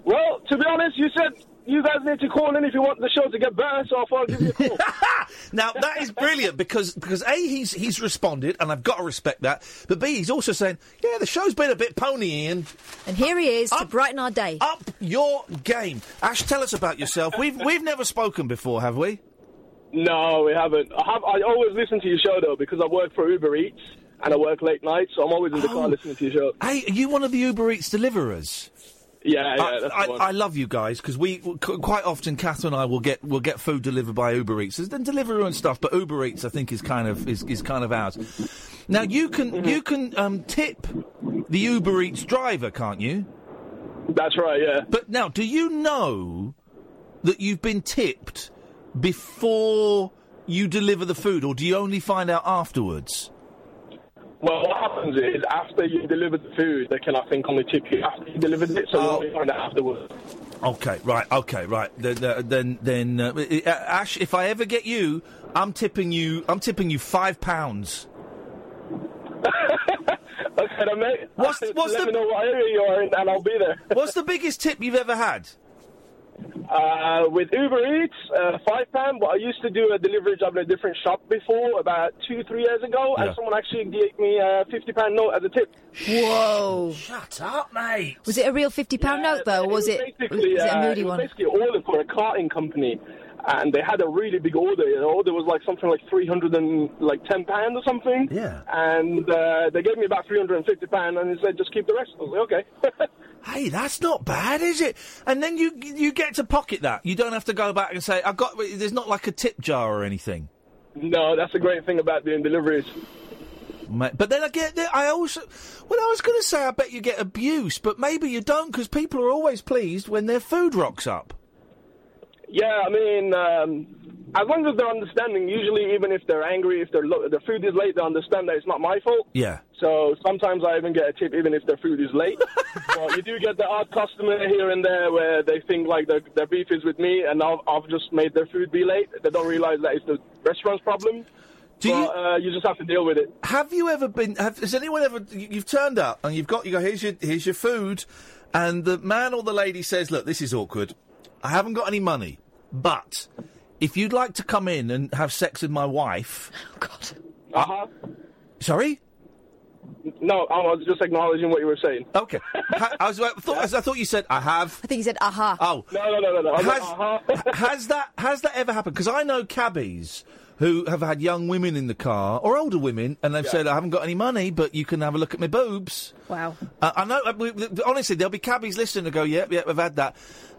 Speaker 23: Well, to be honest, you said you guys need to call in if you want the show to get better, so I'll give you a call.
Speaker 3: Now that is brilliant because because a he's he's responded and I've got to respect that. But b he's also saying, yeah, the show's been a bit pony, Ian.
Speaker 4: And here he is to brighten our day.
Speaker 3: Up your game, Ash. Tell us about yourself. We've we've never spoken before, have we?
Speaker 23: no, we haven't. I, have, I always listen to your show, though, because I work for Uber Eats and I work late night, so I'm always in the car listening to your show.
Speaker 3: Oh. Hey, are you one of the Uber Eats deliverers?
Speaker 23: Yeah, yeah,
Speaker 3: I,
Speaker 23: that's
Speaker 3: I,
Speaker 23: the one.
Speaker 3: I love you guys because we qu- quite often Catherine and I will get will get food delivered by Uber Eats. There's then Deliveroo and stuff, but Uber Eats I think is kind of is, is kind of ours. Now you can
Speaker 23: Mm-hmm.
Speaker 3: you can um, tip the Uber Eats driver, can't you?
Speaker 23: That's right. Yeah.
Speaker 3: But now, do you know that you've been tipped before you deliver the food, or do you only find out afterwards?
Speaker 23: Well, what happens is after you deliver the food, they can, I think, only tip you after you delivered it, so
Speaker 3: Oh.
Speaker 23: you only find out afterwards.
Speaker 3: Okay, right. Okay, right. Th- th- Then, then, uh, i- uh, Ash, if I ever get you, I'm tipping you. I'm tipping you five pounds.
Speaker 23: okay, then, mate.
Speaker 3: What's what's the
Speaker 23: Let me know what area you are in, and I'll be there.
Speaker 3: what's the biggest tip you've ever had?
Speaker 23: Uh, with Uber Eats, uh, five pound. But I used to do a delivery job in a different shop before, about two, three years ago,
Speaker 3: Yeah.
Speaker 23: and someone actually gave me a fifty pound note as a tip.
Speaker 4: Whoa!
Speaker 3: Shut up, mate.
Speaker 4: Was it a real fifty pound note though, or was it, was
Speaker 23: basically,
Speaker 4: it a
Speaker 23: uh,
Speaker 4: moody
Speaker 23: it was
Speaker 4: one?
Speaker 23: basically an order for a carting company, and they had a really big order. The order was like something like three hundred and like ten pound or something.
Speaker 3: Yeah.
Speaker 23: And uh, they gave me about three hundred and fifty pound, and they said just keep the rest. I was like, okay.
Speaker 3: Hey, that's not bad, is it? And then you you get to pocket that. You don't have to go back and say I got. There's not like a tip jar or anything.
Speaker 23: no, that's the great thing about doing deliveries.
Speaker 3: Mate. But then I get that I also. Well, I was going to say I bet you get abuse, but maybe you don't because people are always pleased when their food rocks up.
Speaker 23: Yeah, I mean, um, as long as they're understanding, usually even if they're angry, if their lo- their food is late, they understand that it's not my fault.
Speaker 3: Yeah.
Speaker 23: So sometimes I even get a tip even if their food is late. but you do get the odd customer here and there where they think like their, their beef is with me and I've, I've just made their food be late. They don't realize that it's the restaurant's problem.
Speaker 3: Do
Speaker 23: but, you... Uh, you just have to deal with it.
Speaker 3: Have you ever been? Have, has anyone ever? you- You've turned up and you've got. You go. Here's your. Here's your food, and the man or the lady says, "Look, this is awkward. I haven't got any money, but if you'd like to come in and have sex with my wife, oh God,
Speaker 23: uh huh.
Speaker 3: Sorry.
Speaker 23: No, I was just acknowledging what you were saying.
Speaker 3: Okay. Ha- I, was, I, thought, I thought you said I have.
Speaker 4: I think he said aha.
Speaker 3: Oh
Speaker 23: no no no no! no.
Speaker 4: I
Speaker 3: Has,
Speaker 4: was like,
Speaker 23: "Uh-huh."
Speaker 3: ha- has that has that ever happened? Because I know cabbies who have had young women in the car or older women, and they've said, "I haven't got any money, but you can have a look at my boobs."
Speaker 15: Wow.
Speaker 3: Uh, I know. uh, we- we- Honestly, there'll be cabbies listening to go, "Yep, yep, I've had that,"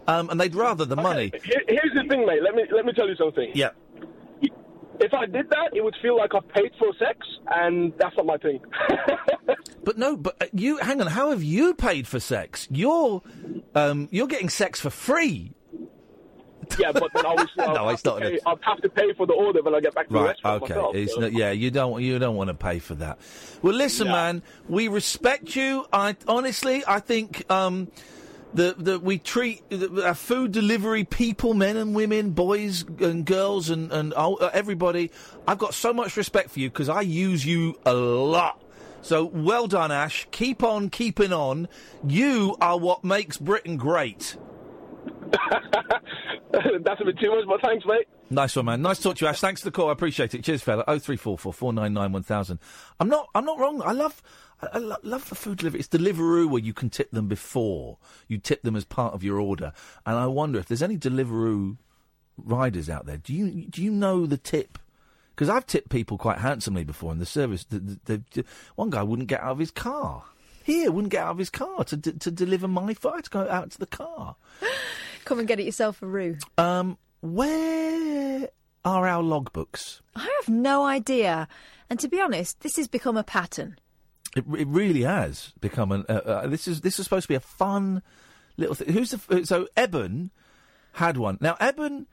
Speaker 3: um, and they'd rather the money.
Speaker 23: Here- Here's the thing, mate. Let me let me tell you something.
Speaker 3: Yeah.
Speaker 23: If I did that, it would feel like I've paid for sex, and that's not my thing.
Speaker 3: But no, but uh, you hang on. How have you paid for sex? You're um, you're getting sex for free.
Speaker 23: yeah, but then obviously I'll,
Speaker 3: No,
Speaker 23: have
Speaker 3: it's
Speaker 23: to
Speaker 3: not
Speaker 23: pay,
Speaker 3: enough.
Speaker 23: I'll have to pay for the order when I get back to the
Speaker 3: Right.
Speaker 23: restaurant
Speaker 3: Okay.
Speaker 23: myself.
Speaker 3: It's
Speaker 23: so-
Speaker 3: not, yeah. You don't. You don't want to pay for that. Well, listen, man. We respect you. I honestly, I think um, that that we treat the, our food delivery people, men and women, boys and girls, and and all- uh, everybody. I've got so much respect for you because I use you a lot. So well done, Ash. Keep on keeping on. You are what makes Britain great.
Speaker 23: That's a bit too much, but thanks, mate.
Speaker 3: Nice one, man. Nice to talk to you, Ash. Thanks for the call. I appreciate it. Cheers, fella. Oh three four four four nine nine one thousand. I'm not. I'm not wrong. I love. I, I lo- love the food delivery. It's Deliveroo where you can tip them before you tip them as part of your order. And I wonder if there's any Deliveroo riders out there. Do you do you know the tip? Because I've tipped people quite handsomely before in the service. The, the, the, one guy wouldn't get out of his car. Here wouldn't get out of his car to d- to deliver my food. I had to go out to the car.
Speaker 15: Come and get it yourself a roux.
Speaker 3: Um, where are our logbooks?
Speaker 15: I have no idea. And to be honest, this has become a pattern.
Speaker 3: It, it really has become an. Uh, uh, this is this is supposed to be a fun little thing. Who's the f- so Eben had one now. Eben,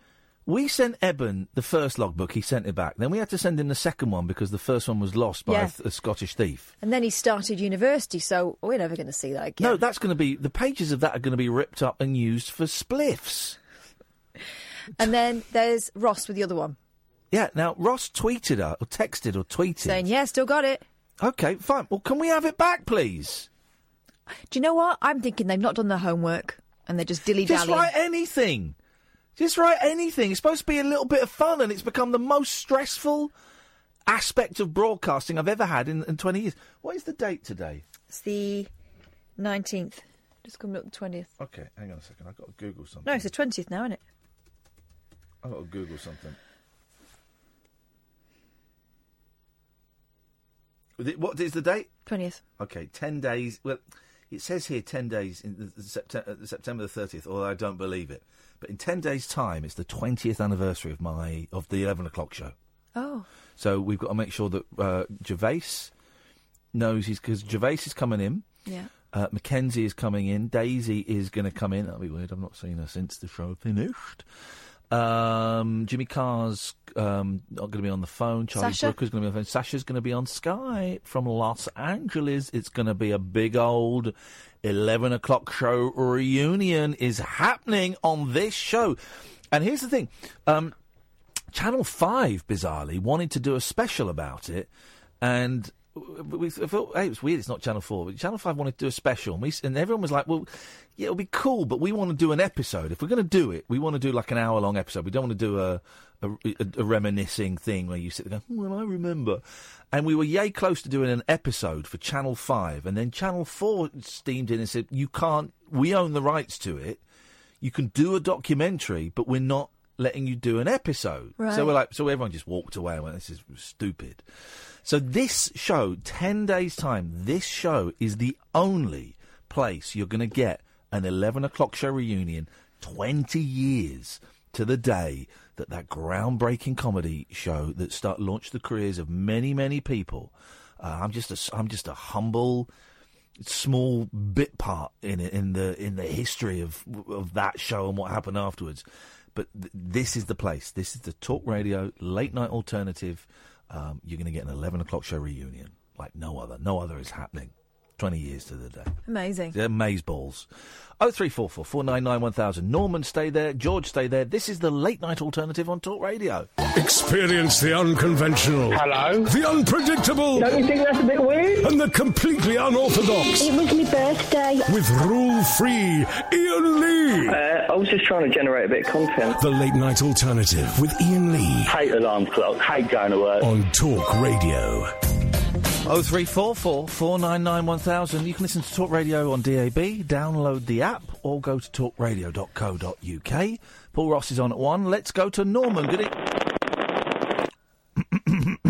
Speaker 3: we sent Eben the first logbook. He sent it back. Then we had to send him the second one because the first one was lost by a,
Speaker 15: Yeah.
Speaker 3: th- a Scottish thief.
Speaker 15: And then he started university, so we're never going to see that again.
Speaker 3: No, that's going to be the pages of that are going to be ripped up and used for spliffs.
Speaker 15: And then there's Ross with the other one
Speaker 3: Yeah. Now Ross tweeted her or texted or tweeted.
Speaker 15: saying, Yeah, still got it.
Speaker 3: Okay, fine. Well, can we have it back, please?
Speaker 15: Do you know what? I'm thinking they've not done their homework and they're just dilly
Speaker 3: Just
Speaker 15: dallying.
Speaker 3: write anything. Just write anything. It's supposed to be a little bit of fun, and it's become the most stressful aspect of broadcasting I've ever had in, in 20 years. What is the date today?
Speaker 15: It's the 19th. Just coming up the 20th.
Speaker 3: Okay, hang on a second. I've got to Google something.
Speaker 15: No, it's the 20th now, isn't it?
Speaker 3: I've got to Google something. Th- What is the date?
Speaker 15: 20th.
Speaker 3: Okay, 10 days. Well, it says here 10 days in the- the September, September the 30th, although I don't believe it. But in 10 days' time, it's the 20th anniversary of my of the 11 o'clock show.
Speaker 15: Oh.
Speaker 3: So we've got to make sure that uh, Gervais knows he's because Gervais is coming in.
Speaker 15: Yeah.
Speaker 3: Uh, Mackenzie is coming in. Daisy is going to come in. That'll be weird. I've not seen her since the show finished. Um, Jimmy Carr's um, not going to be on the phone. Charlie
Speaker 15: Sasha?
Speaker 3: Brooker's going to be on the phone. Sasha's going to be on Sky from Los Angeles. It's going to be a big old 11 o'clock show reunion is happening on this show. And here's the thing. Um, Channel Five, bizarrely, wanted to do a special about it, and w- w- we thought, hey, it's weird. It's not Channel Four, but Channel Five wanted to do a special, and, we, s- and everyone was like, well, yeah, it'll be cool, but we want to do an episode. If we're going to do it, we want to do like an hour long episode. We don't want to do a a, a, a reminiscing thing where you sit there going, "Hmm, well, I remember. And we were yay close to doing an episode for Channel Five, and then Channel Four steamed in and said, you can't. We own the rights to it you can do a documentary, but we're not letting you do an episode.
Speaker 9: Right.
Speaker 3: So we're like, so everyone just walked away and went, this is stupid. So this show, 10 days' time, this show is the only place you're going to get an 11 o'clock show reunion 20 years to the day that that groundbreaking comedy show that start launched the careers of many, many people. Uh, I'm just a, s- I'm just a humble, small bit part in it in the in the history of of that show and what happened afterwards. But th- this is the place. This is the talk radio late night alternative. Um, you're going to get an eleven o'clock show reunion like no other. No other is happening. Twenty years to the day.
Speaker 15: Amazing.
Speaker 3: They're maze balls. Oh three four four four nine nine one thousand. Norman, stay there. George, stay there. This is the late night alternative on Talk Radio.
Speaker 1: Experience the unconventional. Hello. The unpredictable.
Speaker 3: Don't you
Speaker 1: think that's a bit weird? And the completely unorthodox.
Speaker 7: It was my birthday.
Speaker 1: With rule free Ian Lee.
Speaker 24: Uh, I was just trying to generate a bit of content.
Speaker 1: The late night alternative with Ian Lee.
Speaker 24: Hate alarm clock, hate going to work.
Speaker 1: On Talk Radio.
Speaker 3: Oh three four four four nine nine one thousand. You can listen to Talk Radio on DAB, download the app, or go to talkradio.co.uk. Paul Ross is on at one. Let's go to Norman. Good e-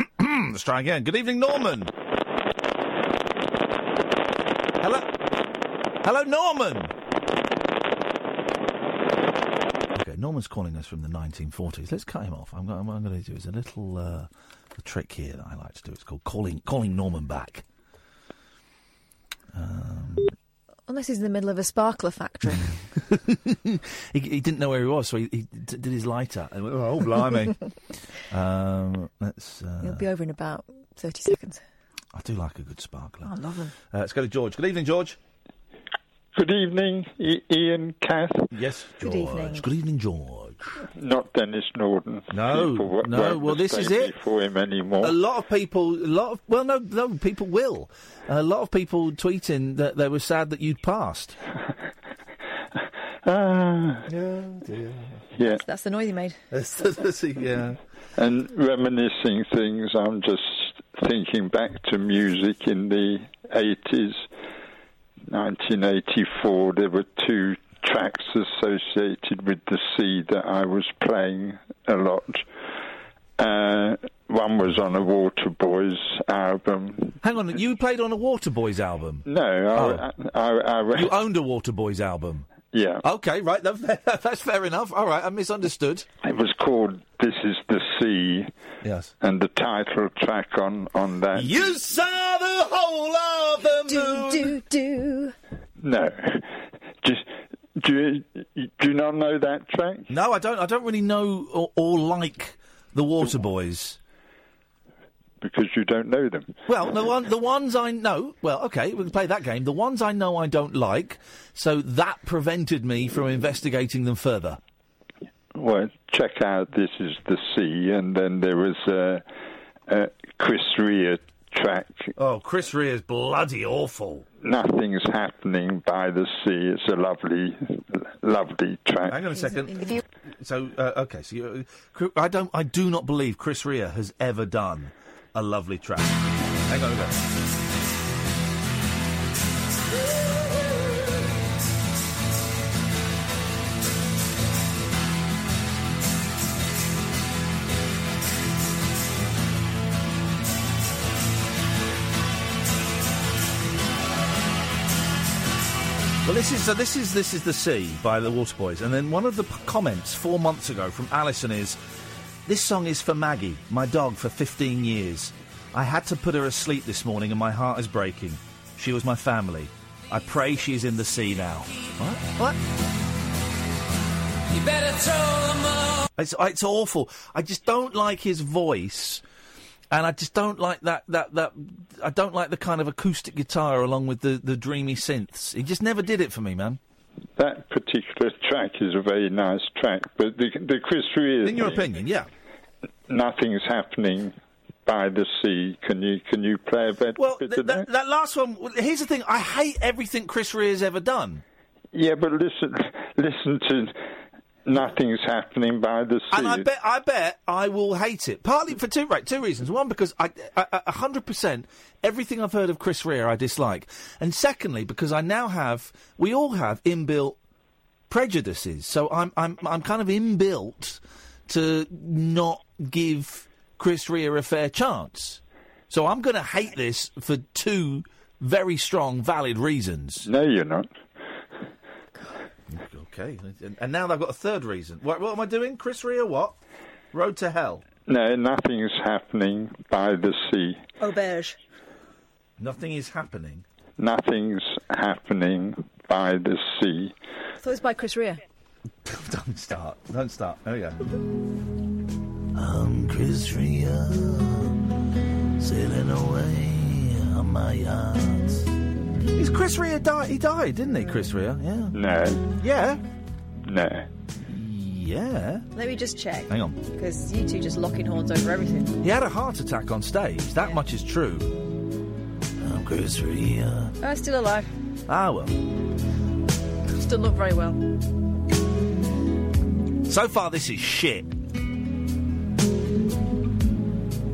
Speaker 3: Let's try again. Good evening, Norman. Hello. Hello, Norman. Okay, Norman's calling us from the 1940s. Let's cut him off. I'm going, what I'm going to do is a little uh, a trick here that I like to do. It's called calling calling Norman back. Um,
Speaker 15: Unless he's in the middle of a sparkler factory.
Speaker 3: he, he didn't know where he was, so he, he d- did his lighter. And went, oh, blimey. um, let's.
Speaker 15: He'll
Speaker 3: Uh,
Speaker 15: be over in about 30 seconds.
Speaker 3: I do like a good sparkler.
Speaker 15: I love him.
Speaker 3: Uh, let's go to George. Good evening, George.
Speaker 25: Good evening, I- Ian Cass.
Speaker 3: Yes,
Speaker 25: Good evening.
Speaker 3: Good evening, George.
Speaker 25: Not Dennis Norden.
Speaker 3: No,
Speaker 25: People wo-
Speaker 3: no,
Speaker 25: won't
Speaker 3: well, this is
Speaker 25: mistake
Speaker 3: it.
Speaker 25: me For him anymore.
Speaker 3: A lot of people, a lot of well, no, no, people will. A lot of people tweeting that they were sad that you'd passed.
Speaker 25: Ah, yeah,
Speaker 15: That's the noise he made.
Speaker 3: Uh, yeah.
Speaker 25: and reminiscing things. I'm just thinking back to music in the 80s. 1984, there were two tracks associated with the sea that I was playing a lot. Uh, one was on a Waterboys album.
Speaker 3: Hang on, you played on a Waterboys album. Oh.
Speaker 25: No, I, I, I, I
Speaker 3: You owned a Waterboys album.
Speaker 25: yeah.
Speaker 3: Okay, right. that- That's fair enough. All right, I misunderstood.
Speaker 25: It was called "This Is the Sea."
Speaker 3: Yes.
Speaker 25: And the title track on on that.
Speaker 3: You saw the whole of the moon.
Speaker 15: Do, do,
Speaker 25: No. Just do you, do you not know that track?
Speaker 3: No, I don't. I don't really know or, or like the Waterboys.
Speaker 25: Because you don't know them.
Speaker 3: Well, the one, the ones I know. Well, okay, we can play that game. The ones I know I don't like, so that prevented me from investigating them further.
Speaker 25: Well, check out "This Is the Sea," and then there was a, a Chris Rea track.
Speaker 3: Oh, Chris Rea's bloody awful.
Speaker 25: Nothing's happening by the sea. It's a lovely, lovely track.
Speaker 3: Hang on a second. So uh, okay, so you, Cr- I don't, I do not believe Chris Rea has ever done a lovely track. Hang on a minute. Well, this is so. This is this is the sea by the Waterboys, and then one of the p- comments four months ago from Alison is, "This song is for Maggie, my dog for 15 years. I had to put her asleep this morning, and my heart is breaking. She was my family. I pray she is in the sea now." What?
Speaker 8: You better throw them all.
Speaker 3: It's it's awful. I just don't like his voice, and I just don't like that that that. I don't like the kind of acoustic guitar along with the the dreamy synths. He just never did it for me, man.
Speaker 25: That particular track is a very nice track, but the the Chris Rea.
Speaker 3: In your
Speaker 25: thing,
Speaker 3: opinion, yeah.
Speaker 25: nothing's happening by the sea. Can you can you play a bit,
Speaker 3: Well,
Speaker 25: bit
Speaker 3: th-
Speaker 25: of that?
Speaker 3: that, that last one. well, Here's the thing. I hate everything Chris Rea's ever done.
Speaker 25: Yeah, but listen, listen to nothing's happening by the sea.
Speaker 3: And I bet, I bet, I will hate it. Partly for two, right, two reasons. One, because I, a hundred percent, everything I've heard of Chris Rea, I dislike. And secondly, because I now have, we all have inbuilt prejudices. So I'm, I'm, I'm kind of inbuilt to not give Chris Rea a fair chance. So I'm going to hate this for two very strong, valid reasons.
Speaker 25: No, you're not.
Speaker 3: Okay, and, and now they've got a third reason. What, what am I doing? Chris Rea, what? Road to Hell.
Speaker 25: No, nothing's happening by the sea.
Speaker 15: Auberge.
Speaker 3: Nothing is happening.
Speaker 25: Nothing's happening by the sea.
Speaker 15: I thought it was by Chris Rea.
Speaker 3: Don't start. Don't start. There we go. I'm Chris Rea, sailing away on my yacht. Is Chris Rea died? He died, didn't he, Chris Rea? Yeah.
Speaker 25: No,
Speaker 3: Yeah.
Speaker 25: no.
Speaker 3: Yeah.
Speaker 15: Let me just check.
Speaker 3: Hang on.
Speaker 15: Because you two just locking horns over everything.
Speaker 3: He had a heart attack on stage. That much is true. I'm Chris Rea.
Speaker 15: Oh, still alive.
Speaker 3: Ah, well.
Speaker 15: Still not very well.
Speaker 3: So far, this is shit.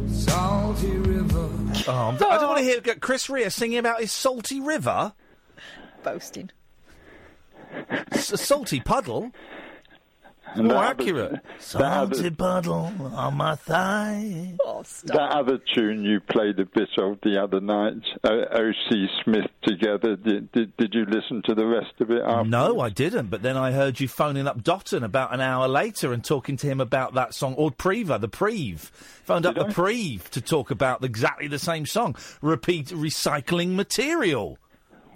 Speaker 8: Salty river.
Speaker 3: Oh, I'm- I don't want to hear Chris Rea singing about his salty river.
Speaker 15: Boasting.
Speaker 3: S- a salty puddle.
Speaker 25: And
Speaker 3: More
Speaker 25: that
Speaker 3: Oh, accurate.
Speaker 25: other- that other-
Speaker 3: puddle on my thigh.
Speaker 15: Oh,
Speaker 25: That other tune you played a bit of the other night, uh, O.C. Smith together. Did, did, did you listen to the rest of it? After?
Speaker 3: No, I didn't. But then I heard you phoning up Dotton about an hour later and talking to him about that song, or Preva, the Preve. Phoned up the Preve to talk about exactly the same song. Repeat recycling material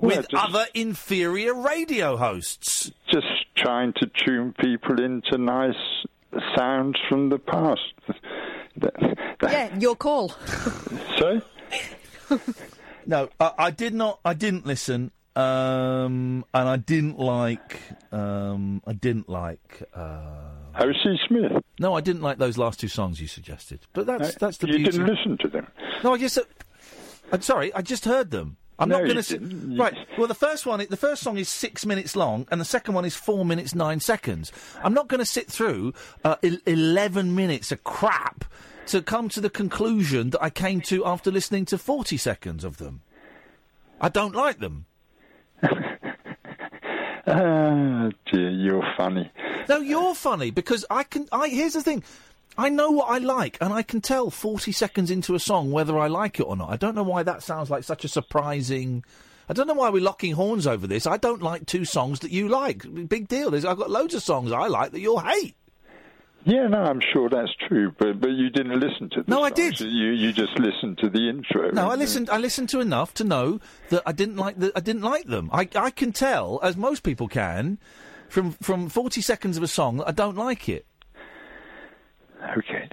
Speaker 3: with other inferior radio hosts.
Speaker 25: Just trying to tune people into nice sounds from the past.
Speaker 15: yeah, your call.
Speaker 25: Sorry?
Speaker 3: No, I, I did not. I didn't listen, um, and I didn't like. Um, I didn't like. Uh,
Speaker 25: O.C. Smith.
Speaker 3: No, I didn't like those last two songs you suggested. But that's
Speaker 25: No,
Speaker 3: that's the
Speaker 25: you
Speaker 3: beauty.
Speaker 25: didn't listen to them.
Speaker 3: No, I just. I'm Uh, sorry. I just heard them. I'm
Speaker 25: No,
Speaker 3: not
Speaker 25: you
Speaker 3: going to.
Speaker 25: didn't. You-
Speaker 3: Right. Well, the first one, the first song is six minutes long, and the second one is four minutes nine seconds. I'm not going to sit through uh, el- eleven minutes of crap to come to the conclusion that I came to after listening to forty seconds of them. I don't like them.
Speaker 25: Ah, dear, you're funny.
Speaker 3: No, you're funny because I can. I here's the thing. I know what I like, and I can tell 40 seconds into a song whether I like it or not. I don't know why that sounds like such a surprising. I don't know why we're locking horns over this. I don't like two songs that you like. Big deal. There's, I've got loads of songs I like that you'll hate.
Speaker 25: Yeah, no, I'm sure that's true, but but you didn't listen to. The no, I did. You you just listened to the intro.
Speaker 3: No, I listened. I listened to enough to know that I didn't like the, I didn't like them. I, I can tell, as most people can, from from forty seconds of a song that I don't like it.
Speaker 25: Mm, Okay.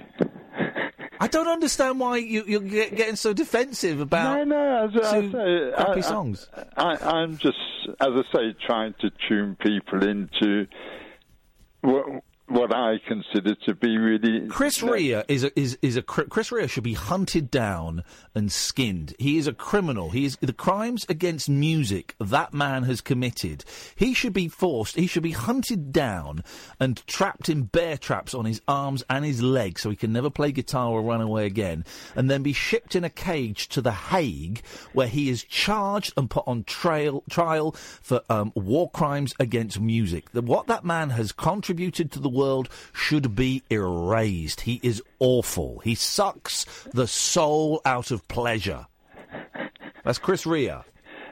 Speaker 3: I don't understand why you, you're get, getting so defensive about
Speaker 25: no, no,
Speaker 3: two crappy
Speaker 25: I-
Speaker 3: songs.
Speaker 25: I, I, am just, as I say, trying to tune people into what, what I consider to be really
Speaker 3: Chris Rea is a, is is a cri- Chris Rea should be hunted down and skinned. He is a criminal. He is the crimes against music that man has committed. He should be forced. He should be hunted down and trapped in bear traps on his arms and his legs, so he can never play guitar or run away again, and then be shipped in a cage to the Hague, where he is charged and put on trail trial for um, war crimes against music. The, what that man has contributed to the world should be erased. He is awful. He sucks the soul out of pleasure. That's Chris Rea.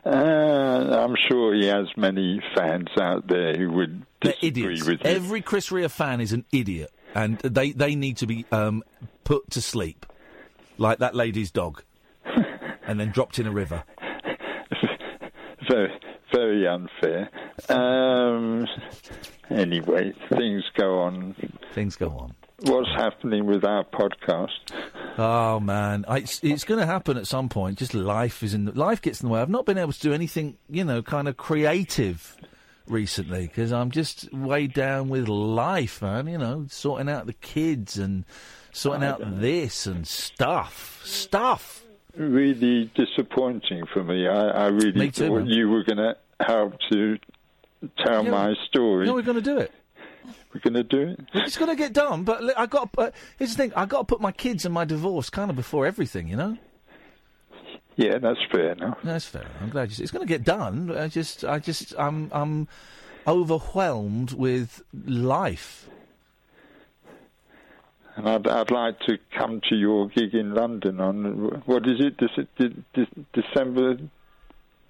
Speaker 25: Uh, I'm sure he has many fans out there who would
Speaker 3: They're
Speaker 25: disagree
Speaker 3: idiots.
Speaker 25: with you.
Speaker 3: Every Chris Rea fan is an idiot, and they, they need to be um, put to sleep, like that lady's dog, and then dropped in a river.
Speaker 25: very, very unfair. Um, anyway, things go on.
Speaker 3: Things go on.
Speaker 25: What's happening with our podcast?
Speaker 3: Oh man, I, it's, it's going to happen at some point. Just life is in the, life gets in the way. I've not been able to do anything, you know, kind of creative recently because I'm just weighed down with life, man. You know, sorting out the kids and sorting out this and stuff, stuff.
Speaker 25: Really disappointing for me. I, I really
Speaker 3: Me too,
Speaker 25: thought
Speaker 3: man.
Speaker 25: you were going to help to tell
Speaker 3: Yeah,
Speaker 25: my
Speaker 3: we-
Speaker 25: story.
Speaker 3: No, we're going to do it.
Speaker 25: We're going to do it.
Speaker 3: It's going to get done. But li- I got. Uh, here's the thing: I got to put my kids and my divorce kind of before everything. You know.
Speaker 25: Yeah, that's fair enough.
Speaker 3: No, that's fair. I'm glad you. It's going to get done. I just, I just, I'm, I'm overwhelmed with life.
Speaker 25: And I'd, I'd like to come to your gig in London on what is it? Dece- de- de- December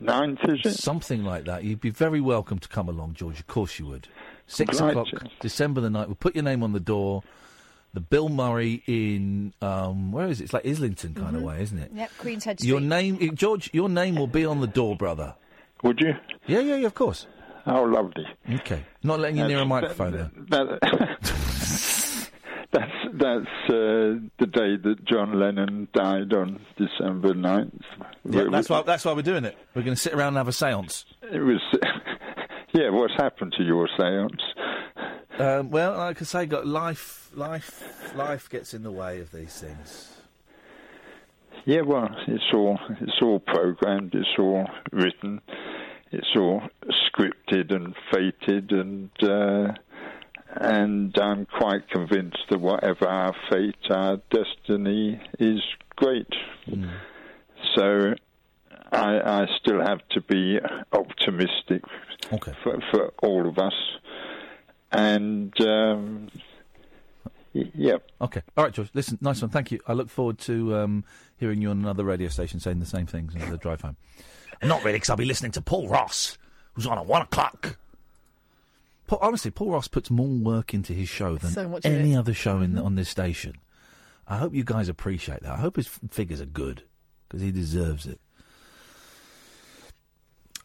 Speaker 25: 9th, is it?
Speaker 3: Something like that. You'd be very welcome to come along, George. Of course you would. Six
Speaker 25: Right.
Speaker 3: o'clock, December the 9th. We'll put your name on the door. The Bill Murray in um, where is it? It's like Islington kind of way, isn't it?
Speaker 15: Yep, Queen's Head Street.
Speaker 3: Your name, eh, George. Your name will be on the door, brother.
Speaker 25: Would you?
Speaker 3: Yeah, yeah, yeah. Of course.
Speaker 25: How lovely.
Speaker 3: Okay. Not letting you near a microphone though.
Speaker 25: That, that's that's uh, the day that John Lennon died on December 9th.
Speaker 3: Yeah, that's why. That's why we're doing it. We're going to sit around and have a séance.
Speaker 25: It was. yeah, what's happened to your seance?
Speaker 3: Um, well, like I say, got life, life, life gets in the way of these things.
Speaker 25: Yeah, well, it's all it's all programmed, it's all written, it's all scripted and fated, and uh, and I'm quite convinced that whatever our fate, our destiny is great. So I, I still have to be optimistic for, for all of us, and um, y- yep.
Speaker 3: Okay. All right, George. Listen, nice one. Thank you. I look forward to um, hearing you on another radio station saying the same things as the drive home. Not really, because I'll be listening to Paul Ross, who's on at one o'clock. Paul, honestly, Paul Ross puts more work into his show than
Speaker 6: So much of
Speaker 3: any
Speaker 6: it. Mm-hmm.
Speaker 3: other show in on this station. I hope you guys appreciate that. I hope his f- figures are good because he deserves it.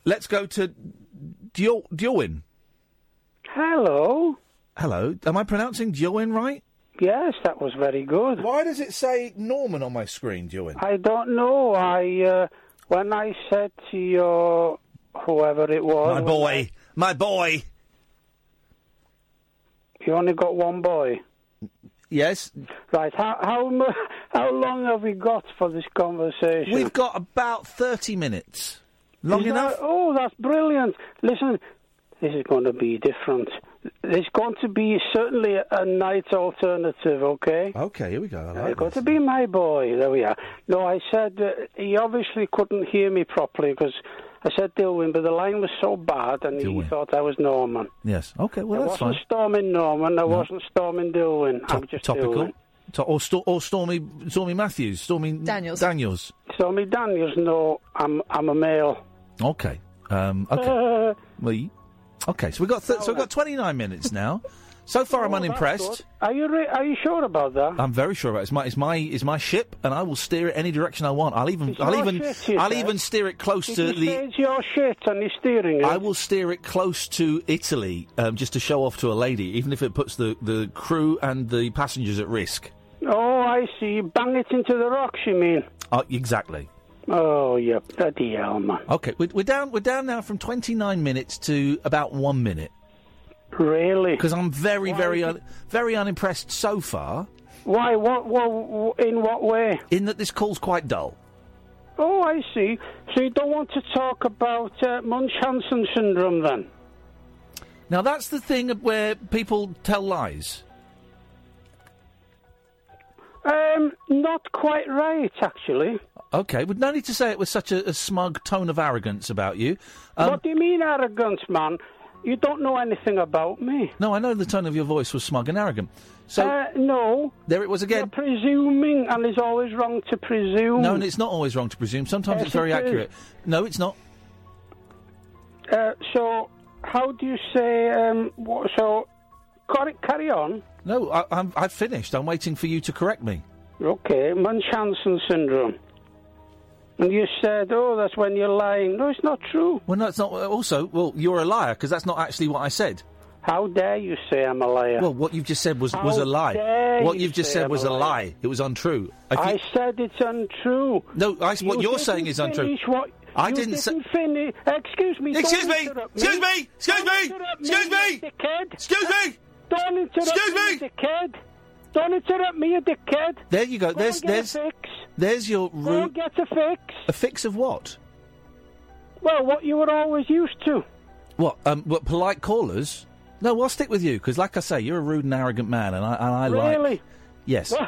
Speaker 3: Let's go to Dio- Diowin.
Speaker 9: Hello.
Speaker 3: Hello. Am I pronouncing Diowin right?
Speaker 9: Yes, that was very good.
Speaker 3: Why does it say Norman on my screen, Diowin?
Speaker 9: I don't know. I uh, when I said to your whoever it was,
Speaker 3: My boy. My boy.
Speaker 9: you only got one boy.
Speaker 3: Yes.
Speaker 9: Right. How how mu- how long have we got for this conversation?
Speaker 3: We've got about thirty minutes. Long
Speaker 9: Is that-
Speaker 3: enough?
Speaker 9: oh, that's brilliant. Listen, this is going to be different. There's going to be certainly a, a night alternative, okay?
Speaker 3: Okay, here we go.
Speaker 9: It's going to be my boy. There we are. No, I said uh, he obviously couldn't hear me properly because I said Dilwyn, but the line was so bad and he thought I was Norman.
Speaker 3: Yes. Okay. Well,
Speaker 9: I
Speaker 3: that's
Speaker 9: wasn't
Speaker 3: fine.
Speaker 9: storming Norman. I wasn't storming Dilwyn. I'm just
Speaker 3: Topical.
Speaker 9: Dilwyn.
Speaker 3: To- or, Sto- or Stormy Stormy Matthews. Stormy Daniels. Daniels.
Speaker 9: So me Daniels, no, I'm I'm a male.
Speaker 3: Okay. Um,
Speaker 9: Uh,
Speaker 3: okay. well, you- okay. So we've got th- so we've got twenty nine minutes now. So far, I'm unimpressed.
Speaker 9: Oh, Are you re- are you sure about that?
Speaker 3: I'm very sure about it. It's my it's my it's my ship, and I will steer it any direction I want. I'll even
Speaker 9: It's
Speaker 3: I'll
Speaker 9: your
Speaker 3: even
Speaker 9: Oh, shit, you
Speaker 3: I'll
Speaker 9: said.
Speaker 3: even steer it close
Speaker 9: Did
Speaker 3: to
Speaker 9: you
Speaker 3: the.
Speaker 9: say it's your shit and you're steering it?
Speaker 3: I will steer it close to Italy um, just to show off to a lady, even if it puts the, the crew and the passengers at risk.
Speaker 9: Oh, I see. Bang it into the rocks, you mean?
Speaker 3: Uh, exactly.
Speaker 9: Oh, yeah, bloody hell, man.
Speaker 3: Okay, we're, we're down. We're down now from twenty nine minutes to about one minute.
Speaker 9: Really?
Speaker 3: Because I'm very, very, un- very unimpressed so far.
Speaker 9: Why? What? What? In what way?
Speaker 3: In that this call's quite dull.
Speaker 9: Oh, I see. So you don't want to talk about uh, Munchausen syndrome then?
Speaker 3: Now that's the thing of where people tell lies.
Speaker 9: Um, not quite right, actually.
Speaker 3: Okay, we'd no need to say it with such a, a smug tone of arrogance about you. Um,
Speaker 9: what do you mean arrogance, man? You don't know anything about me.
Speaker 3: No, I know the tone of your voice was smug and arrogant. So
Speaker 9: uh, no,
Speaker 3: there it was again.
Speaker 9: You're presuming, and it's always wrong to presume.
Speaker 3: No, and it's not always wrong to presume. Sometimes
Speaker 9: Yes,
Speaker 3: it's very
Speaker 9: it is.
Speaker 3: accurate. No, it's not.
Speaker 9: Uh, so, how do you say? Um, what, so, carry, carry on.
Speaker 3: No, I, I'm, I've finished. I'm waiting for you to correct me.
Speaker 9: Okay, Munchausen syndrome. And you said, "Oh, that's when you're lying." No, it's not true.
Speaker 3: Well, no, it's not. uh, Also, well, you're a liar because that's not actually what I said.
Speaker 9: How dare you say I'm a liar?
Speaker 3: Well, what you've just said was, was
Speaker 9: How
Speaker 3: a lie.
Speaker 9: dare
Speaker 3: What
Speaker 9: you
Speaker 3: you've just
Speaker 9: say
Speaker 3: said
Speaker 9: I'm
Speaker 3: was
Speaker 9: a
Speaker 3: a lie. It was untrue. If you-
Speaker 9: I said it's untrue.
Speaker 3: No, I, what
Speaker 9: You
Speaker 3: you're saying
Speaker 9: didn't
Speaker 3: is untrue.
Speaker 9: finish What,
Speaker 3: I
Speaker 9: you
Speaker 3: didn't say-
Speaker 9: fini- Excuse me. don't
Speaker 3: Excuse me.
Speaker 9: interrupt
Speaker 3: Excuse me. Excuse
Speaker 9: Don't
Speaker 3: me.
Speaker 9: interrupt
Speaker 3: Excuse me.
Speaker 9: you Dickhead.
Speaker 3: Excuse me.
Speaker 9: Don't interrupt
Speaker 3: Excuse
Speaker 9: me. you Dickhead. Don't interrupt me, you dickhead.
Speaker 3: There you go.
Speaker 9: Go
Speaker 3: there's
Speaker 9: and get a
Speaker 3: there's
Speaker 9: fix.
Speaker 3: there's your
Speaker 9: Go
Speaker 3: root.
Speaker 9: and get a fix.
Speaker 3: A fix of what?
Speaker 9: Well, what you were always used to.
Speaker 3: What? Um, what polite callers? No, I'll stick with you because, like I say, you're a rude and arrogant man, and I and I like.
Speaker 9: Really?
Speaker 3: Yes.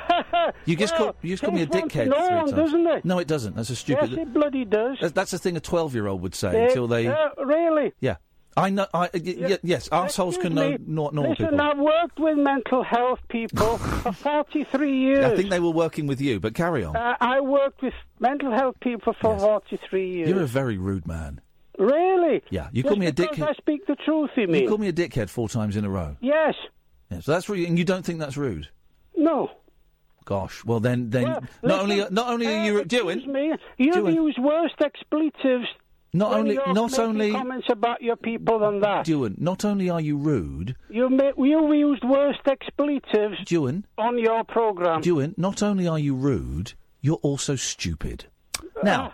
Speaker 3: You just
Speaker 9: well,
Speaker 3: call you just call me a
Speaker 9: takes one to
Speaker 3: dickhead.
Speaker 9: know
Speaker 3: three
Speaker 9: one,
Speaker 3: times.
Speaker 9: doesn't it?
Speaker 3: No, it doesn't. That's a
Speaker 9: Yes,
Speaker 3: stupid.
Speaker 9: it bloody does.
Speaker 3: That's, that's a thing a twelve-year-old would say
Speaker 9: Eh,
Speaker 3: until they.
Speaker 9: uh, really?
Speaker 3: yeah. I know. I, y- y-
Speaker 9: Yeah.
Speaker 3: yes, assholes
Speaker 9: Excuse
Speaker 3: can know
Speaker 9: me.
Speaker 3: nor- normal
Speaker 9: Listen,
Speaker 3: people.
Speaker 9: I've worked with mental health people for 43 years.
Speaker 3: I think they were working with you, but carry on.
Speaker 9: Uh, I worked with mental health people for 43 years.
Speaker 3: You're a very rude man.
Speaker 9: Really?
Speaker 3: Yeah, you
Speaker 9: Just
Speaker 3: call me a
Speaker 9: because
Speaker 3: dickhead.
Speaker 9: I speak the truth, you mean?
Speaker 3: You call me a dickhead four times in a row.
Speaker 9: Yes.
Speaker 3: Yeah, so that's rude, and you don't think that's rude.
Speaker 9: No.
Speaker 3: Gosh, well then, then
Speaker 9: Well,
Speaker 3: not
Speaker 9: listen, uh,
Speaker 3: only not only are you doing
Speaker 9: Me, you
Speaker 3: Doing-
Speaker 9: use worse expletives.
Speaker 3: Not
Speaker 9: when
Speaker 3: only-
Speaker 9: you're
Speaker 3: not
Speaker 9: making
Speaker 3: only-
Speaker 9: comments about your people than that.
Speaker 3: Dewan, not only are you rude,
Speaker 9: You ma- you used worse expletives
Speaker 3: Dewan,
Speaker 9: on your program.
Speaker 3: Dewan, not only are you rude, you're also stupid. Now,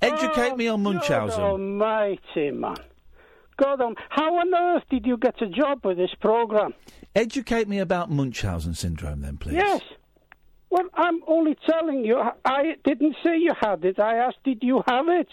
Speaker 3: educate me on Munchausen.
Speaker 9: Uh, Oh, God almighty, man. God, um, how on earth did you get a job with this program?
Speaker 3: Educate me about Munchausen syndrome, then, please.
Speaker 9: Yes. Well, I'm only telling you, I- I didn't say you had it. I asked, did you have it?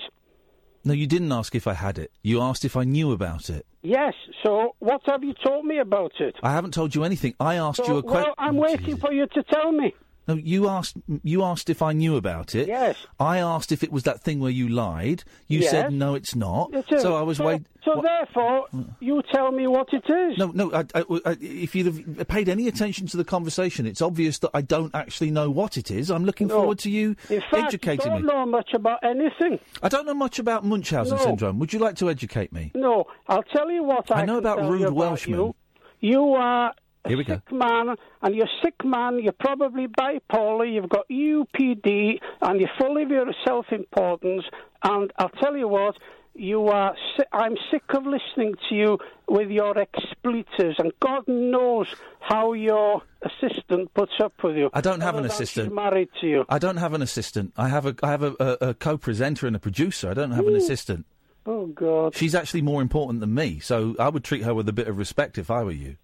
Speaker 3: No, you didn't ask if I had it. You asked if I knew about it.
Speaker 9: Yes. So, what have you told me about it?
Speaker 3: I haven't told you anything. I asked
Speaker 9: So,
Speaker 3: you a question.
Speaker 9: well, I'm waiting for you to tell me.
Speaker 3: No, you asked. You asked if I knew about it.
Speaker 9: Yes.
Speaker 3: I asked if it was that thing where you lied. You
Speaker 9: Yes.
Speaker 3: said no, it's not.
Speaker 9: It is.
Speaker 3: So I was
Speaker 9: so,
Speaker 3: waiting.
Speaker 9: So therefore, you tell me what it is.
Speaker 3: No, no. I, I- I- if you'd have paid any attention to the conversation, it's obvious that I don't actually know what it is. I'm looking forward to you
Speaker 9: In fact,
Speaker 3: educating
Speaker 9: you don't
Speaker 3: me.
Speaker 9: know much about anything.
Speaker 3: I don't know much about Munchausen
Speaker 9: No.
Speaker 3: syndrome. Would you like to educate me?
Speaker 9: No, I'll tell you what I,
Speaker 3: I know
Speaker 9: can
Speaker 3: about
Speaker 9: tell
Speaker 3: rude
Speaker 9: you about
Speaker 3: Welshmen.
Speaker 9: You. you are
Speaker 3: Here we go.
Speaker 9: sick man, and you're sick man. You're probably bipolar. You've got E UPD, and you're full of your self-importance. And I'll tell you what. You are. Si- I'm sick of listening to you with your expletives, and God knows how your assistant puts up with you.
Speaker 3: I don't have an
Speaker 9: Other than
Speaker 3: assistant.
Speaker 9: she's married to you.
Speaker 3: I don't have an assistant. I have a I have a, a, a co-presenter and a producer. I don't have an assistant.
Speaker 9: Mm. Oh God.
Speaker 3: She's actually more important than me, so I would treat her with a bit of respect if I were you.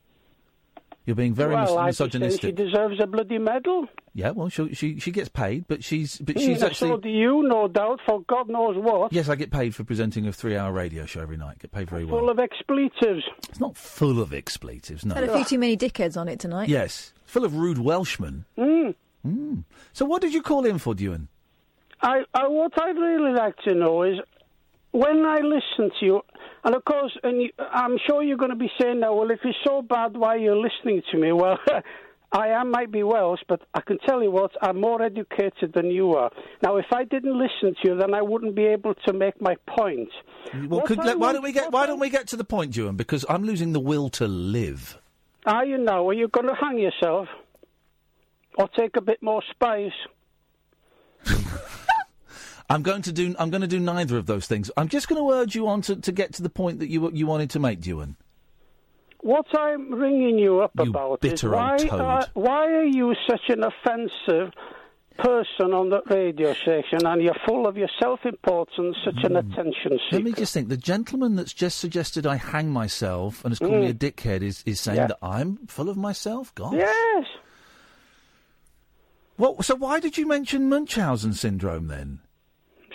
Speaker 3: You're being very mis-
Speaker 9: well, I just think
Speaker 3: misogynistic.
Speaker 9: She deserves a bloody medal.
Speaker 3: Yeah, well, she, she she gets paid, but she's but
Speaker 9: Yeah,
Speaker 3: she's
Speaker 9: So
Speaker 3: actually
Speaker 9: do you, no doubt, for God knows what.
Speaker 3: yes, I get paid for presenting a three-hour radio show every night. Get paid very well.
Speaker 9: Full of expletives.
Speaker 3: It's not full of expletives, no.
Speaker 15: Had a few too many dickheads on it tonight.
Speaker 3: Yes, full of rude Welshmen.
Speaker 9: Mm.
Speaker 3: Mm. So what did you call in for, Dewan?
Speaker 9: I, I, what I'd really like to know is when I listen to you, and of course, and you, I'm sure you're going to be saying now, well, if it's so bad, why you're listening to me? Well, I am might be Welsh, but I can tell you what, I'm more educated than you are. Now, if I didn't listen to you, then I wouldn't be able to make my point.
Speaker 3: Well,
Speaker 9: What
Speaker 3: could,
Speaker 9: I
Speaker 3: let- why
Speaker 9: want-
Speaker 3: don't we get why don't we get to the point, Dewan? Because I'm losing the will to live.
Speaker 9: Are you now? Are you going to hang yourself? Or take a bit more space?
Speaker 3: I'm going to do. I'm going to do neither of those things. I'm just going to urge you on to, to get to the point that you you wanted to make, Dewan.
Speaker 9: What I'm ringing you up about is
Speaker 3: bitter
Speaker 9: why
Speaker 3: old toad.
Speaker 9: are, why are you such an offensive person on the radio station and you're full of your self importance, such
Speaker 3: Hmm.
Speaker 9: an attention
Speaker 3: Let me
Speaker 9: seeker.
Speaker 3: just think. The gentleman that's just suggested I hang myself and has called me a dickhead is, is saying
Speaker 9: Yeah.
Speaker 3: that I'm full of myself. Gosh.
Speaker 9: Yes.
Speaker 3: Well, so why did you mention Munchausen syndrome then?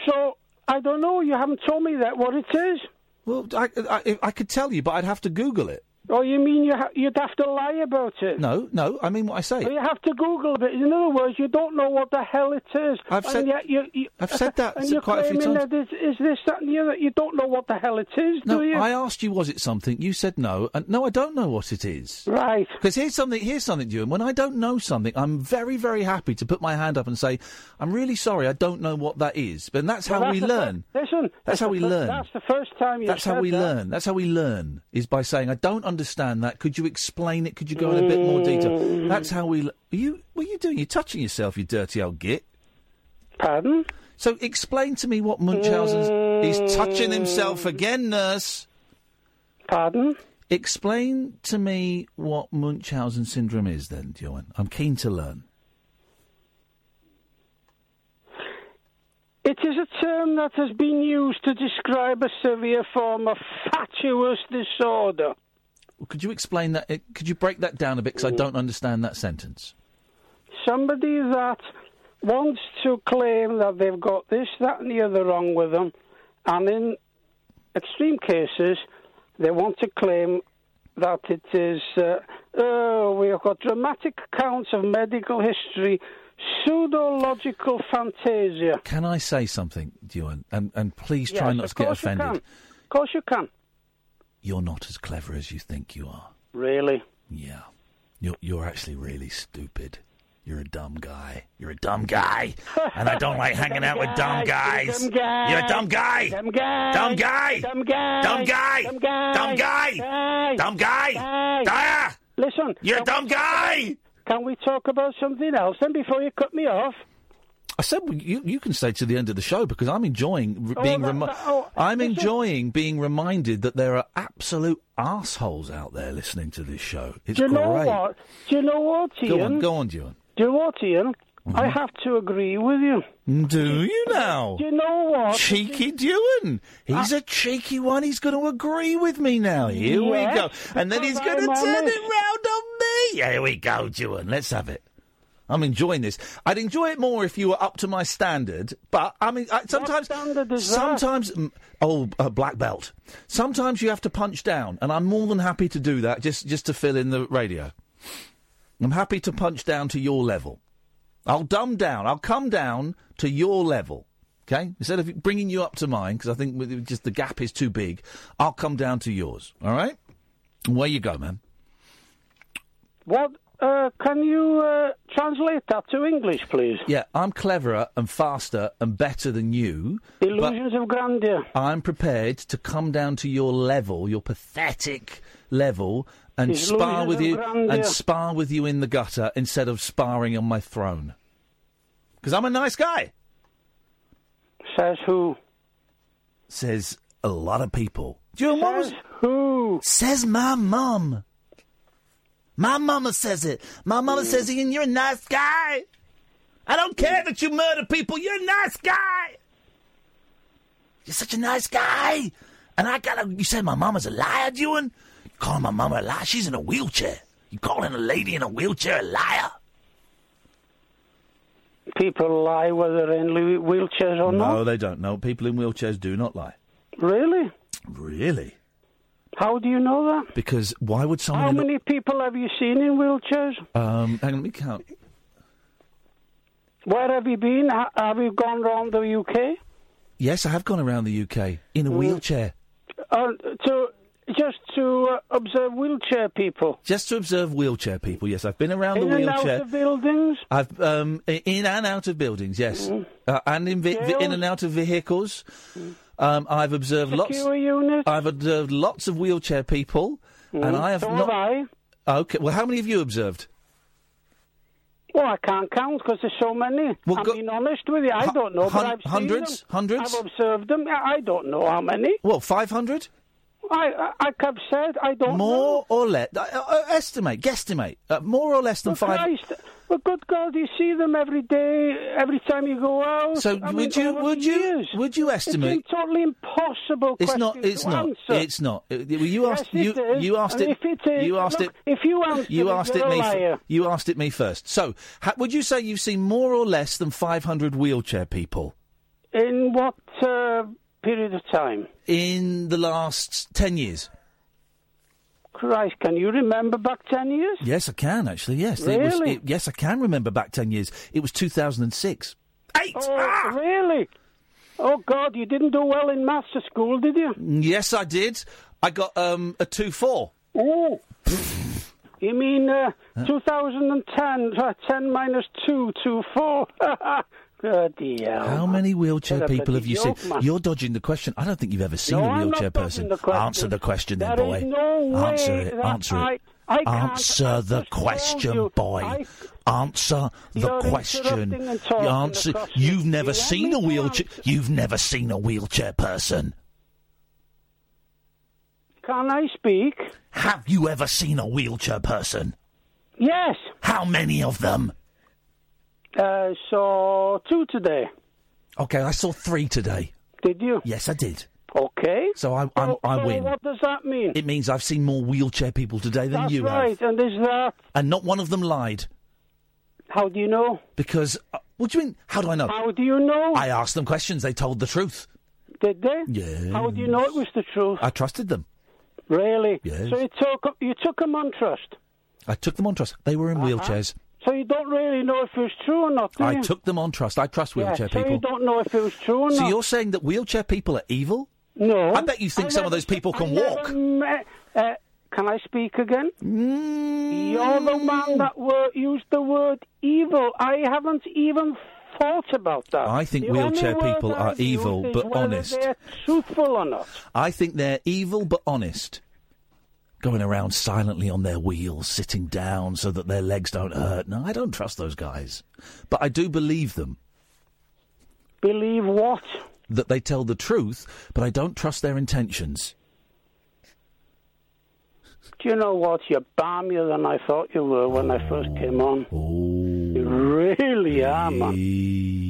Speaker 9: So, I don't know, you haven't told me that what it is.
Speaker 3: Well, I, I, I could tell you, but I'd have to Google it.
Speaker 9: Oh, you mean you ha- you'd have to lie about it?
Speaker 3: No, no, I mean what I say.
Speaker 9: Well, you have to Google it. In other words, you don't know what the hell it is.
Speaker 3: I've
Speaker 9: and
Speaker 3: said-
Speaker 9: yet you, you,
Speaker 3: I've said that
Speaker 9: and
Speaker 3: s-
Speaker 9: you're
Speaker 3: quite a few
Speaker 9: claiming
Speaker 3: times.
Speaker 9: That is, is this that and the other? You don't know what the hell it is,
Speaker 3: No,
Speaker 9: do you?
Speaker 3: I asked you, was it something? You said no, and no, I don't know what it is.
Speaker 9: Right.
Speaker 3: Because here's something. Here's something, Ewan. When I don't know something, I'm very, very happy to put my hand up and say, "I'm really sorry, I don't know what that is." But that's how
Speaker 9: Well,
Speaker 3: we
Speaker 9: that's the fir-
Speaker 3: learn.
Speaker 9: Listen,
Speaker 3: That's how
Speaker 9: the
Speaker 3: we
Speaker 9: fir-
Speaker 3: learn.
Speaker 9: That's the first time you.
Speaker 3: That's how
Speaker 9: said
Speaker 3: we
Speaker 9: that.
Speaker 3: learn. That's how we learn is by saying, "I don't understand that. Could you explain it? Could you go in a bit more detail?" That's how we. l- Are you? What are you doing? You're touching yourself, you dirty old git.
Speaker 9: Pardon?
Speaker 3: So explain to me what Munchausen's. He's touching himself again, nurse.
Speaker 9: Pardon?
Speaker 3: Explain to me what Munchausen syndrome is, then, Joanne. I'm keen to learn.
Speaker 9: It is a term that has been used to describe a severe form of fatuous disorder.
Speaker 3: Could you explain that? eh, Could you break that down a bit? Because I don't understand that sentence.
Speaker 9: somebody that wants to claim that they've got this, that, and the other wrong with them, and in extreme cases, they want to claim that it is, uh, oh, we have got dramatic accounts of medical history, pseudological fantasia.
Speaker 3: Can I say something, Joanne? And, and please try
Speaker 9: Yes,
Speaker 3: not
Speaker 9: of
Speaker 3: to get
Speaker 9: course you
Speaker 3: offended.
Speaker 9: can. Of course you can.
Speaker 3: You're not as clever as you think you are.
Speaker 9: Really?
Speaker 3: Yeah. You're, you're actually really stupid. You're a dumb guy. You're a dumb guy. And I don't like hanging out with dumb
Speaker 8: guy,
Speaker 3: guys.
Speaker 8: dumb guy,
Speaker 3: You're a dumb guy.
Speaker 8: dumb guy,
Speaker 3: Dumb guy.
Speaker 8: dumb guy,
Speaker 3: Dumb guy.
Speaker 8: dumb guy,
Speaker 3: Dumb guy.
Speaker 8: guy,
Speaker 3: Dumb guy.
Speaker 8: guy.
Speaker 3: Ah!
Speaker 9: Listen.
Speaker 3: You're a dumb guy!
Speaker 9: Can we talk about something else then before you cut me off?
Speaker 3: I said well, you, you can stay to the end of the show because I'm enjoying r-
Speaker 9: Oh,
Speaker 3: being
Speaker 9: that-
Speaker 3: remi-
Speaker 9: that- oh,
Speaker 3: I'm
Speaker 9: listen.
Speaker 3: enjoying being reminded that there are absolute assholes out there listening to this show. It's
Speaker 9: Do you
Speaker 3: great.
Speaker 9: know what? Do you know what, Ian?
Speaker 3: Go on, go on, Mm-hmm. Ewan.
Speaker 9: Do you know what, Ian? I have to agree with you.
Speaker 3: Do you now?
Speaker 9: Do you know what?
Speaker 3: Cheeky Dewan. He's a cheeky one. He's going to agree with me now. Here we go.
Speaker 8: Yes,
Speaker 3: And then he's
Speaker 8: because
Speaker 3: going to
Speaker 8: I'm
Speaker 3: turn
Speaker 8: honest.
Speaker 3: it round on me. Here we go, Dewan. Let's have it. I'm enjoying this. I'd enjoy it more if you were up to my standard, but I mean, I, sometimes, sometimes, mm, oh, uh, black belt. Sometimes you have to punch down, and I'm more than happy to do that just just to fill in the radio. I'm happy to punch down to your level. I'll dumb down. I'll come down to your level. Okay? Instead of bringing you up to mine, because I think with- just the gap is too big, I'll come down to yours. All right? Where you go, man?
Speaker 9: What? Uh, can you uh, translate that to English, please?
Speaker 3: Yeah, I'm cleverer and faster and better than you.
Speaker 9: Illusions of grandeur.
Speaker 3: I'm prepared to come down to your level, your pathetic level, and
Speaker 9: Illusions
Speaker 3: spar with
Speaker 9: of
Speaker 3: you
Speaker 9: grandeur.
Speaker 3: and spar with you in the gutter instead of sparring on my throne. Because I'm a nice guy.
Speaker 9: Says who?
Speaker 3: Says a lot of people. Do you know what was who? Says my mum. My mama says it. My mama says, Ian, you're a nice guy. I don't care that you murder people. You're a nice guy. You're such a nice guy. And I gotta. You say my mama's a liar, Ewan? You call my mama a liar? She's in a wheelchair. You calling a lady in a wheelchair a liar?
Speaker 9: People lie whether they're in whe- wheelchairs or
Speaker 3: No, they don't. No, Oh, people in wheelchairs do not lie.
Speaker 9: not. Really?
Speaker 3: Really?
Speaker 9: How do you know that?
Speaker 3: Because why would someone?
Speaker 9: How
Speaker 3: in a-
Speaker 9: many people have you seen in wheelchairs?
Speaker 3: Um, hang on, let me count.
Speaker 9: Where have you been? Ha- Have you gone round the UK?
Speaker 3: Yes, I have gone around the UK in a wheelchair.
Speaker 9: Uh, to Mm. just to uh, observe wheelchair people
Speaker 3: Just to observe wheelchair people, yes, I've been around
Speaker 9: in
Speaker 3: the
Speaker 9: and out
Speaker 3: wheelchair.
Speaker 9: of buildings.
Speaker 3: I've um, i- in and out of buildings, yes,
Speaker 9: Mm.
Speaker 3: uh, and in vi- vi- in and out of vehicles. Um, I've observed
Speaker 9: Secure
Speaker 3: lots.
Speaker 9: units.
Speaker 3: I've observed lots of wheelchair people, and
Speaker 9: Mm,
Speaker 3: I have
Speaker 9: so
Speaker 3: not.
Speaker 9: have
Speaker 3: Okay, well, how many have you observed?
Speaker 9: Well, I can't count because there's so many. I'm being honest with you. I don't know, but
Speaker 3: hun-
Speaker 9: I've seen
Speaker 3: hundreds?
Speaker 9: them.
Speaker 3: Hundreds?
Speaker 9: I've observed them. I I don't know how many.
Speaker 3: Well, five hundred.
Speaker 9: I, I, like I've said, I don't
Speaker 3: More or less, uh, uh, estimate, guesstimate, uh, more or less than five.
Speaker 9: Christ. But good God, you see them every day, every time you go out.
Speaker 3: So
Speaker 9: I
Speaker 3: would
Speaker 9: mean,
Speaker 3: you
Speaker 9: over
Speaker 3: would
Speaker 9: the
Speaker 3: you
Speaker 9: years.
Speaker 3: would you estimate?
Speaker 9: It's a totally impossible.
Speaker 3: It's not.
Speaker 9: question
Speaker 3: It's
Speaker 9: to
Speaker 3: not.
Speaker 9: answer.
Speaker 3: It's not. Uh, well, You
Speaker 9: Yes,
Speaker 3: asked.
Speaker 9: it
Speaker 3: you,
Speaker 9: is.
Speaker 3: you asked
Speaker 9: And
Speaker 3: it.
Speaker 9: if it is-
Speaker 3: you asked
Speaker 9: look,
Speaker 3: it.
Speaker 9: if you answer
Speaker 3: you
Speaker 9: it,
Speaker 3: asked
Speaker 9: you're
Speaker 3: it
Speaker 9: a
Speaker 3: me. f-
Speaker 9: liar.
Speaker 3: you asked it me first. So, ha, would you say you've seen more or less than 500 wheelchair people
Speaker 9: In what uh, period of time?
Speaker 3: in the last 10 years?
Speaker 9: Christ, can you remember back ten years?
Speaker 3: Yes, I can actually. Yes, It was-
Speaker 9: Really?
Speaker 3: it- yes, I can remember back 10 years. It was 2006. Eight.
Speaker 9: Oh, really? Oh God, you didn't do well in maths at school, did you?
Speaker 3: Yes, I did. I got um, a two four.
Speaker 9: Oh. You mean uh, 2010, uh, 10 minus 2, 2, 4. Bloody hell.
Speaker 3: How many wheelchair
Speaker 9: What a
Speaker 3: people have you seen?
Speaker 9: bloody joke, man.
Speaker 3: You're dodging the question. I don't think you've ever seen
Speaker 9: No,
Speaker 3: a
Speaker 9: I'm not
Speaker 3: wheelchair
Speaker 9: dodging
Speaker 3: person.
Speaker 9: the question.
Speaker 3: Answer the question, then,
Speaker 9: There
Speaker 3: boy.
Speaker 9: is no
Speaker 3: Answer
Speaker 9: way
Speaker 3: it.
Speaker 9: that
Speaker 3: Answer it.
Speaker 9: I- I can't-
Speaker 3: Answer the question,
Speaker 9: you,
Speaker 3: boy.
Speaker 9: I-
Speaker 3: Answer the
Speaker 9: You're
Speaker 3: question.
Speaker 9: interrupting and talking
Speaker 3: Answer.
Speaker 9: across me.
Speaker 3: You've never
Speaker 9: You want
Speaker 3: seen
Speaker 9: me
Speaker 3: a
Speaker 9: to
Speaker 3: wheelchair. You've never seen a wheelchair person.
Speaker 9: Can I speak?
Speaker 3: Have you ever seen a wheelchair person?
Speaker 9: Yes.
Speaker 3: How many of them?
Speaker 9: Uh, so, two today.
Speaker 3: Okay, I saw three today.
Speaker 9: Did you?
Speaker 3: Yes, I did.
Speaker 9: Okay.
Speaker 3: So I, I, I
Speaker 9: so
Speaker 3: win.
Speaker 9: what does that mean?
Speaker 3: It means I've seen more wheelchair people today than
Speaker 9: That's
Speaker 3: you have.
Speaker 9: right, and is that.
Speaker 3: And not one of them lied.
Speaker 9: How do you know?
Speaker 3: Because. Uh, what do you mean? How do I know?
Speaker 9: How do you know?
Speaker 3: I asked them questions. They told the truth.
Speaker 9: Did they?
Speaker 3: Yeah.
Speaker 9: How do you know it was the truth?
Speaker 3: I trusted them.
Speaker 9: Really?
Speaker 3: Yes.
Speaker 9: So you took, you took them on trust.
Speaker 3: I took them on trust. They were in
Speaker 9: Uh-huh.
Speaker 3: wheelchairs.
Speaker 9: So you don't really know if it was true or not, do
Speaker 3: I
Speaker 9: you?
Speaker 3: took them on trust. I trust
Speaker 9: Yeah,
Speaker 3: wheelchair
Speaker 9: so you
Speaker 3: people.
Speaker 9: don't know if it was true or
Speaker 3: So
Speaker 9: not.
Speaker 3: you're saying that wheelchair people are evil?
Speaker 9: No.
Speaker 3: I bet you think
Speaker 9: I
Speaker 3: some of
Speaker 9: never
Speaker 3: those people
Speaker 9: I
Speaker 3: can
Speaker 9: never
Speaker 3: walk.
Speaker 9: met- uh, can I speak again?
Speaker 3: Mm.
Speaker 9: You're the man that wor- used the word evil. I haven't even thought about that.
Speaker 3: I think
Speaker 9: The
Speaker 3: wheelchair
Speaker 9: only word
Speaker 3: people
Speaker 9: I've
Speaker 3: are evil,
Speaker 9: used is
Speaker 3: but
Speaker 9: whether
Speaker 3: honest.
Speaker 9: They're truthful or not.
Speaker 3: I think they're evil but honest. Going around silently on their wheels, sitting down so that their legs don't hurt. No, I don't trust those guys. But I do believe them.
Speaker 9: Believe what?
Speaker 3: That they tell the truth, but I don't trust their intentions.
Speaker 9: Do you know what? You're balmier than I thought you were when I first came on.
Speaker 3: Oh.
Speaker 9: You really are, man.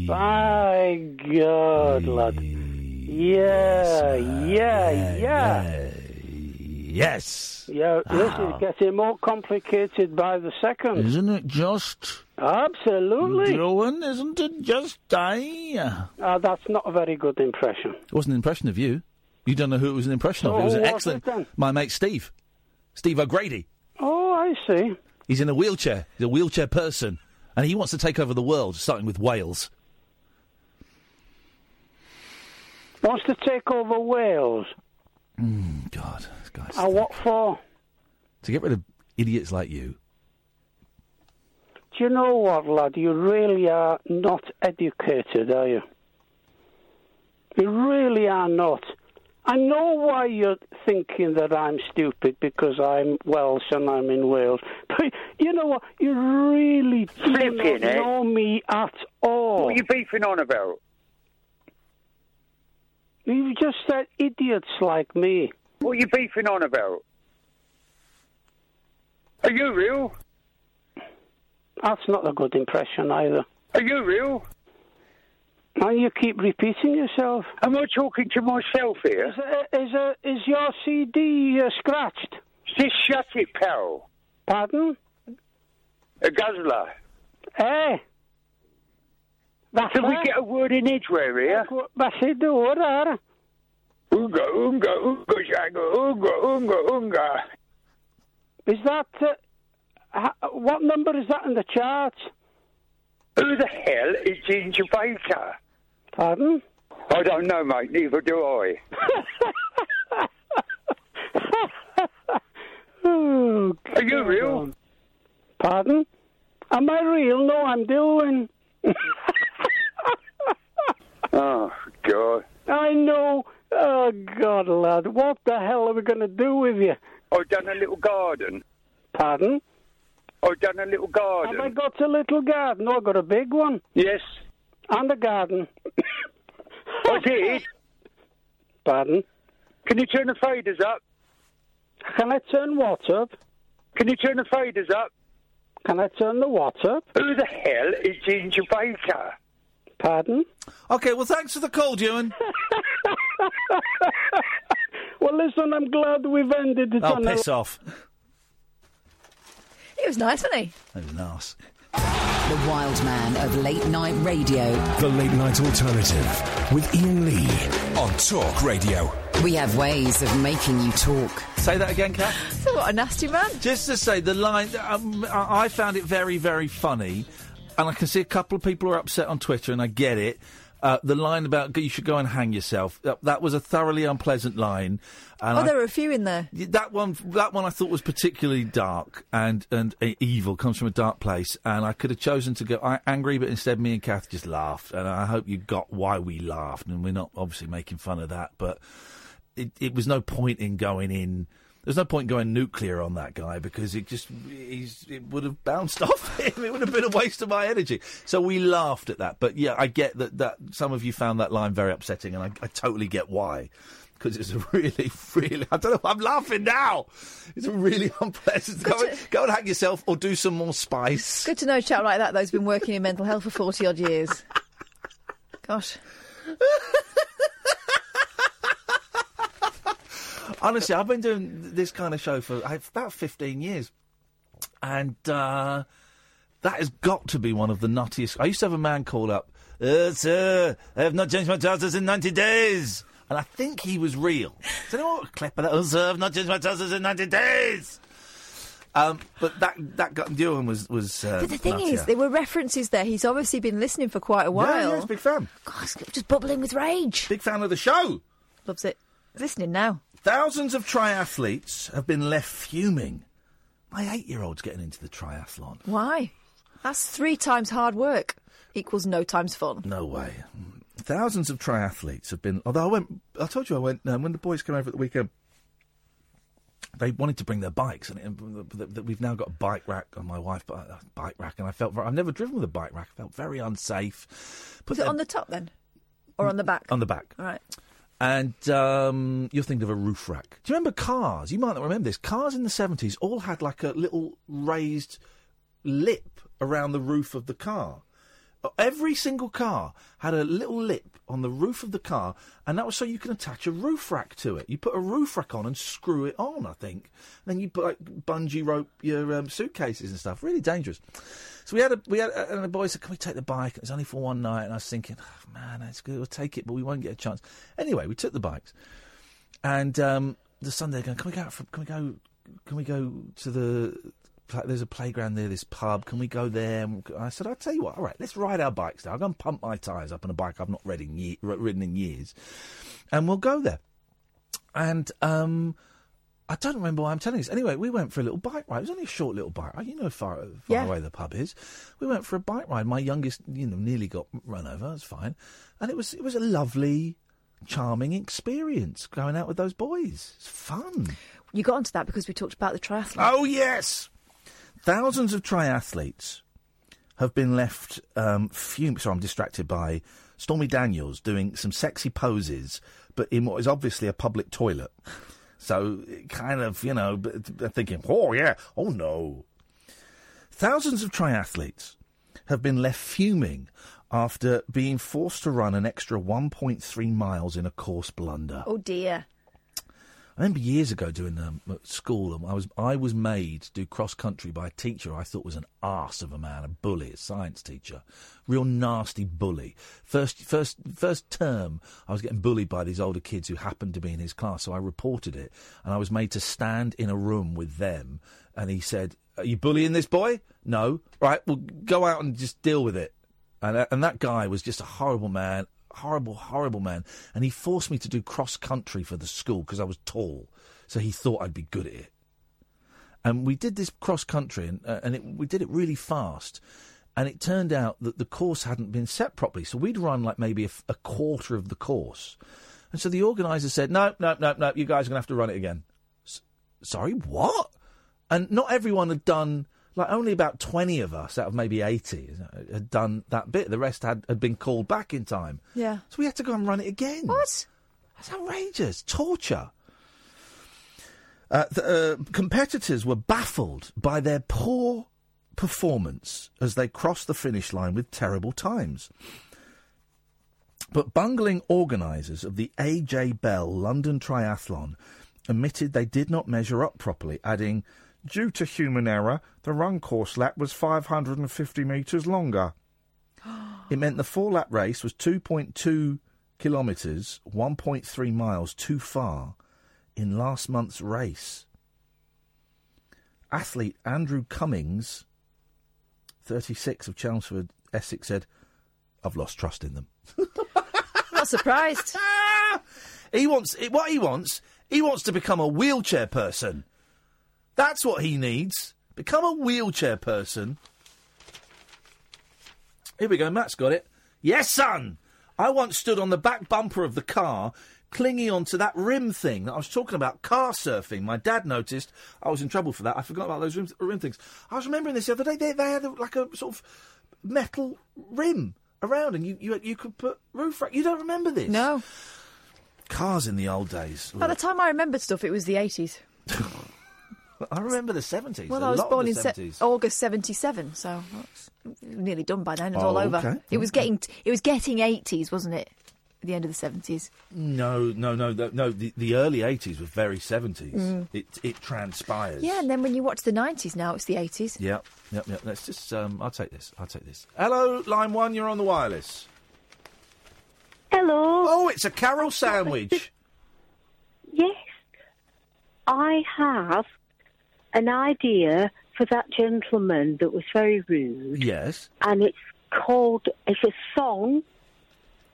Speaker 9: By God, lad. Yeah,
Speaker 3: uh,
Speaker 9: yeah, yeah.
Speaker 3: Yes.
Speaker 9: Yeah, this is getting more complicated by the second.
Speaker 3: Isn't it just
Speaker 9: Absolutely.
Speaker 3: Growing, isn't it just die?
Speaker 9: Ah, that's not a very good impression.
Speaker 3: It wasn't an impression of you. You don't know who it was an impression of.
Speaker 9: So
Speaker 3: It was
Speaker 9: who
Speaker 3: an
Speaker 9: was it
Speaker 3: excellent.
Speaker 9: then?
Speaker 3: My mate Steve. Steve O'Grady.
Speaker 9: Oh, I see.
Speaker 3: He's in a wheelchair. He's a wheelchair person. And he wants to take over the world, starting with Wales.
Speaker 9: Wants to take over Wales.
Speaker 3: Mm, God.
Speaker 9: And what for?
Speaker 3: To get rid of idiots like you.
Speaker 9: Do you know what, lad? You really are not educated, are you? You really are not. I know why you're thinking that I'm stupid because I'm Welsh and I'm in Wales. But you know what? You really do not
Speaker 6: Flipping heck.
Speaker 9: know me at all.
Speaker 6: What are you beefing on about?
Speaker 9: You've just said idiots like me.
Speaker 6: What are you beefing on about? Are you real?
Speaker 9: That's not a good impression either.
Speaker 6: Are you real?
Speaker 9: And you keep repeating yourself.
Speaker 6: Am I talking to myself here?
Speaker 9: Is, uh, is, uh, is your CD uh, scratched?
Speaker 6: Just shut it, pal.
Speaker 9: Pardon?
Speaker 6: A guzzler.
Speaker 9: Hey. Eh? That's
Speaker 6: Can we
Speaker 9: it.
Speaker 6: get a word in edgeware here?
Speaker 9: That's it, the word, are.
Speaker 6: Oonga, oonga, oonga, shanga, oonga, oonga, oonga.
Speaker 9: Is that. Uh, ha- what number is that in the chart?
Speaker 6: Who the hell is Ginger Baker?
Speaker 9: Pardon?
Speaker 6: I don't know, mate. Neither do I.
Speaker 9: Oh,
Speaker 6: Are you
Speaker 9: God.
Speaker 6: real?
Speaker 9: Pardon? Am I real? No, I'm doing.
Speaker 6: Oh, God.
Speaker 9: I know. Oh, God, lad. What the hell are we going to do with you?
Speaker 6: I've done a little garden.
Speaker 9: Pardon?
Speaker 6: I've done a little garden.
Speaker 9: Have I got a little garden? No, I got a big one.
Speaker 6: Yes,
Speaker 9: And a garden.
Speaker 6: I did.
Speaker 9: Pardon?
Speaker 6: Can you turn the faders up?
Speaker 9: Can I turn what up?
Speaker 6: Can you turn the faders up?
Speaker 9: Can I turn the water?
Speaker 11: Who the hell is Ginger Baker?
Speaker 9: Pardon?
Speaker 3: Okay, well, thanks for the call, Ewan.
Speaker 9: Well, listen, I'm glad we've ended it
Speaker 3: Oh,
Speaker 9: on a-
Speaker 3: piss off.
Speaker 15: He was nice, wasn't he?
Speaker 3: That was nice.
Speaker 2: The wild man of late night radio.
Speaker 1: The Late Night Alternative with Ian Lee on Talk Radio.
Speaker 2: We have ways of making you talk.
Speaker 3: Say that again, Kat.
Speaker 15: So what a nasty man.
Speaker 3: Just to say, the line, um, I I found it very, very funny, and I can see a couple of people are upset on Twitter, and I get it. Uh, the line about you should go and hang yourself, that, that was a thoroughly unpleasant line. And
Speaker 15: oh,
Speaker 3: I-
Speaker 15: there were a few in there.
Speaker 3: Y- That one, that one, I thought was particularly dark and and uh, evil. Comes from a dark place, and I could have chosen to go a- angry, but instead, me and Kath just laughed, and I hope you got why we laughed. And we're not obviously making fun of that, but it, it was no point in going in. There's no point going nuclear on that guy because it just he's it would have bounced off him. It would have been a waste of my energy. So we laughed at that. But yeah, I get that that some of you found that line very upsetting, and I, I totally get why because it's a really, really. I don't know. I'm laughing now. It's a really unpleasant. Go, and, go and hang yourself, or do some more
Speaker 15: It's
Speaker 3: spice.
Speaker 15: good to know a chap like that though who's been working in mental health for 40 odd years. Gosh.
Speaker 3: Honestly, I've been doing this kind of show for uh, about 15 years, and uh, that has got to be one of the nuttiest. I used to have a man call up, uh, "Sir, I have not changed my trousers in 90 days," and I think he was real. Do you know what clip of that? "Oh, sir, I've not changed my trousers in 90 days. Um, but that that got doing was was. Uh,
Speaker 15: But the thing
Speaker 3: nuttier.
Speaker 15: is, there were references there. He's obviously been listening for quite a
Speaker 3: Yeah, yeah,
Speaker 15: while.
Speaker 3: he's a big fan.
Speaker 15: Gosh, just bubbling with rage.
Speaker 3: Big fan of the show.
Speaker 15: Loves it. He's listening now.
Speaker 3: Thousands of triathletes have been left fuming. My eight year old's getting into the triathlon.
Speaker 15: Why? That's three times hard work equals no times fun.
Speaker 3: No way. Thousands of triathletes have been. Although I went, I told you I went um, when the boys came over at the weekend. They wanted to bring their bikes, and, and th- th- we've now got a bike rack on my wife, but a bike rack, and I felt very, I've never driven with a bike rack. I felt very unsafe. Put Mm, uh,
Speaker 15: Was it on the top then? Or on the back?
Speaker 3: on the back,
Speaker 15: All right.
Speaker 3: and um, you're thinking of a roof rack. Do you remember cars? You might not remember this. Cars in the 70s all had like a little raised lip around the roof of the car. Uh, Every single car had a little lip on the roof of the car, and that was so you can attach a roof rack to it. You put a roof rack on and screw it on, I think. then you put like bungee rope your um, suitcases and stuff. Really dangerous. So we had a we had a, and the boy said, "Can we take the bike?" It was only for one night, and I was thinking, oh, "Man, that's good. We'll take it, but we won't get a chance." Anyway, we took the bikes, and um, the Sunday going, "Can we go? Out for, can we go? Can we go to the? There's a playground near this pub. Can we go there?" And I said, "I'll tell you what. All right, let's ride our bikes now. I'll go and pump my tyres up on a bike I've not ridden in, ye- ridden in years, and we'll go there." And um, I don't remember why I'm telling you this. Anyway, we went for a little bike ride. It was only a short little bike ride. You know how far, far
Speaker 7: Yeah.
Speaker 3: away the pub is. We went for a bike ride. My youngest, you know, nearly got run over. It's fine, and it was it was a lovely, charming experience going out with those boys. It's fun.
Speaker 15: You got onto that because we talked about the triathlon.
Speaker 3: Oh yes, thousands of triathletes have been left um, fume. Sorry, I'm distracted by Stormy Daniels doing some sexy poses, but in what is obviously a public toilet. So, it kind of, you know, b- they're thinking, oh yeah, oh no. Thousands of triathletes have been left fuming after being forced to run an extra 1.3 miles in a course blunder.
Speaker 15: Oh dear.
Speaker 3: I remember years ago doing um, at school, and I was I was made to do cross country by a teacher I thought was an arse of a man, a bully, a science teacher, real nasty bully. First first first term, I was getting bullied by these older kids who happened to be in his class, so I reported it, and I was made to stand in a room with them, and he said, "Are you bullying this boy? No, right, well go out and just deal with it." And, uh, and that guy was just a horrible man, horrible, horrible man. And he forced me to do cross country for the school because I was tall. So he thought I'd be good at it. And we did this cross country and, uh, and it, we did it really fast. And it turned out that the course hadn't been set properly. So we'd run like maybe a, f- a quarter of the course. And so the organiser said, no, no, no, no, you guys are going to have to run it again. S- sorry, what? and not everyone had done like only about 20 of us out of maybe 80 had done that bit the rest had, had been called back in time
Speaker 15: Yeah.
Speaker 3: So we had to go and run it again.
Speaker 15: What?
Speaker 3: That's outrageous. Torture. Uh, the, uh, competitors were baffled by their poor performance as they crossed the finish line with terrible times. But bungling organisers of the AJ Bell London Triathlon admitted they did not measure up properly, adding, Due to human error, the run course lap was 550 metres longer. it meant the four lap race was 2.2 kilometres, 1.3 miles too far in last month's race. Athlete Andrew Cummings, 36 of Chelmsford, Essex, said, I've lost trust in them.
Speaker 15: Not surprised.
Speaker 3: He wants he- what he wants. He wants to become a wheelchair person. That's what he needs. Become a wheelchair person. Here we go. Matt's got it. Yes, son. I once stood on the back bumper of the car, clinging onto that rim thing that I was talking about, car surfing. My dad noticed I was in trouble for that. I forgot about those rim, rim things. I was remembering this the other day. They, they had a, like a sort of metal rim around, and you, you you could put roof rack. You don't remember this?
Speaker 15: No.
Speaker 3: Cars in the old days.
Speaker 15: By the time I remembered stuff, it was the 80s.
Speaker 3: I remember the 70s.
Speaker 15: Well,
Speaker 3: a
Speaker 15: I was
Speaker 3: lot of
Speaker 15: born
Speaker 3: the
Speaker 15: in se- Oh.
Speaker 3: 70s.
Speaker 15: August '77, so that's nearly done by then. It's
Speaker 3: Oh,
Speaker 15: all over.
Speaker 3: okay.
Speaker 15: It was getting t- it was getting '80s, wasn't it? At the end of the '70s.
Speaker 3: No, no, no, no. no the, the early 80s was very 70s.
Speaker 15: Mm.
Speaker 3: It, it transpires.
Speaker 15: Yeah, and then when you watch the '90s, now it's the '80s.
Speaker 3: Yep, yep, yep. Let's just. Um, I'll take this. I'll take this. Hello, line one. You're on the wireless.
Speaker 7: Hello.
Speaker 3: Oh, it's a Carol sandwich.
Speaker 7: Yes. I have an idea for that gentleman that was very rude,
Speaker 3: yes.
Speaker 7: and it's called, it's a song,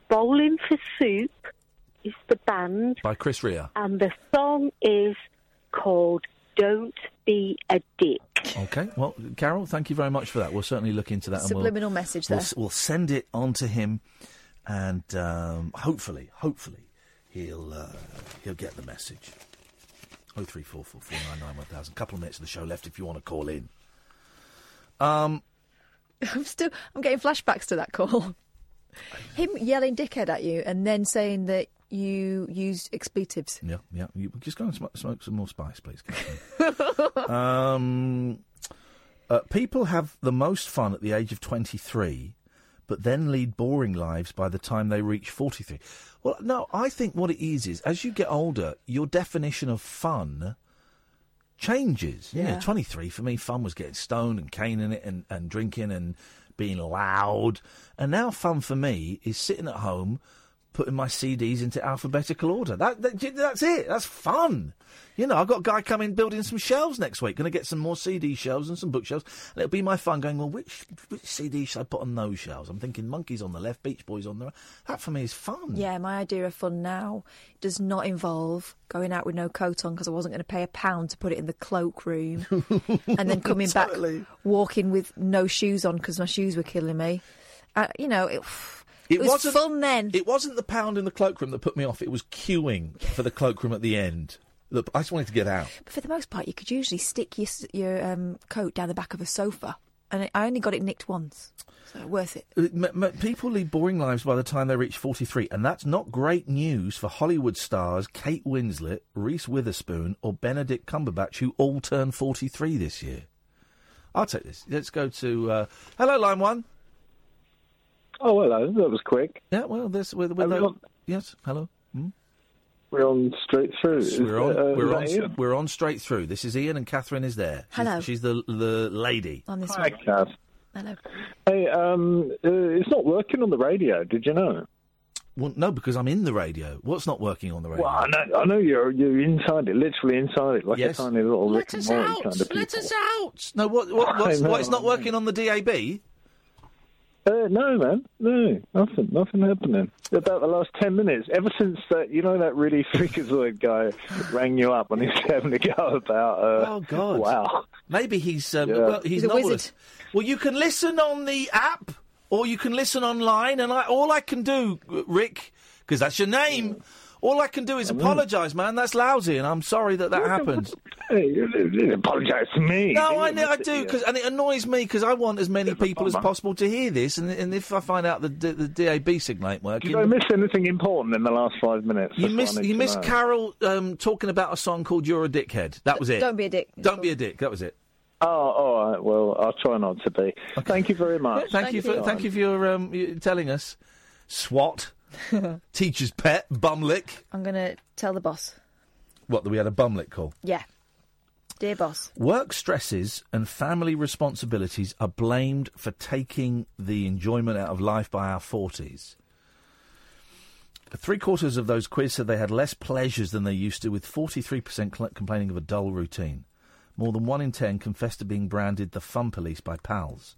Speaker 7: Bowling for Soup is the band,
Speaker 3: By Chris Rea.
Speaker 7: and the song is called Don't Be a Dick.
Speaker 3: Okay. Well, Carol, thank you very much for that. We'll certainly look into that. and
Speaker 15: Subliminal
Speaker 3: we'll,
Speaker 15: message
Speaker 3: We'll,
Speaker 15: there.
Speaker 3: s- we'll send it on to him, and um, hopefully, hopefully, he'll uh, he'll get the message. Oh three four four four nine nine one thousand. Couple of minutes of the show left if you want to call in. Um,
Speaker 15: I'm still I'm getting flashbacks to that call. Him yelling "dickhead" at you, and then saying that you used expletives.
Speaker 3: yeah, yeah. You just go and smoke, smoke some more spice, please. Catherine. um, uh, people have the most fun at the age of twenty three, but then lead boring lives by the time they reach forty three. Well, no, I think what it is is as you get older, your definition of fun changes. Yeah.
Speaker 12: Yeah.
Speaker 3: 23 for me, fun was getting stoned and caning it and, and drinking and being loud. And now fun for me is sitting at home putting my CDs into alphabetical order. That, that That's it. That's fun. You know, I've got a guy coming building some shelves next week. Going to get some more CD shelves and some bookshelves. And it'll be my fun going, well, which, which CD should I put on those shelves? I'm thinking Monkeys on the left, Beach Boys on the right. That for me is fun.
Speaker 15: Yeah, my idea of fun now does not involve going out with no coat on because I wasn't going to pay a pound to put it in the cloakroom and then coming back walking with no shoes on because my shoes were killing me. Uh, you know, it, it, was
Speaker 3: wasn't-
Speaker 15: fun then.
Speaker 3: It wasn't the pound in the cloakroom that put me off. It was queuing for the cloakroom at the end. Look, I just wanted to get out.
Speaker 15: But for the most part, you could usually stick your, s- your um, coat down the back of a sofa. And I- I only got it nicked once. So worth it.
Speaker 3: M- m- people lead boring lives by the time they reach 43, and that's not great news for Hollywood stars Kate Winslet, Reese Witherspoon, or Benedict Cumberbatch, who all turn 43 this year. I'll take this. Let's go to. Uh, hello, line one.
Speaker 13: Oh, hello. That was quick.
Speaker 3: Yeah, well, this. With, with
Speaker 13: Are we
Speaker 3: the-
Speaker 13: on?
Speaker 3: yes, hello. Hmm?
Speaker 13: We're on straight through. Is
Speaker 3: We're on,
Speaker 13: that, uh,
Speaker 3: we're,
Speaker 13: is
Speaker 3: on,
Speaker 13: that Ian?
Speaker 3: we're on straight through. This is Ian, and Catherine is there. She's-
Speaker 13: Hello.
Speaker 3: She's, the, the lady.
Speaker 15: On this
Speaker 13: Hi, Kath.
Speaker 15: Hello.
Speaker 13: Hey, um, uh, it's not working on the radio. Did you know?
Speaker 3: Well, no, because I'm in the radio. What's not working on the radio?
Speaker 13: Well, I know, I know you're you're inside it, literally inside it, like
Speaker 3: Yes.
Speaker 13: a tiny little
Speaker 3: Let
Speaker 13: Rick and
Speaker 3: us
Speaker 13: Morty
Speaker 3: out!
Speaker 13: kind of
Speaker 3: Let
Speaker 13: people.
Speaker 3: us out! No, what, what,
Speaker 13: I
Speaker 3: what's,
Speaker 13: know,
Speaker 3: what, it's
Speaker 13: I
Speaker 3: not
Speaker 13: know.
Speaker 3: working on the DAB?
Speaker 13: Uh, no, man, no, nothing, nothing happening. About the last ten minutes, ever since that, you know, that really freakazoid guy rang you up and he's having a go about. Uh,
Speaker 3: Oh, God.
Speaker 13: Wow.
Speaker 3: Maybe he's um,
Speaker 13: Yeah.
Speaker 3: well, he's,
Speaker 13: He's a
Speaker 3: not with
Speaker 13: wizard.
Speaker 3: us. Well, you can listen on the app, or you can listen online. And I, all I can do, Rick, because that's your name. All I can do is apologise, man. That's lousy, and I'm sorry that that happened.
Speaker 13: Hey, you didn't apologise to me. did
Speaker 3: No,
Speaker 13: you?
Speaker 3: I know, I
Speaker 13: That's it,
Speaker 3: do,
Speaker 13: yeah.
Speaker 3: because and it annoys me because I want as many people as
Speaker 13: bummer.
Speaker 3: possible to hear this, and, and if I find out the the, the DAB signal ain't working,
Speaker 13: Did I miss anything important in the last five minutes?
Speaker 3: You
Speaker 13: That's what I
Speaker 3: missed
Speaker 13: need
Speaker 3: you
Speaker 13: to
Speaker 3: missed
Speaker 13: know.
Speaker 3: Carol um, talking about a song called "You're a Dickhead." That was it.
Speaker 15: Don't be a dick.
Speaker 3: Don't be a dick. That was it.
Speaker 13: Oh, all right. Well, I'll try not to be. Thank you very much.
Speaker 3: Thank, you for thank you for your um, y- telling us. SWAT, teacher's pet, bum lick.
Speaker 15: I'm going to tell the boss.
Speaker 3: What? That we had a bum lick call.
Speaker 15: Yeah. Dear boss.
Speaker 3: Work stresses and family responsibilities are blamed for taking the enjoyment out of life by our 40s. Three quarters of those quizzed said they had less pleasures than they used to, with 43% cl- complaining of a dull routine. More than one in ten confessed to being branded the fun police by pals.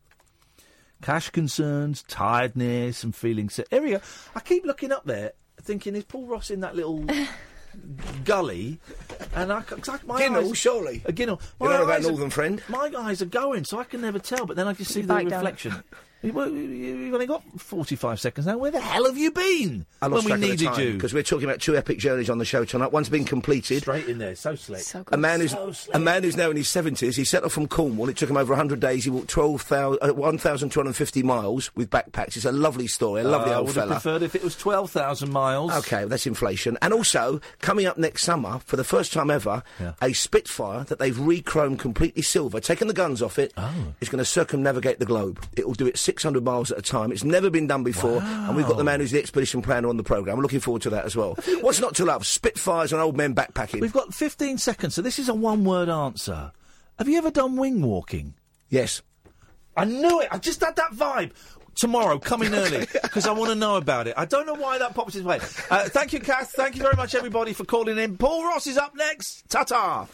Speaker 3: Cash concerns, tiredness, and feeling sick. Here we go. I keep looking up there, thinking, is Paul Ross in that little gully? And I, c- 'cause I my
Speaker 10: Ginnell,
Speaker 3: eyes,
Speaker 10: surely.
Speaker 3: A Ginnell.
Speaker 10: You
Speaker 3: My
Speaker 10: know about
Speaker 3: eyes are-
Speaker 10: Northern Friend?
Speaker 3: My eyes are going, so I can never tell. But then I can see the
Speaker 10: bite down.
Speaker 3: reflection. You- well, you- You've only got forty-five seconds now. Where the hell have you been?
Speaker 10: I lost
Speaker 3: when
Speaker 10: track
Speaker 3: we needed
Speaker 10: of the
Speaker 3: you.
Speaker 10: because we're talking about two epic journeys on the show tonight. One's been completed.
Speaker 3: Straight in there, so slick.
Speaker 10: a man who's
Speaker 3: So
Speaker 10: a man who's now in his seventies. He settled from Cornwall. It took him over hundred days. He walked 12,000 uh, 1,250 miles with backpacks. It's a lovely story. A lovely
Speaker 3: Uh, I
Speaker 10: old
Speaker 3: would have
Speaker 10: fella.
Speaker 3: preferred if it was 12,000 miles.
Speaker 10: Okay, well, that's inflation. And also, coming up next summer, for the first time ever, a Spitfire that they've re-chromed completely silver, taken the guns off it, is going to circumnavigate the globe. It will do it 600 miles at a time. It's never been done before. And we've got the man who's the expedition planner on the programme. I'm looking forward to that as well. What's not to love? Spitfires and old men backpacking.
Speaker 3: We've got 15 seconds, so this is a one word answer. Have you ever done wing walking?
Speaker 10: Yes.
Speaker 3: I knew it. I just had that vibe. Tomorrow, come in early because I want to know about it. I don't know why that popped his way. Uh, thank you, Kath. Thank you very much, everybody, for calling in. Paul Ross is up next. Ta ta.